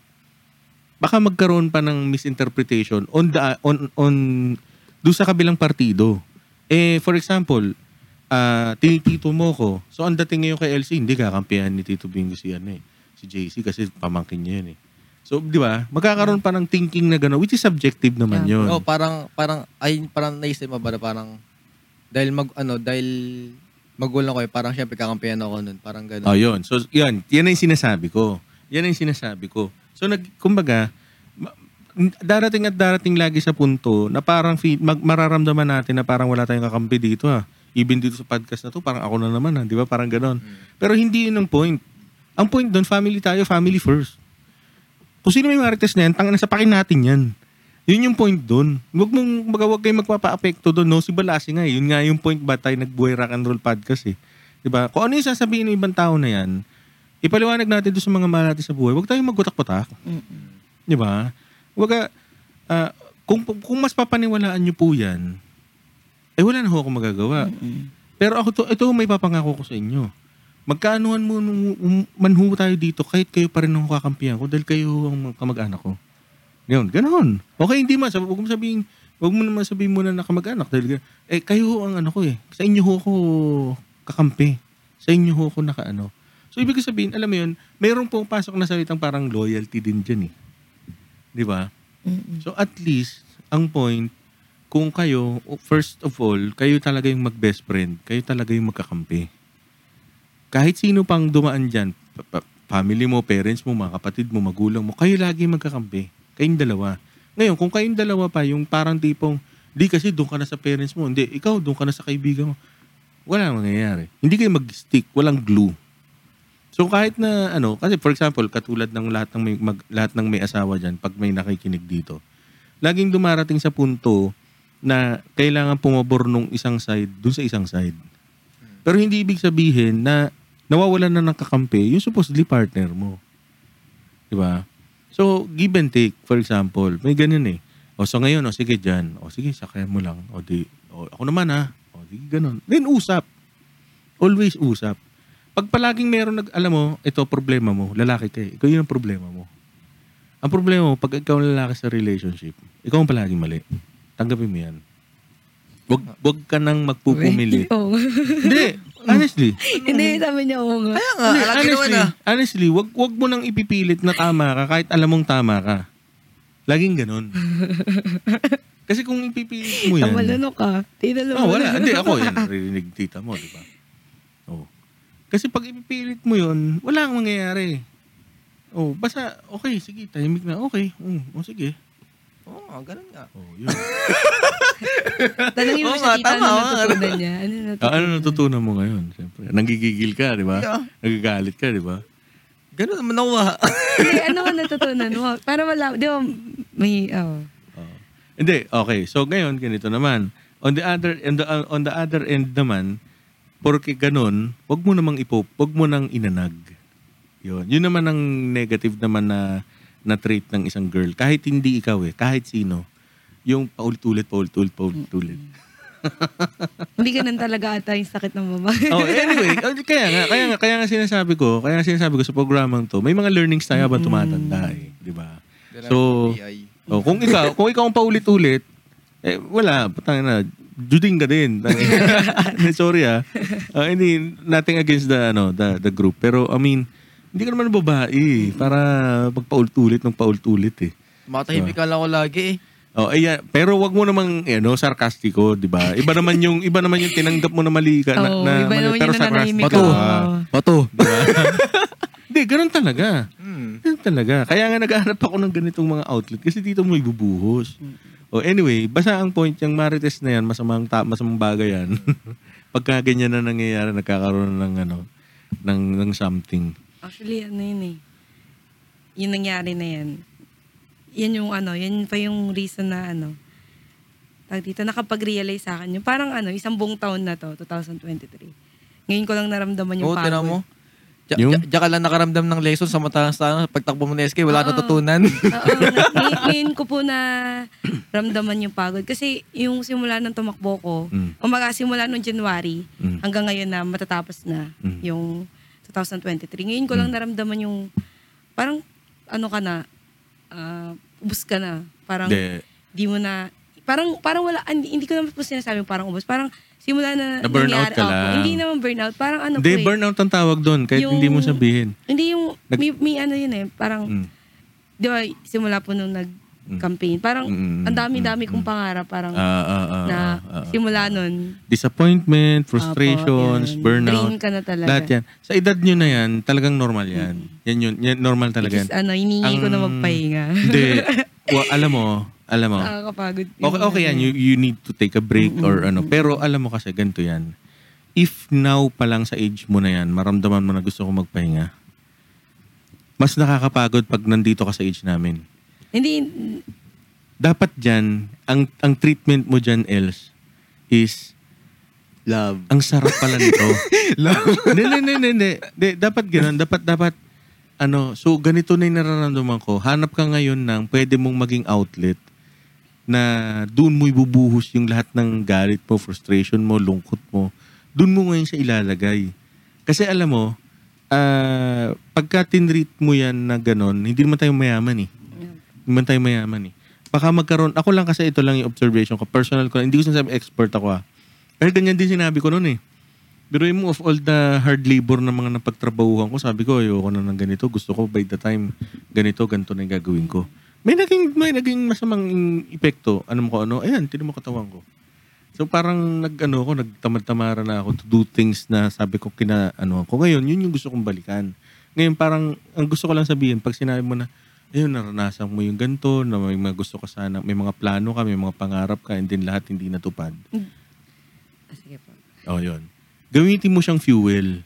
Speaker 2: baka magkaroon pa ng misinterpretation on the on on do sa kabilang partido. Eh for example, ah tinitito mo ko. So ang dating ngayon kay LC, hindi kakampihan ni Tito Bingo si ano eh, si JC kasi pamangkin niya yun eh. So, di ba? Magkakaroon pa ng thinking na gano'n, which is subjective naman
Speaker 4: Yeah.
Speaker 2: yun.
Speaker 3: Oh, parang parang ay parang naisip mo ba na parang dahil mag ano dahil magulang ko eh, parang syempre kakampihan ako nun, parang gano'n.
Speaker 2: Oh, yun. So, yun. Yan na yung sinasabi ko. Yan na yung sinasabi ko. So, nag, kumbaga, ma- n- darating at darating lagi sa punto na parang fi- mag, mararamdaman natin na parang wala tayong kakampi dito ha. Even dito sa podcast na to, parang ako na naman ha. Di ba? Parang ganon. Pero hindi yun ang point. Ang point doon, family tayo, family first. Kung sino may marites na yan, tangan na sa pakin natin yan. Yun yung point doon. Huwag mong magawag kayo magpapa-apekto doon. No, si Balasi nga. eh. Yun nga yung point ba tayo nagbuhay rock and roll podcast eh. 'Di ba? Kung ano yung sasabihin ng ibang tao na yan, ipaliwanag natin doon sa mga mahal natin sa buhay. Huwag tayong magutak-putak. Di ba? Huwag ka, ah, kung, kung mas papaniwalaan nyo po yan, eh wala na ho ako magagawa. Pero ako to, ito may papangako ko sa inyo. Magkaanuhan mo nung um- manhu tayo dito kahit kayo pa rin ang kakampihan ko dahil kayo ang mga kamag-anak ko. Yun, ganun. Okay, hindi man. Sab- Huwag mo sabihin, huwag mo naman sabihin muna na kamag-anak dahil gan- eh, kayo ho ang ano ko eh. Sa inyo ho ako kakampi. Sa inyo ho ako nakaano. So, ibig sabihin, alam mo yun, mayroon pong pasok na salitang parang loyalty din dyan eh. Di ba? So at least, ang point, kung kayo, first of all, kayo talaga yung mag-best friend. Kayo talaga yung magkakampi. Kahit sino pang dumaan dyan, pa- pa- family mo, parents mo, mga kapatid mo, magulang mo, kayo lagi yung magkakampi. Kayong dalawa. Ngayon, kung kayong dalawa pa, yung parang tipong, di kasi doon ka na sa parents mo, hindi, ikaw doon ka na sa kaibigan mo. Wala nang mangyayari. Hindi kayo mag-stick, walang glue. So kahit na ano, kasi for example, katulad ng lahat ng may mag, lahat ng may asawa diyan pag may nakikinig dito. Laging dumarating sa punto na kailangan pumabor nung isang side dun sa isang side. Pero hindi ibig sabihin na nawawalan na ng kakampi yung supposedly partner mo. 'Di ba? So, give and take, for example, may ganun eh. O, so ngayon, o sige dyan. O, sige, sakayan mo lang. O, di, o, ako naman ha. O, sige, ganun. Then, usap. Always usap. Pag palaging meron nag, alam mo, ito problema mo, lalaki ka eh. Ikaw yun ang problema mo. Ang problema mo, pag ikaw ang lalaki sa relationship, ikaw ang palaging mali. Tanggapin mo yan. Wag,
Speaker 5: Ah.
Speaker 2: wag ka nang magpupumilit.
Speaker 4: Oo.
Speaker 2: Hindi, honestly.
Speaker 4: Hindi, sabi niya, oo nga.
Speaker 5: Kaya nga,
Speaker 2: Hindi,
Speaker 5: alam niyo naman
Speaker 2: honestly,
Speaker 5: ah.
Speaker 2: honestly, wag, wag mo nang ipipilit na tama ka kahit alam mong tama ka. Laging ganun. Kasi kung ipipilit mo yan,
Speaker 4: Namalano ka. Tinalo
Speaker 2: Oh, wala. Hindi, ako yan. Narinig tita mo, di ba? Oh. Kasi pag ipipilit mo yun, wala kang mangyayari. Oh, basta, okay, sige, tahimik na, okay. Mm, oh, sige.
Speaker 5: Oo, oh, ganun nga.
Speaker 2: Oh, yun.
Speaker 4: Tanungin mo
Speaker 5: Oo
Speaker 4: siya,
Speaker 5: nga,
Speaker 4: tita,
Speaker 5: tama,
Speaker 4: ano
Speaker 5: oo nga.
Speaker 4: natutunan niya? Ano
Speaker 2: Ah,
Speaker 4: natutunan?
Speaker 2: ano natutunan mo ngayon? Siyempre, nanggigigil ka, di ba?
Speaker 5: Yeah.
Speaker 2: Nagagalit ka, di ba?
Speaker 5: Ganun naman ako ah.
Speaker 2: Oh.
Speaker 4: Hindi, ano ka natutunan mo? Para wala, di ba, may,
Speaker 2: Oo.
Speaker 4: oh.
Speaker 2: Ah. Hindi, okay. So ngayon ganito naman. On the other on the, uh, on the other end naman, porke ganun, wag mo namang ipop, wag mo nang inanag. 'Yun. 'Yun naman ang negative naman na na trait ng isang girl. Kahit hindi ikaw eh, kahit sino. Yung paulit-ulit, paulit-ulit, paulit-ulit.
Speaker 4: Hindi ganun talaga ata yung sakit ng babae.
Speaker 2: oh, anyway, oh, kaya nga, kaya nga, kaya nga sinasabi ko, kaya nga sinasabi ko sa programang to, may mga learnings tayo habang tumatanda eh, di ba? So, oh, kung ikaw, kung ikaw ang paulit-ulit, eh, wala, patang na, juding ka din. Tangina. Sorry ah. Ah, hindi, nothing against the, ano, the, the group. Pero, I mean, hindi ka naman babae eh, para pagpaulit-ulit ng paulit-ulit eh.
Speaker 3: Matahimik ka lang ako lagi eh.
Speaker 2: Oh, ayan. Pero wag mo namang eh, no, sarkastiko, 'di ba? Iba naman yung iba naman yung tinanggap mo na mali ka na,
Speaker 4: Oo,
Speaker 2: na mali,
Speaker 4: iba naman
Speaker 2: pero
Speaker 4: yung nananahimik
Speaker 2: sarkastiko.
Speaker 4: ka.
Speaker 2: ka.
Speaker 4: Oo.
Speaker 3: Pato.
Speaker 2: Di ba? Hindi, ganun talaga. Ganun talaga. Kaya nga naghahanap ako ng ganitong mga outlet kasi dito mo ibubuhos. O anyway, basta ang point yung marites na yan, masamang, ta- masamang bagay yan. Pagka ganyan na nangyayari, nagkakaroon ng ano, ng, ng something.
Speaker 4: Actually, ano yun eh. Yung nangyari na yan. Yan yung ano, yan pa yung reason na ano. Tag dito, nakapag-realize sa akin. Yung parang ano, isang buong taon na to, 2023. Ngayon ko lang naramdaman yung
Speaker 3: Oo, tinan mo. Diya,
Speaker 2: Yung?
Speaker 3: diya, diya ka lang nakaramdam ng lesson sa mata sa pagtakbo mo na SK, wala
Speaker 4: Oo.
Speaker 3: natutunan.
Speaker 4: Oo, nga- ngay- ngayon ko po na ramdaman yung pagod. Kasi yung simula ng tumakbo ko,
Speaker 2: Mm.
Speaker 4: umaga simula noong January,
Speaker 2: Mm.
Speaker 4: hanggang ngayon na matatapos na
Speaker 2: Mm.
Speaker 4: yung 2023. Ngayon ko lang naramdaman yung parang ano ka na, ah, ubus ka na. Parang
Speaker 2: Hindi.
Speaker 4: di mo na, parang parang wala, hindi, hindi ko naman po sinasabi parang ubus. Parang simula na
Speaker 2: Na-burnout
Speaker 4: nangyari-
Speaker 2: ka
Speaker 4: Opo,
Speaker 2: lang.
Speaker 4: Hindi naman burnout. Parang ano
Speaker 2: Hindi,
Speaker 4: po eh.
Speaker 2: burnout ang tawag doon kahit
Speaker 4: Yung-
Speaker 2: hindi mo sabihin.
Speaker 4: Hindi yung,
Speaker 2: Nag-
Speaker 4: may, may ano yun eh. Parang,
Speaker 2: Mm.
Speaker 4: di ba, simula po nung nag-campaign. Parang,
Speaker 2: Mm, mm,
Speaker 4: ang dami-dami
Speaker 2: mm,
Speaker 4: kong
Speaker 2: mm.
Speaker 4: pangarap. Parang,
Speaker 2: Ah, ah, ah,
Speaker 4: na
Speaker 2: ah, ah, ah.
Speaker 4: simula nun.
Speaker 2: Disappointment, frustrations,
Speaker 4: Apo, yun.
Speaker 2: burnout.
Speaker 4: Drain ka na talaga.
Speaker 2: Lahat yan. Sa edad nyo na yan, talagang normal yan. Yan yun. Yan, normal talaga
Speaker 4: Which
Speaker 2: yan.
Speaker 4: is, ah. ano, hiningi ko na
Speaker 2: Ang-
Speaker 4: magpahinga.
Speaker 2: Hindi. Wa- alam mo, alam
Speaker 4: Oh,
Speaker 2: mo.
Speaker 4: Nakakapagod. yun.
Speaker 2: Okay, okay yan. You, you need to take a break or ano. Pero alam mo kasi, ganito yan. If now pa lang sa age mo na yan, maramdaman mo na gusto ko magpahinga, mas nakakapagod pag nandito ka sa age namin.
Speaker 4: Hindi,
Speaker 2: Dapat dyan, ang, ang treatment mo dyan else is
Speaker 3: Love.
Speaker 2: ang sarap pala nito. Love. Hindi, hindi, hindi, hindi. Hindi, Dapat ganun. Dapat, dapat, ano, so ganito na yung nararamdaman ko. Hanap ka ngayon ng pwede mong maging outlet na doon mo ibubuhos yung lahat ng galit mo, frustration mo, lungkot mo. Doon mo ngayon siya ilalagay. Kasi alam mo, ah, pagka tinreat mo yan na ganun, hindi naman tayo mayaman eh. Hindi naman tayo mayaman eh. Baka magkaroon, ako lang kasi ito lang yung observation ko, personal ko, lang. hindi ko sinasabi expert ako ah. Pero ganyan din sinabi ko noon eh. Biruin mo of all the hard labor na mga napagtrabahuhan ko, sabi ko ayoko na ng ganito, gusto ko by the time ganito, ganito na yung gagawin ko. May naging, may naging masamang epekto. Ano mo ko ano? Ayan, tinan mo katawan ko. So parang nag-ano ko, nagtamad-tamara na ako to do things na sabi ko kina ano ko ngayon, yun yung gusto kong balikan. Ngayon parang ang gusto ko lang sabihin pag sinabi mo na ayun naranasan mo yung ganito, na may mga gusto ka sana, may mga plano ka, may mga pangarap ka and then lahat hindi natupad.
Speaker 4: ah, sige po.
Speaker 2: Oh, yun. Gamitin mo siyang fuel.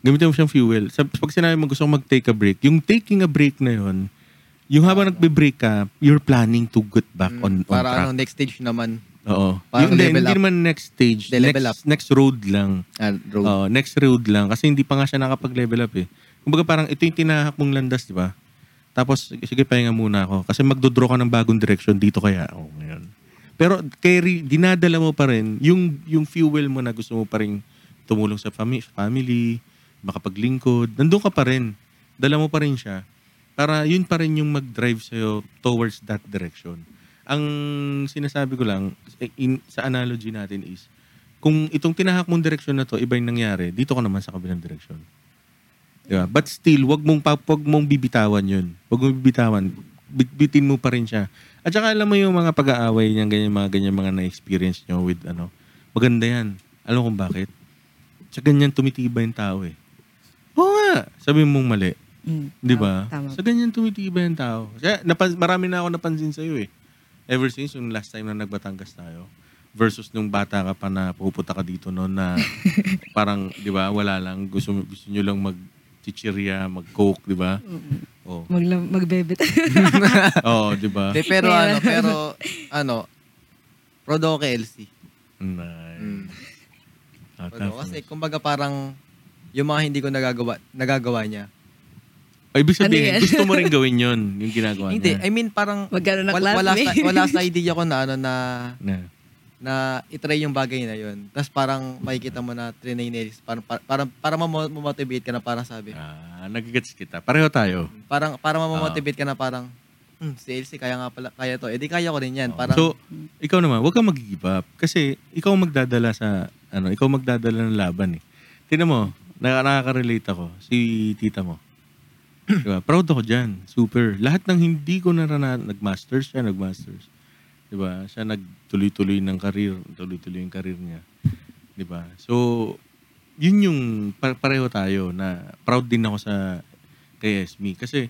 Speaker 2: Gamitin mo siyang fuel. Sa, pag sinabi mo gusto kong mag-take a break, yung taking a break na yun, yung habang nagbe-break ka, you're planning to get back on, on
Speaker 3: Para
Speaker 2: track.
Speaker 3: ano, next stage naman.
Speaker 2: Oo. Yung,
Speaker 3: parang
Speaker 2: hindi,
Speaker 3: level
Speaker 2: hindi
Speaker 3: up.
Speaker 2: naman next stage.
Speaker 3: Hindi, level
Speaker 2: next, next road lang.
Speaker 3: Ah, road.
Speaker 2: Oo, Oh, next road lang. Kasi hindi pa nga siya nakapag-level up eh. Kumbaga parang ito yung tinahak mong landas, di ba? Tapos, sige, pahinga muna ako. Kasi magdodraw ka ng bagong direction dito kaya ako ngayon. Pero, carry, dinadala mo pa rin yung, yung fuel mo na gusto mo pa rin tumulong sa fami- family, makapaglingkod. Nandun ka pa rin. Dala mo pa rin siya. para yun pa rin yung mag-drive sa'yo towards that direction. Ang sinasabi ko lang, eh, in, sa analogy natin is, kung itong tinahak mong direksyon na to, iba yung nangyari, dito ka naman sa kabilang direksyon. Di ba? But still, wag mong, pa- wag mong bibitawan yun. Wag mong bibitawan. Bitbitin mo pa rin siya. At saka alam mo yung mga pag-aaway niya, ganyan, mga ganyan, mga na-experience niyo with ano. Maganda yan. Alam kung bakit. Sa ganyan tumitiba yung tao eh. Oo nga. Sabihin mong mali.
Speaker 4: Mm.
Speaker 2: Di ba?
Speaker 4: Tama.
Speaker 2: Sa ganyan tumitiba yung tao. Kaya napan- marami na ako napansin sa'yo eh. Ever since yung last time na nagbatangas tayo versus nung bata ka pa na pupunta ka dito noon na parang, di ba, wala lang. Gusto, gusto nyo lang mag chichirya, mag-coke, di ba? Oo,
Speaker 6: Magla- magbebet.
Speaker 2: Oo, di ba?
Speaker 3: Hindi, pero
Speaker 6: Yeah.
Speaker 3: ano, pero ano, Rodo ako kay LC.
Speaker 2: Nice. Ah,
Speaker 3: Rodo.
Speaker 2: tough.
Speaker 3: Kasi kumbaga parang yung mga hindi ko nagagawa, nagagawa niya.
Speaker 2: Ay, ibig sabihin,
Speaker 6: Ano yan?
Speaker 2: gusto mo rin gawin yun, yung ginagawa
Speaker 3: Hindi,
Speaker 2: niya.
Speaker 3: I mean parang
Speaker 6: Magkaroon ng
Speaker 3: wala, wala, sa,
Speaker 6: classmate.
Speaker 3: wala sa idea ko na ano na
Speaker 2: Na.
Speaker 3: na itry yung bagay na yun. Tapos parang makikita mo na trinay ni Elsie. Parang, parang, parang, parang mamo- mamotivate ka na parang sabi.
Speaker 2: Ah, nagigets kita. Pareho tayo.
Speaker 3: Parang, parang
Speaker 2: Ah.
Speaker 3: mamotivate ka na parang, hmm, si Elsie kaya nga pala, kaya to. Eh di kaya ko rin yan. Parang,
Speaker 2: so, ikaw naman, huwag kang mag-give up. Kasi, ikaw ang magdadala sa, ano, ikaw ang magdadala ng laban eh. Tingnan mo, na- nakaka-relate ako, si tita mo. diba? Proud ako dyan. Super. Lahat ng hindi ko narana, nag-masters siya, nag-masters. Diba? Siya nagtuloy-tuloy ng career, tuloy-tuloy yung career niya. Diba? So, yun yung pa- pareho tayo na proud din ako sa kay Esme. Kasi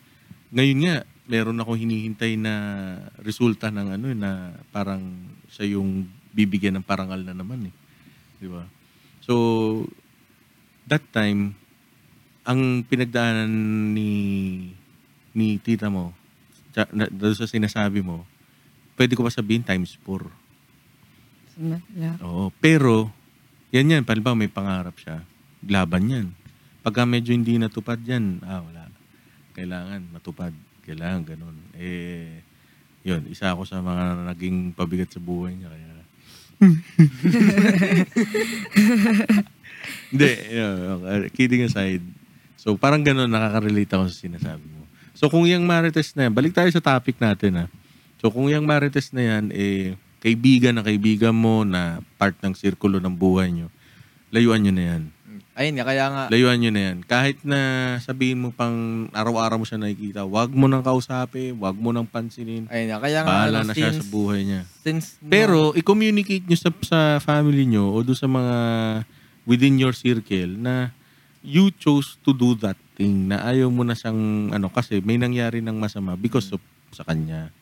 Speaker 2: ngayon nga, meron akong hinihintay na resulta ng ano eh, na parang siya yung bibigyan ng parangal na naman eh. Di ba? So, that time, ang pinagdaanan ni ni tita mo, tsa- na- doon sa sinasabi mo, pwede ko pa sabihin times four.
Speaker 4: Wala.
Speaker 2: Oo. Pero, yan yan. Palba, may pangarap siya. Laban yan. Pagka medyo hindi natupad yan, ah, wala. Kailangan matupad. Kailangan ganun. Eh, yun. Isa ako sa mga naging pabigat sa buhay niya. Kaya... hindi. Uh, kidding aside. So, parang ganun nakaka-relate ako sa sinasabi mo. So, kung yung marites na yan, balik tayo sa topic natin, ha. So kung yung marites na yan, eh, kaibigan na kaibigan mo na part ng sirkulo ng buhay nyo, layuan nyo na yan.
Speaker 3: ayun nga, kaya nga,
Speaker 2: Ah. Layuan nyo na yan. Kahit na sabihin mo pang araw-araw mo siya nakikita, wag mo nang kausapin, wag mo nang pansinin.
Speaker 3: ayun nga, kaya nga,
Speaker 2: Bahala
Speaker 3: ano,
Speaker 2: na siya sa buhay niya.
Speaker 3: Since, no-
Speaker 2: Pero, i-communicate nyo sa, sa family nyo o doon sa mga within your circle na you chose to do that thing na ayaw mo na siyang ano kasi may nangyari ng masama because of sa kanya.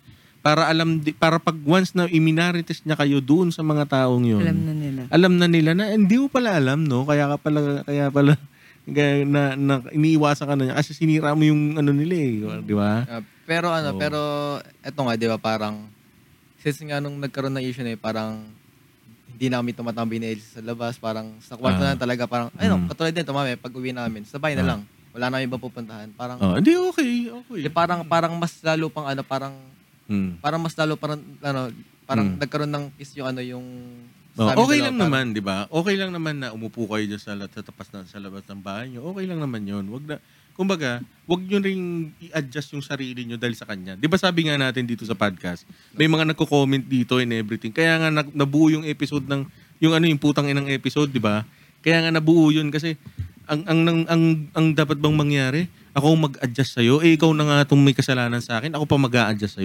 Speaker 2: Para alam di- para pag once na iminarites niya kayo doon sa mga taong yun.
Speaker 4: Alam na nila.
Speaker 2: alam na nila na eh, hindi mo pala alam no kaya ka pala kaya pala kaya na, na iniiwasan ka na niya kasi sinira mo yung ano nila eh, di ba?
Speaker 3: Ah, pero ano,
Speaker 2: Oo.
Speaker 3: pero eto nga, di ba, parang, since nga nung nagkaroon ng issue na yun, parang, hindi na kami tumatambi ni Elsie sa labas, parang sa
Speaker 2: Ah.
Speaker 3: kwarto na lang talaga, parang,
Speaker 2: Mm.
Speaker 3: ayun, katulad din, tumami, pag uwi namin, sabay na
Speaker 2: Ah.
Speaker 3: lang, wala namin ibang pupuntahan, parang,
Speaker 2: Oh, hindi okay, okay.
Speaker 3: di, parang, parang mas lalo pang, ano, parang,
Speaker 2: Hmm.
Speaker 3: parang mas lalo, parang, ano, parang
Speaker 2: Mm.
Speaker 3: nagkaroon ng kiss yung, ano, yung,
Speaker 2: Oh,
Speaker 3: sa amin
Speaker 2: okay
Speaker 3: dalawa,
Speaker 2: lang
Speaker 3: parang-
Speaker 2: naman, 'di ba? Okay lang naman na umupo kayo dyan sa, la- sa tapas na sa labas ng bahay niyo. Okay lang naman 'yon. Wag na kumbaga, wag niyo ring i-adjust yung sarili niyo dahil sa kanya. 'Di ba sabi nga natin dito sa podcast, may mga nagko-comment dito and everything. Kaya nga nag- nabuo yung episode ng yung ano yung putang inang episode, 'di ba? Kaya nga nabuo 'yun kasi ang ang ang ang, ang dapat bang mangyari? Ako ang mag-adjust sa eh ikaw na nga itong may kasalanan sa akin, ako pa mag-a-adjust sa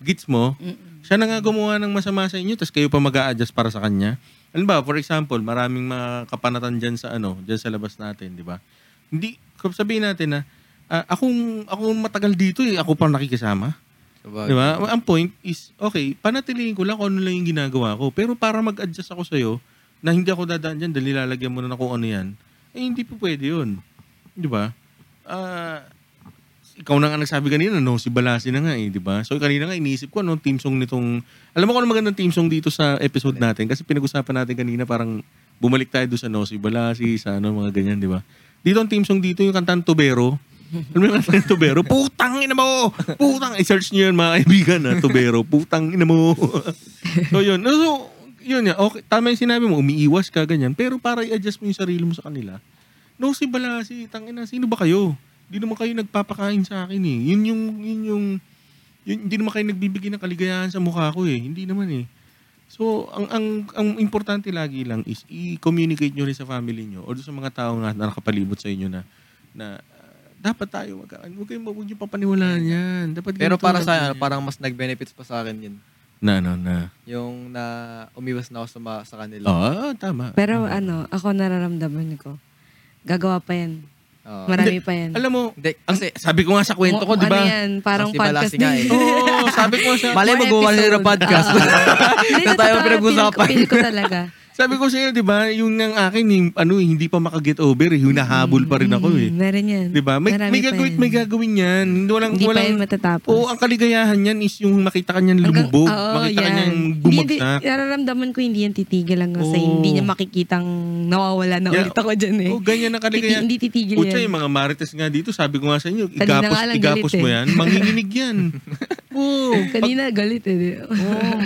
Speaker 2: Gits mo? Siya na nga gumawa ng masama sa inyo, tapos kayo pa mag adjust para sa kanya. Ano ba, for example, maraming mga kapanatan dyan sa ano, dyan sa labas natin, di ba? Hindi, kung sabihin natin na, ah, akong, akong matagal dito eh, ako pa nakikisama.
Speaker 3: Sabagay.
Speaker 2: Di ba? Ang point is, okay, panatilihin ko lang kung ano lang yung ginagawa ko. Pero para mag-adjust ako sa'yo, na hindi ako dadaan dyan, dahil nilalagyan mo na kung ano yan, eh hindi po pwede yun. Di ba? Ah, ikaw na nga nagsabi kanina, no? Si Balasi na nga eh, di ba? So kanina nga iniisip ko, ano, team song nitong... Alam mo kung ano magandang team song dito sa episode natin? Kasi pinag-usapan natin kanina, parang bumalik tayo doon sa no, si Balasi, sa ano, mga ganyan, di ba? Dito ang team song dito, yung kantang Tubero. Alam mo yung kantang Tubero? Putang ina mo! Putang! I-search nyo yun, mga kaibigan, na Tubero. Putang ina mo! so yun. So, yun nga. Okay, tama yung sinabi mo, umiiwas ka, ganyan. Pero para i-adjust mo yung sarili mo sa kanila, no, si Balasi, tangina, sino ba kayo? Hindi naman kayo nagpapakain sa akin eh. Yun yung, yun yung, yun- hindi naman kayo nagbibigay ng kaligayahan sa mukha ko eh. Hindi naman eh. So, ang, ang, ang importante lagi lang is i-communicate nyo rin sa family nyo or sa mga tao na, na nakapalibot sa inyo na, na ah, dapat tayo, wag, wag kayong huwag nyo papaniwalaan yan. Dapat
Speaker 3: Pero
Speaker 2: ganito,
Speaker 3: para
Speaker 2: dapat
Speaker 3: sa ano,
Speaker 2: ganyan.
Speaker 3: parang mas nag-benefits pa sa akin yun.
Speaker 2: na, ano, na.
Speaker 3: Yung na umiwas na ako sa, ma- sa kanila.
Speaker 2: Oo, tama.
Speaker 4: Pero ano, ako nararamdaman ko. Gagawa pa yan.
Speaker 3: Oo.
Speaker 4: Marami pa yan.
Speaker 2: Alam mo,
Speaker 3: Hindi,
Speaker 2: ang,
Speaker 3: kasi
Speaker 2: sabi ko nga sa kwento ko, di
Speaker 4: Ano
Speaker 2: ba?
Speaker 4: yan? Parang
Speaker 3: Kasi
Speaker 4: podcast
Speaker 3: balasi nga
Speaker 4: din.
Speaker 3: eh.
Speaker 2: Oo, sabi ko sa
Speaker 3: Malay
Speaker 4: One
Speaker 3: magawa nila
Speaker 4: episode. Ah.
Speaker 3: ng podcast.
Speaker 4: Hindi,
Speaker 3: Na tayo
Speaker 4: totoo,
Speaker 3: pinag-usapan.
Speaker 4: Feel, ko- feel ko talaga.
Speaker 2: Sabi ko sa'yo, di ba, yung ng akin, yung, ano, hindi pa makaget over, eh, hinahabol pa rin ako eh.
Speaker 4: Mm, meron yan.
Speaker 2: Di ba? May,
Speaker 4: Marami
Speaker 2: may
Speaker 4: pa
Speaker 2: gagawin,
Speaker 4: yan.
Speaker 2: may gagawin yan. Hindi, walang,
Speaker 4: Hindi pa
Speaker 2: walang,
Speaker 4: yan matatapos.
Speaker 2: Oo, ang kaligayahan niyan is yung makita ka niyan
Speaker 4: Hanggang-
Speaker 2: lumubog,
Speaker 4: oo,
Speaker 2: makita ka
Speaker 4: yan.
Speaker 2: niyan
Speaker 4: Hindi,
Speaker 2: bumagsak.
Speaker 4: hindi, nararamdaman ko hindi yan titigil lang kasi
Speaker 2: Oo.
Speaker 4: hindi niya makikitang nawawala na
Speaker 2: Yeah.
Speaker 4: ulit ako dyan eh.
Speaker 2: Oo, ganyan ang
Speaker 4: Titi-
Speaker 2: kaligayahan.
Speaker 4: hindi titigil
Speaker 2: Pucha,
Speaker 4: yan.
Speaker 2: yung mga marites nga dito, sabi ko nga sa inyo,
Speaker 4: Kanina
Speaker 2: igapos,
Speaker 4: nga lang
Speaker 2: igapos
Speaker 4: galit
Speaker 2: mo
Speaker 4: eh.
Speaker 2: yan, manginginig yan. Oo. pag-
Speaker 4: Kanina galit eh. di-
Speaker 2: oo.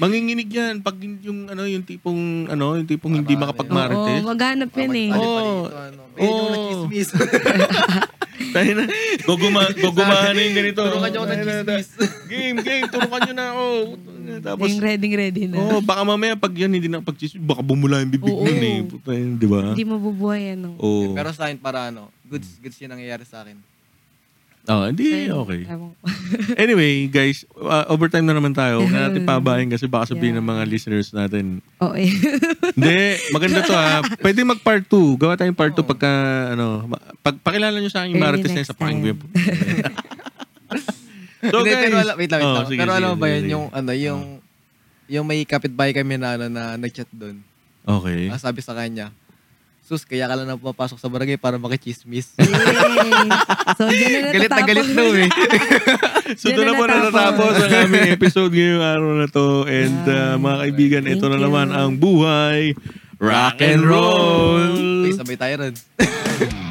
Speaker 2: Manginginig yan pag yung ano yung tipong ano yung tipong hindi
Speaker 3: Marami.
Speaker 2: makapagmarites.
Speaker 4: Oo, maghanap yan
Speaker 3: Ano
Speaker 4: eh.
Speaker 2: Oo.
Speaker 5: Medyo
Speaker 2: Oo.
Speaker 5: nakismis.
Speaker 2: Tayo na. Guguma, gugumahan na yung ganito.
Speaker 5: Tulungan niyo ako ng
Speaker 2: Tayo na, tayo. Game, game. Tulungan niyo na ako. Tapos,
Speaker 4: Yung ready, ready na.
Speaker 2: oh, baka mamaya pag yan, hindi na pag baka bumula yung bibig
Speaker 4: Oo.
Speaker 2: nun eh. Puta yun, di ba?
Speaker 4: Hindi mabubuhay yan. Oh.
Speaker 2: Oo.
Speaker 3: Pero sa akin, para ano, goods,
Speaker 2: Hmm.
Speaker 3: goods yun ang nangyayari sa akin.
Speaker 2: Ah, hindi, okay.
Speaker 4: Ewan ko.
Speaker 2: Anyway, guys, uh, overtime na naman tayo. Huwag na natin pabahin kasi baka sabihin
Speaker 4: Yeah.
Speaker 2: ng mga listeners natin.
Speaker 4: Oo eh.
Speaker 2: Hindi, maganda to ha. Pwede mag part 2. Gawa tayong part 2 pagka, ano, ma- pag, pakilala nyo sa akin yung
Speaker 4: Early
Speaker 2: Marites na yun
Speaker 4: next
Speaker 2: sa pakinggan ko
Speaker 4: time.
Speaker 2: yung So
Speaker 3: Hindi,
Speaker 2: guys,
Speaker 3: pero alam, wait lang, wait
Speaker 2: Oh,
Speaker 3: lang.
Speaker 2: sige,
Speaker 3: pero
Speaker 2: sige,
Speaker 3: alam mo ba
Speaker 2: sige,
Speaker 3: yun,
Speaker 2: sige. Oh.
Speaker 3: yung, ano, yung, yung may kapitbahay kami na, ano, na nag-chat doon.
Speaker 2: Okay.
Speaker 3: Ang sabi sa kanya, Sus, kaya ka lang na pumapasok sa barangay para makichismis.
Speaker 4: Yay! so,
Speaker 3: galit
Speaker 4: dyan na
Speaker 3: na
Speaker 4: natatapos.
Speaker 3: galit daw eh.
Speaker 2: So
Speaker 4: Diyan
Speaker 2: doon na
Speaker 4: na
Speaker 2: po
Speaker 4: natapos.
Speaker 2: natatapos ang aming episode ngayong araw na to. And uh, mga kaibigan, ito
Speaker 4: Thank
Speaker 2: na
Speaker 4: you.
Speaker 2: naman ang buhay rock and roll.
Speaker 3: Uy, sabay tayo ron.